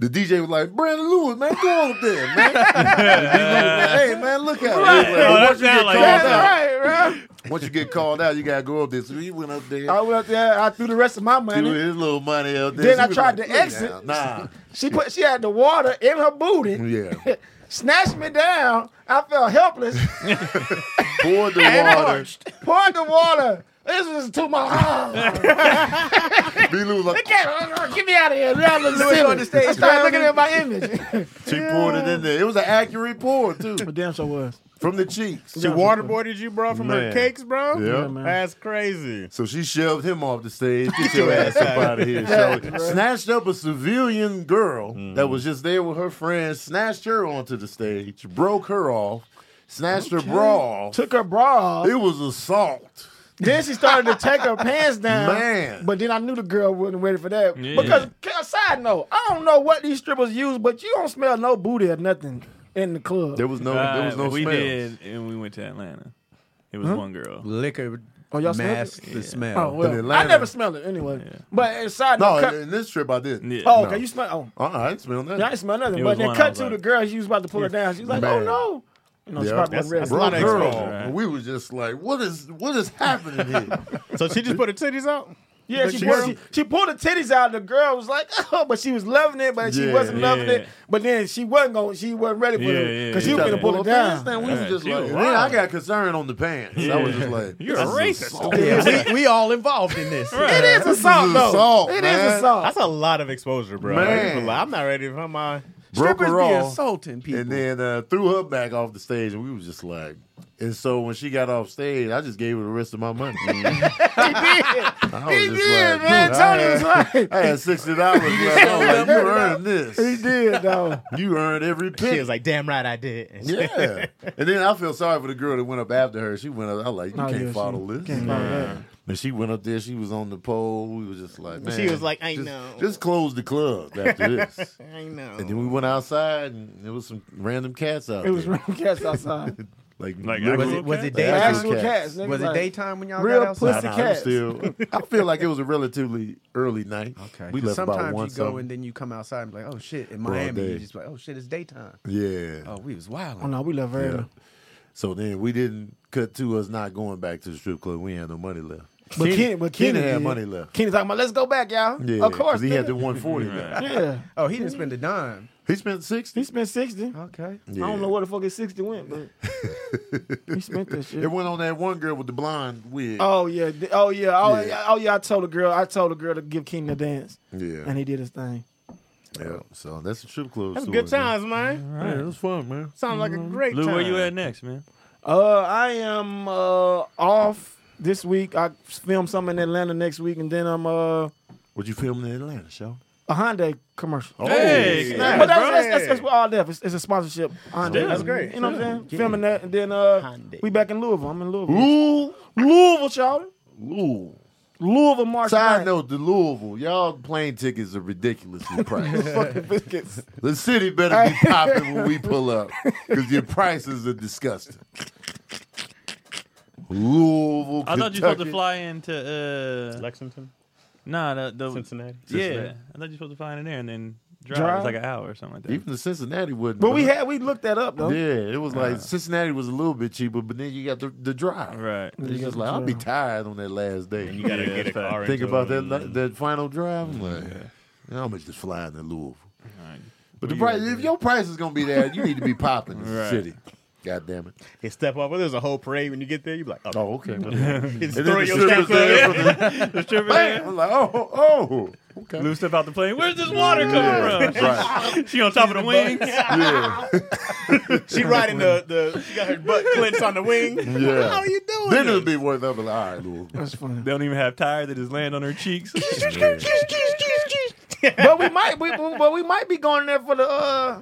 the DJ was like, Brandon Lewis, man, go up there, man. hey, man, look at him. He was like, once
Oh, that
you
sound
get
like-
called
That's
out,
right, bro.
once you get called out, you gotta go up there. So he went up there,
I went up there. I threw the rest of my
threw
money.
his little money up there.
Oh, Then
She
I
was
tried
like,
to
"Lay
exit."
down." Nah,
She put. She had the water in her booty.
yeah.
Snatched me down. I felt helpless.
Poured the water.
Poured the water. This was to my arms.
B. Lou was like,
Get me out of here. Now I look silly. I started looking at my image.
She poured it in there. It was an accurate pour too,
damn sure was.
from the cheeks.
She waterboarded you, bro, from
Man.
her cakes, bro.
Yeah. Yeah,
man.
that's crazy.
So she shoved him off the stage. Get your ass up out of here. shorty. Snatched up a civilian girl
Mm-hmm.
that was just there with her friends. Snatched her onto the stage. Broke her off. Snatched her bra off.
Took her bra off.
It was assault.
Then she started to take her pants down.
Man.
But then I knew the girl wasn't ready for that.
Yeah.
Because, c- side note, I don't know what these strippers use, but you don't smell no booty or nothing in the club.
There was no. there was no
Uh, we
smells.
did, and we went to Atlanta. It was one girl.
Liquor
Oh, y'all smelled
masked the smell.
oh, well,
in
I
Atlanta-
never smelled it anyway. But it's side
No,
note. cut-
in this trip I didn't.
Yeah.
oh, okay,
no.
you smell. Oh,
Uh-uh, I didn't smell nothing.
I didn't smell nothing.
It
But
was
then
one, I
cut
was
to
like-
the girl. She was about to pull her down. She was like,
Man.
"Oh no!" You know, she
Yeah.
probably wasn't ready.
That's-
for
Broke
it.
that's
her
Right.
off. We were just like, what is what is happening here?
So she just put her titties out.
Yeah,
But
she,
she
pulled,
was-
she, she pulled the titties out. The girl was like, oh, but she was loving it, but she
Yeah,
wasn't loving
yeah.
it. But then she wasn't going. She wasn't ready for
Yeah,
it
yeah,
because she
yeah.
was
Tried
gonna
to
pull
Well,
it
the pants
down.
thing, we was just
she
like,
was
and then I
wild.
got concerned on the pants. I was just like,
You're a racist.
Yeah, we, we all involved in this.
It is
This is
assault, though.
assault,
It is
man.
assault.
That's a lot of exposure, bro.
Man.
Like, it's a lot. I'm not ready if I'm on.
broke
Strippers
her
be
off,
assaulting people.
and then uh, threw her back off the stage, and we was just like. And so when she got off stage, I just gave her the rest of my money. I was
He
just
did,
like,
man.
dude,
Tony
I
was
had,
right.
I had sixty dollars. left. I was like, you earned
He
this.
did though.
You earned every penny.
She was like, "Damn right, I did." And she-
Yeah. and then I feel sorry for the girl that went up after her. She went up. I was like, you
Oh,
can't
yeah,
follow
she-
this.
can't follow that.
And she went up there. She was on the pole. We was just like, man.
She was like, "I
just,
know."
Just close the club after this.
I know.
and then we went outside, and there was some random cats out
It was
there.
real cats outside.
like,
Like,
little-
was it, was it
Actual
day?
Actual
cats.
cats. nigga,
Was it
like-
daytime when y'all
Real
got outside?
pussy
Nah, nah, it
cats.
was still, I feel like it was a relatively early night.
Okay.
we left
Sometimes
about one.
you go
something.
and then you come outside and be like, oh shit, in Miami,
day.
you just like, oh shit, it's daytime.
yeah.
Oh, we was
Oh
wild.
no, we love
yeah.
her.
So then we didn't cut to us not going back to the strip club. We had no money left.
But Kenny, but Kenny,
Kenan had
did.
money left.
Kenny talking about, let's go back, y'all.
Yeah,
of course.
'cause he had the
nigga.
one forty.
Yeah,
Oh, he didn't spend a dime.
He spent sixty.
he spent sixty.
Okay.
I don't know where the fuck his sixty went, but he spent that shit.
It went on that one girl with the blonde wig.
Oh yeah, Th- oh yeah, oh
Yeah.
yeah. oh yeah. I told the girl, I told the girl to give King the dance,
yeah,
and he did his thing.
yeah. So that's the strip club.
That's
story,
good
man.
times, man.
Yeah, it was fun, man.
Sounds like a great
Lou,
time.
where you at next, man?
Mm-hmm. Uh, I am uh off this week. I film something in Atlanta next week, and then I'm uh a
What you film in Atlanta, show?
Hyundai commercial.
Oh,
Hey,
snap.
but that's,
bro.
that's, that's, that's what all that. It's, it's a sponsorship. Hyundai.
that's
great.
You know what I'm saying? Filming that, and then uh,
Hyundai.
we back in Louisville. I'm in Louisville.
Ooh,
Louisville, y'all.
ooh.
Louisville, March.
Side
9th.
note to Louisville, y'all plane tickets are ridiculously priced.
Biscuits.
the city better be popping when we pull up because your prices are disgusting. Louisville,
I thought you were supposed to
Kentucky.
fly into uh,
Lexington,
nah, the, the
Cincinnati.
yeah. I thought you were supposed to fly in there and then drive. It
Drive?
was like an hour or something like that.
Even the Cincinnati wouldn't.
But we
bro.
had we looked that up though.
Yeah, it was like Cincinnati was a little bit cheaper, but then you got the, the drive.
Right.
It's just like I'll be tired on that last day.
You gotta
Yeah,
get a
fact.
car.
think
into
about
it.
that la- that final drive. I'm like, how much is flying to Louisville?
Right.
But the price, if your price is gonna be there, you need to be popping in the
Right.
city. God damn it!
They step off. Well, there's a whole parade when you get there. You be like, oh,
Oh, okay.
it's
And then
throwing
the
your
strippers
stuff
there
up.
for the-
The stripper
Bam!
man
I'm like, oh, oh, okay.
Lou step out the plane. Where's this water coming
Yeah,
from?
right.
She on top of the wings.
Yeah,
She riding the the. She got her butt clenched on the wing.
yeah.
How you doing?
Then it'll be worth up. Like, all right, Louisville.
They don't even have tires. They just land on her cheeks.
but we might we but we might be going there for the uh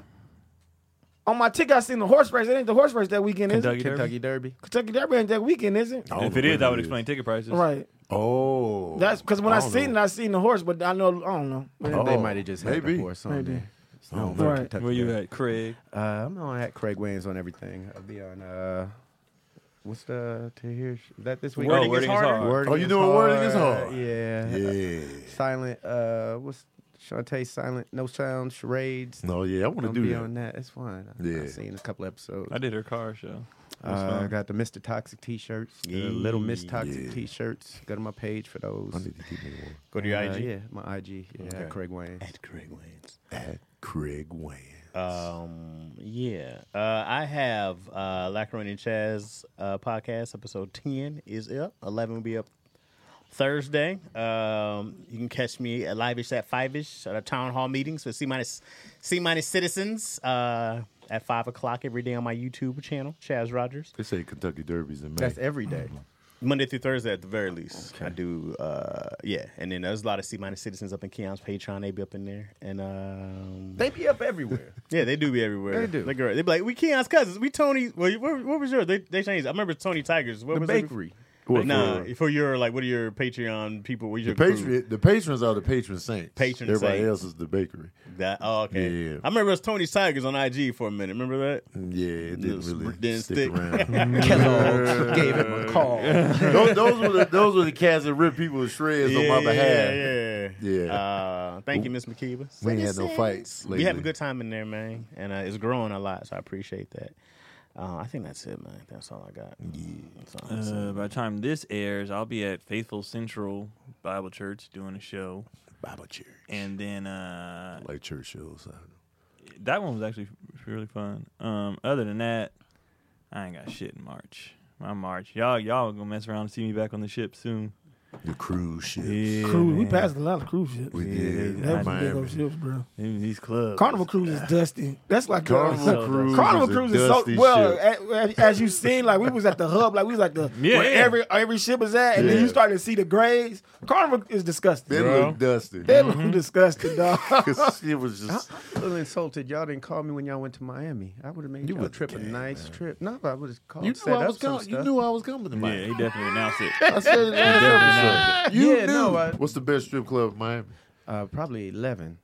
on my ticket I seen the horse race. It ain't the horse race that weekend, is it?
Kentucky, Derby.
Kentucky
Kentucky Derby.
Derby ain't that weekend, is it?
If it is, I would explain ticket prices.
Right.
Oh,
That's because when I,
don't
seen
know.
it, I seen the horse, but I know I don't know. But-
Oh,
they might have just had
maybe. Oh,
the horse on
Maybe.
there. It's
I don't
not
know.
Right.
Kentucky
Where you
Derby.
at, Craig?
Uh, I'm on at Craig Wayne's on everything. I'll be on. Uh, what's the to hear? Is that this week?
Wording Oh, Wording Is Is Hard. Hard.
Wording
Oh, you
Is
doing Wording Is Hard.
Yeah.
Yeah.
Silent. Uh, what's Shantae? Silent. No sound. Charades.
No, yeah, I
I'm
want to
gonna
do
be
that.
on that. It's fun. I-
Yeah.
I've seen a couple episodes.
I did her car show.
Uh, I got the Mr. Toxic T-shirts, the Little Miss Toxic
Yeah.
T-shirts. Go to my page for those.
I need to keep it warm.
Go to your
Uh,
IG.
yeah, my IG. Yeah,
Okay.
Craig Wayne.
At Craig Wayne's.
At Craig Wayne.
Um, yeah. Uh, I have uh, Lacron and Chaz uh, podcast episode ten is up. Eleven will be up Thursday. Um, you can catch me at live ish at five ish at a town hall meetings for C minus C minus citizens uh, at five o'clock every day on my YouTube channel, Chaz Rogers.
They say Kentucky Derbies in May.
That's every day.
Monday through Thursday at the very least. I do uh yeah. And then there's a lot of C minus citizens up in Keon's Patreon, they be up in there. And um
They be up everywhere.
yeah, they do be everywhere.
They do.
They great. They be like, we Keon's cousins. We Tony. Well, you- what, what was yours? They, they changed. I remember Tony Tigers. What
the
was
bakery.
It?
Well,
Nah,
for-
for, your like, what are your Patreon people? What your
the
crew?
patriot, the patrons are the patron saints.
Patron
Everybody
saints.
else is the bakery.
That, oh, okay.
Yeah.
I remember it was Tony Tigers on IG for a minute. Remember that?
Yeah, it
No,
didn't really
didn't
stick,
stick.
around.
Kellogg gave him a call.
those, those were the those were the cats that ripped people to shreds on my behalf.
Yeah, yeah.
Yeah.
Uh, thank you, Miss McKeever.
We ain't had no fights
We have a
lately.
good time in there, man, and uh, it's growing a lot, so I appreciate that. Uh, I think that's it, man. That's all I got. Yeah. That's all I'm saying.
Uh, by the time this airs, I'll be at Faithful Central Bible Church doing a show,
Bible church,
and then uh,
like church shows. I don't know.
that one was actually really fun. Um, other than that, I ain't got shit in March. My March, y'all, y'all gonna mess around and see me back on the ship soon.
The cruise ship.
Cruise. We passed a lot of cruise ships.
We
Yeah,
did.
that was big
Miami. Uh,
old ships, bro.
Them- These clubs.
Carnival cruise is dusty. That's like
Carnival
So-
cruise.
Carnival
is a
Cruise is so
dusty
well
ship.
as, as you seen. Like we was at the hub, like we was at the
Yeah,
where
yeah.
every every ship is at, and then you
Yeah.
started to see the grades. Carnival is disgusting.
It looked dusty.
They look
Mm-hmm.
disgusting, dog.
'Cause it was just.
a little insulted. Y'all didn't call me when y'all went to Miami. I would have made you a
would've
trip a
came,
nice trip. No, I would have called.
You
set
knew I
up
was
some
coming. You
stuff.
knew I was coming to
Yeah,
Miami.
he definitely announced it.
I said it in the episode. You
Yeah,
knew.
no, I-
What's the best strip club in Miami?
Uh, probably eleven.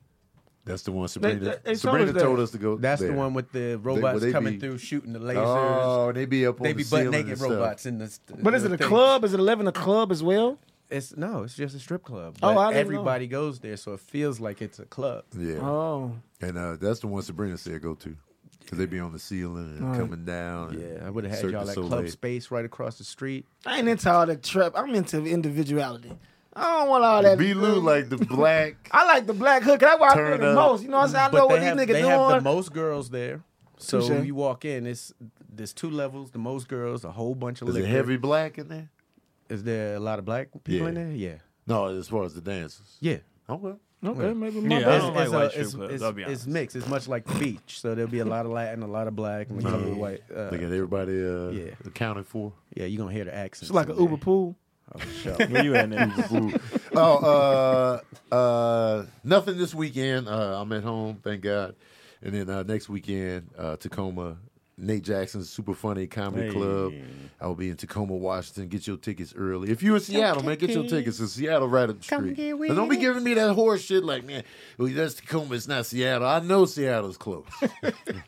That's the one Sabrina.
they- they told
Sabrina
us that.
told us to go.
That's the
there.
one with the robots
they
coming
be-
through, shooting the lasers.
Oh, they be up on
they
the
be butt
ceiling
naked
and stuff.
robots in the.
But is it a club? Is it eleven a club as well?
It's no, it's just a strip club.
Oh,
But
I didn't know.
everybody goes there, so it feels like it's a club.
Yeah,
Oh,
and uh, that's the one Sabrina said go to because they be on the ceiling and coming down. and
Yeah, I would have had
Cirque
y'all
du
at
Soleil.
club space right across the street.
I ain't into all that trap. I'm into individuality. I don't want all that. uh,
B. Lou like the black.
I like the black hook. That's why I feel
Turn
the
up.
most. You know what I'm saying? I
Mm-hmm. But
know what
they have,
these
they have the
niggas doing.
most girls there. So
Touche.
when you walk in, it's there's two levels, the most girls, a whole bunch of
Is
liquor.
it heavy black in there?
Is there a lot of black people in
Yeah.
there? Yeah,
No, as far as the dancers.
yeah.
Okay.
Okay, maybe
Yeah,
my
I
bad.
don't like white strip clubs.
it's-
I'll be
it's
honest.
mixed. It's much like the beach. So there'll be a lot of Latin, a lot of black, and a couple of white. Uh,
Mm-hmm. they got everybody uh,
yeah.
accounted for.
yeah, you're gonna hear the accents.
It's like
in
an Uber
there.
pool.
Oh, sure.
Where you at now?
oh, uh, uh, nothing this weekend. Uh, I'm at home, thank God. And then uh, next weekend, uh, Tacoma, Nate Jackson's Super Funny Comedy Club. I will be in Tacoma, Washington. Get your tickets early. If you're in Seattle, man, get your tickets. It's Seattle right up the street. And don't be giving me that horse shit like, man, well, that's Tacoma, it's not Seattle. I know Seattle's close.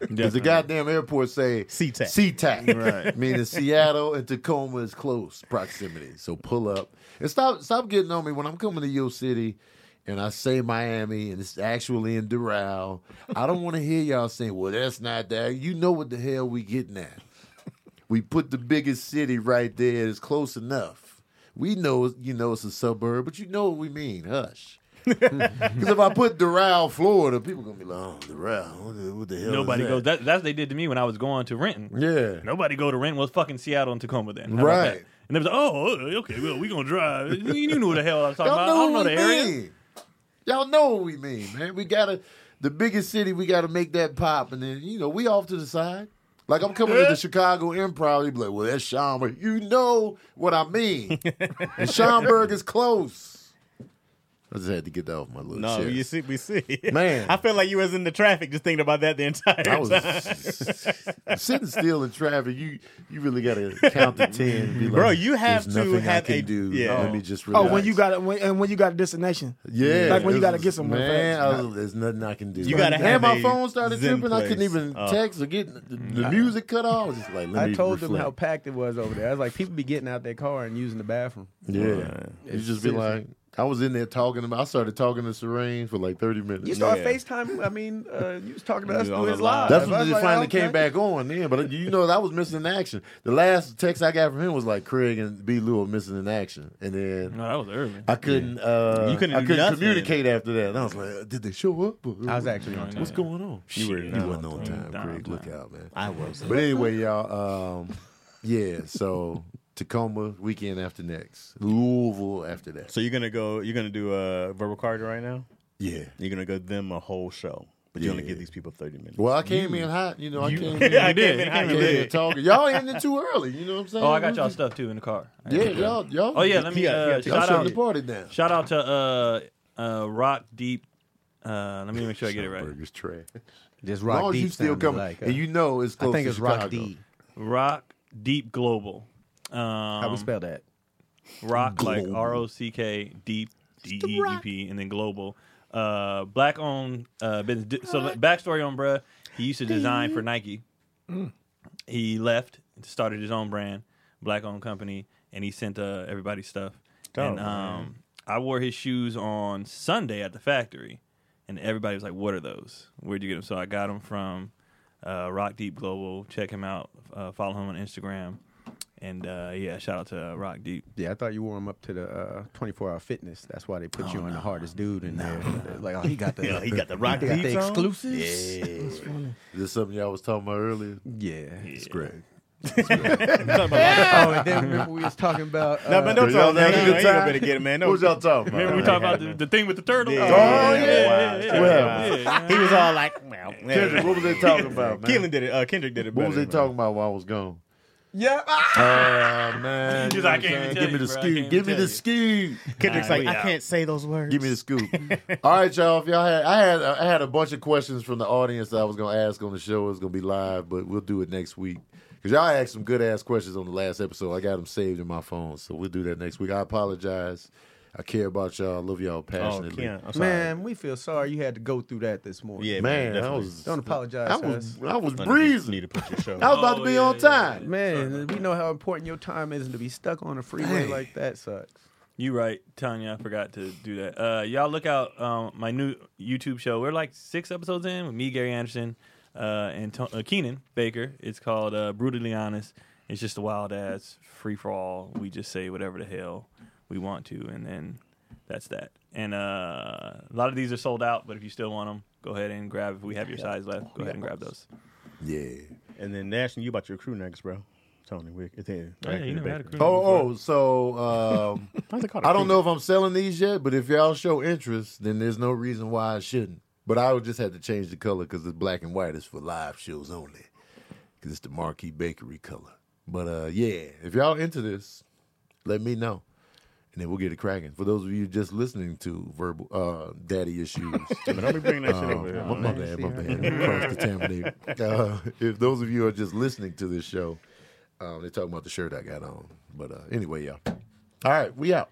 Because the goddamn airport say
SeaTac.
SeaTac.
Right.
Meaning Seattle and Tacoma is close proximity. So pull up and stop stop getting on me when I'm coming to your city. and I say Miami and it's actually in Doral, I don't want to hear y'all saying, well, that's not that. You know what the hell we getting at. We put the biggest city right there. It's close enough. We know, you know, it's a suburb, but you know what we mean. Hush. Because if I put Doral, Florida, people gonna be like, "Oh, Doral, what the, what the hell?" is
Nobody
that?
goes. That, that's what they did to me when I was going to Renton.
Yeah.
Nobody go to Renton. Well, it's fucking Seattle and Tacoma then. How about
Right.
that? And they was like, oh, okay, well, we gonna drive. You you knew what the hell I was talking
Y'all
about.
know
I don't know
what
the
we
area.
mean. Y'all know what we mean, man. We gotta the biggest city. We gotta make that pop, and then you know we off to the side. Like I'm coming to the Chicago Improv, you be like, "Well, that's Schaumburg." You know what I mean? and Schaumburg is close. I just had to get that off my little
No,
chest.
you see, we see.
Man.
I feel like you was in the traffic just thinking about that the entire
I was
time.
sitting still in traffic. You you really gotta count to ten. and be like,
Bro, you have
"There's
to
nothing I
have
can
a-
do.
yeah.
Let me just
Oh,
relax.
when you got it, when, and when you got a destination.
Yeah,
Like when you
it
gotta
was-
get somewhere
Man,
fast.
I was- there's nothing I can do.
You gotta
and
have
my
a
phone started
zen
tripping. I couldn't
place.
even
Oh.
text or get the, the music cut off. I was just like, let
I
me
told them how
reflect.
packed it was over there. I was like, people be getting out their car and using the bathroom.
Yeah, you just be like, I was in there talking to. I started talking to Serene for like thirty minutes.
You start
Yeah.
FaceTime. I mean, uh, you was talking to
You
us
was on
through
the
his
line.
live.
That's
I
when
was
it
like,
finally
okay.
came back on then. But you know, that was missing in action. The last text I got from him was like Craig and B. Lou are missing in action, and then.
No, that was early.
I couldn't. Uh,
You couldn't
I
do
couldn't
nothing.
communicate after that. And I was like, "Did they show up?"
I was actually on.
What's going on?
You were
Shit,
not
you wasn't
on
on
time.
time,
Not on
Craig.
time.
Look out, man.
I was.
But anyway, y'all, um, yeah, so Tacoma weekend after next. Louisville after that.
So you're gonna go. You're gonna do a verbal card right now.
Yeah.
You're gonna go them a whole show, but you only
Yeah.
give these people thirty minutes.
Well, I came in hot, you know, I came in,
Yeah,
I
I
did.
came in
You
hot.
came
came
in
Yeah.
in talking. Y'all ended too early, you know what I'm saying?
Oh, I got y'all stuff too in the car. I got
Yeah,
y'all.
y'all, y'all.
Oh yeah, let me
Yeah, yeah,
uh,
y'all
shout
shutting the
out.
party down.
Shout out to uh, uh, Rock Deep. Uh, let me make sure I get it right.
Burgers trash.
Just
As
rock
long as
deep.
you still
sounded
coming,
like, uh,
and you know it's
I
close.
think
to
it's rock
Chicago.
deep.
Rock Deep Global. Um,
How
Mm.
we spell that?
Rock like R O C K Deep D E E P and then Global. Uh, black owned uh, business. Di- So like, backstory on bruh, he used to design for Nike. He left, started his own brand, black owned company, and he sent uh, everybody stuff. and
Dope,
um, I wore his shoes on Sunday at the factory, and everybody was like, "What are those? Where'd you get them?" So I got them from uh, Rock Deep Global. Check him out. Uh, follow him on Instagram. And uh, yeah, shout out to uh, Rock Deep.
Yeah, I thought you wore him up to the uh, 24 hour fitness. That's why they put you on the hardest dude in there. They're Like, oh, he got the
Yeah, he got the rock
he got
deets
the
on?
exclusives. Yeah,
Is this something y'all was talking about earlier?
it's great.
Talking about-
Oh, and then remember we was talking about. Uh,
No, but don't
Y'all
talk. No,
having a
no,
good
you
time?
better get it, man. No.
What was y'all talking about?
Remember we talked about the, the thing with the turtle?
Yeah.
Oh, yeah.
yeah, yeah,
Wow.
yeah, yeah.
He was all like, "Meow."
Kendrick, what was they talking about, man?
Keelan did it. Uh, Kendrick did it.
What was they
better, man.
talking about while I was gone?
yeah.
Oh, man.
He's
you
like, "I
know what I'm
can't even
saying? Give me
tell
the
you, bro. I can't
scoop.
even
Give me
tell
the scoop.
Kendrick's
Nah,
like,
we
I
out.
can't say those words.
Give me the scoop. All right, y'all. If y'all had, I had, I had a bunch of questions from the audience that I was gonna ask on the show. It's gonna be live, but we'll do it next week. Cause y'all asked some good ass questions on the last episode. I got them saved in my phone, so we'll do that next week. I apologize. I care about y'all. I love y'all
Oh,
passionately.
Keelan, I'm sorry.
Man, we feel sorry you had to go through that this morning.
yeah,
man, I
definitely.
was
Don't apologize.
I
to
was
us.
I was
Need to- Need
breezing.
to put your show.
I was about
Oh,
to be
yeah,
on
yeah,
time.
Man, we know how important your time is, and to be stuck on a
Hey.
freeway like that sucks.
You right, Tanya. I forgot to do that. Uh, y'all look out um, my new YouTube show. We're like six episodes in with me, Gary Anderson, uh, and to- uh, Keenan Baker. It's called uh, Brutally Honest. It's just a wild ass free for all. We just say whatever the hell we want to, and then that's that. And uh, a lot of these are sold out, but if you still want them, go ahead and grab. If we have your size left, go ahead and grab those.
Yeah.
And then Nash, you about your crew next, bro. Tony, we're it's here.
Oh, yeah, you never had a crew
Oh, oh. So um,
How's it called?
I don't know if I'm selling these yet, but if y'all show interest, then there's no reason why I shouldn't. But I would just have to change the color because it's black and white. It's for live shows only. Because it's the Marquee Bakery color. But uh, yeah, if y'all into this, let me know. And then we'll get it cracking. For those of you just listening to verbal uh, daddy issues,
But don't be bringing that shit over here.
Oh, my, my bad, my bad. Cross-contaminated. Uh, if those of you are just listening to this show, um, they're talking about the shirt I got on. But uh, anyway, y'all. uh, All right, we out.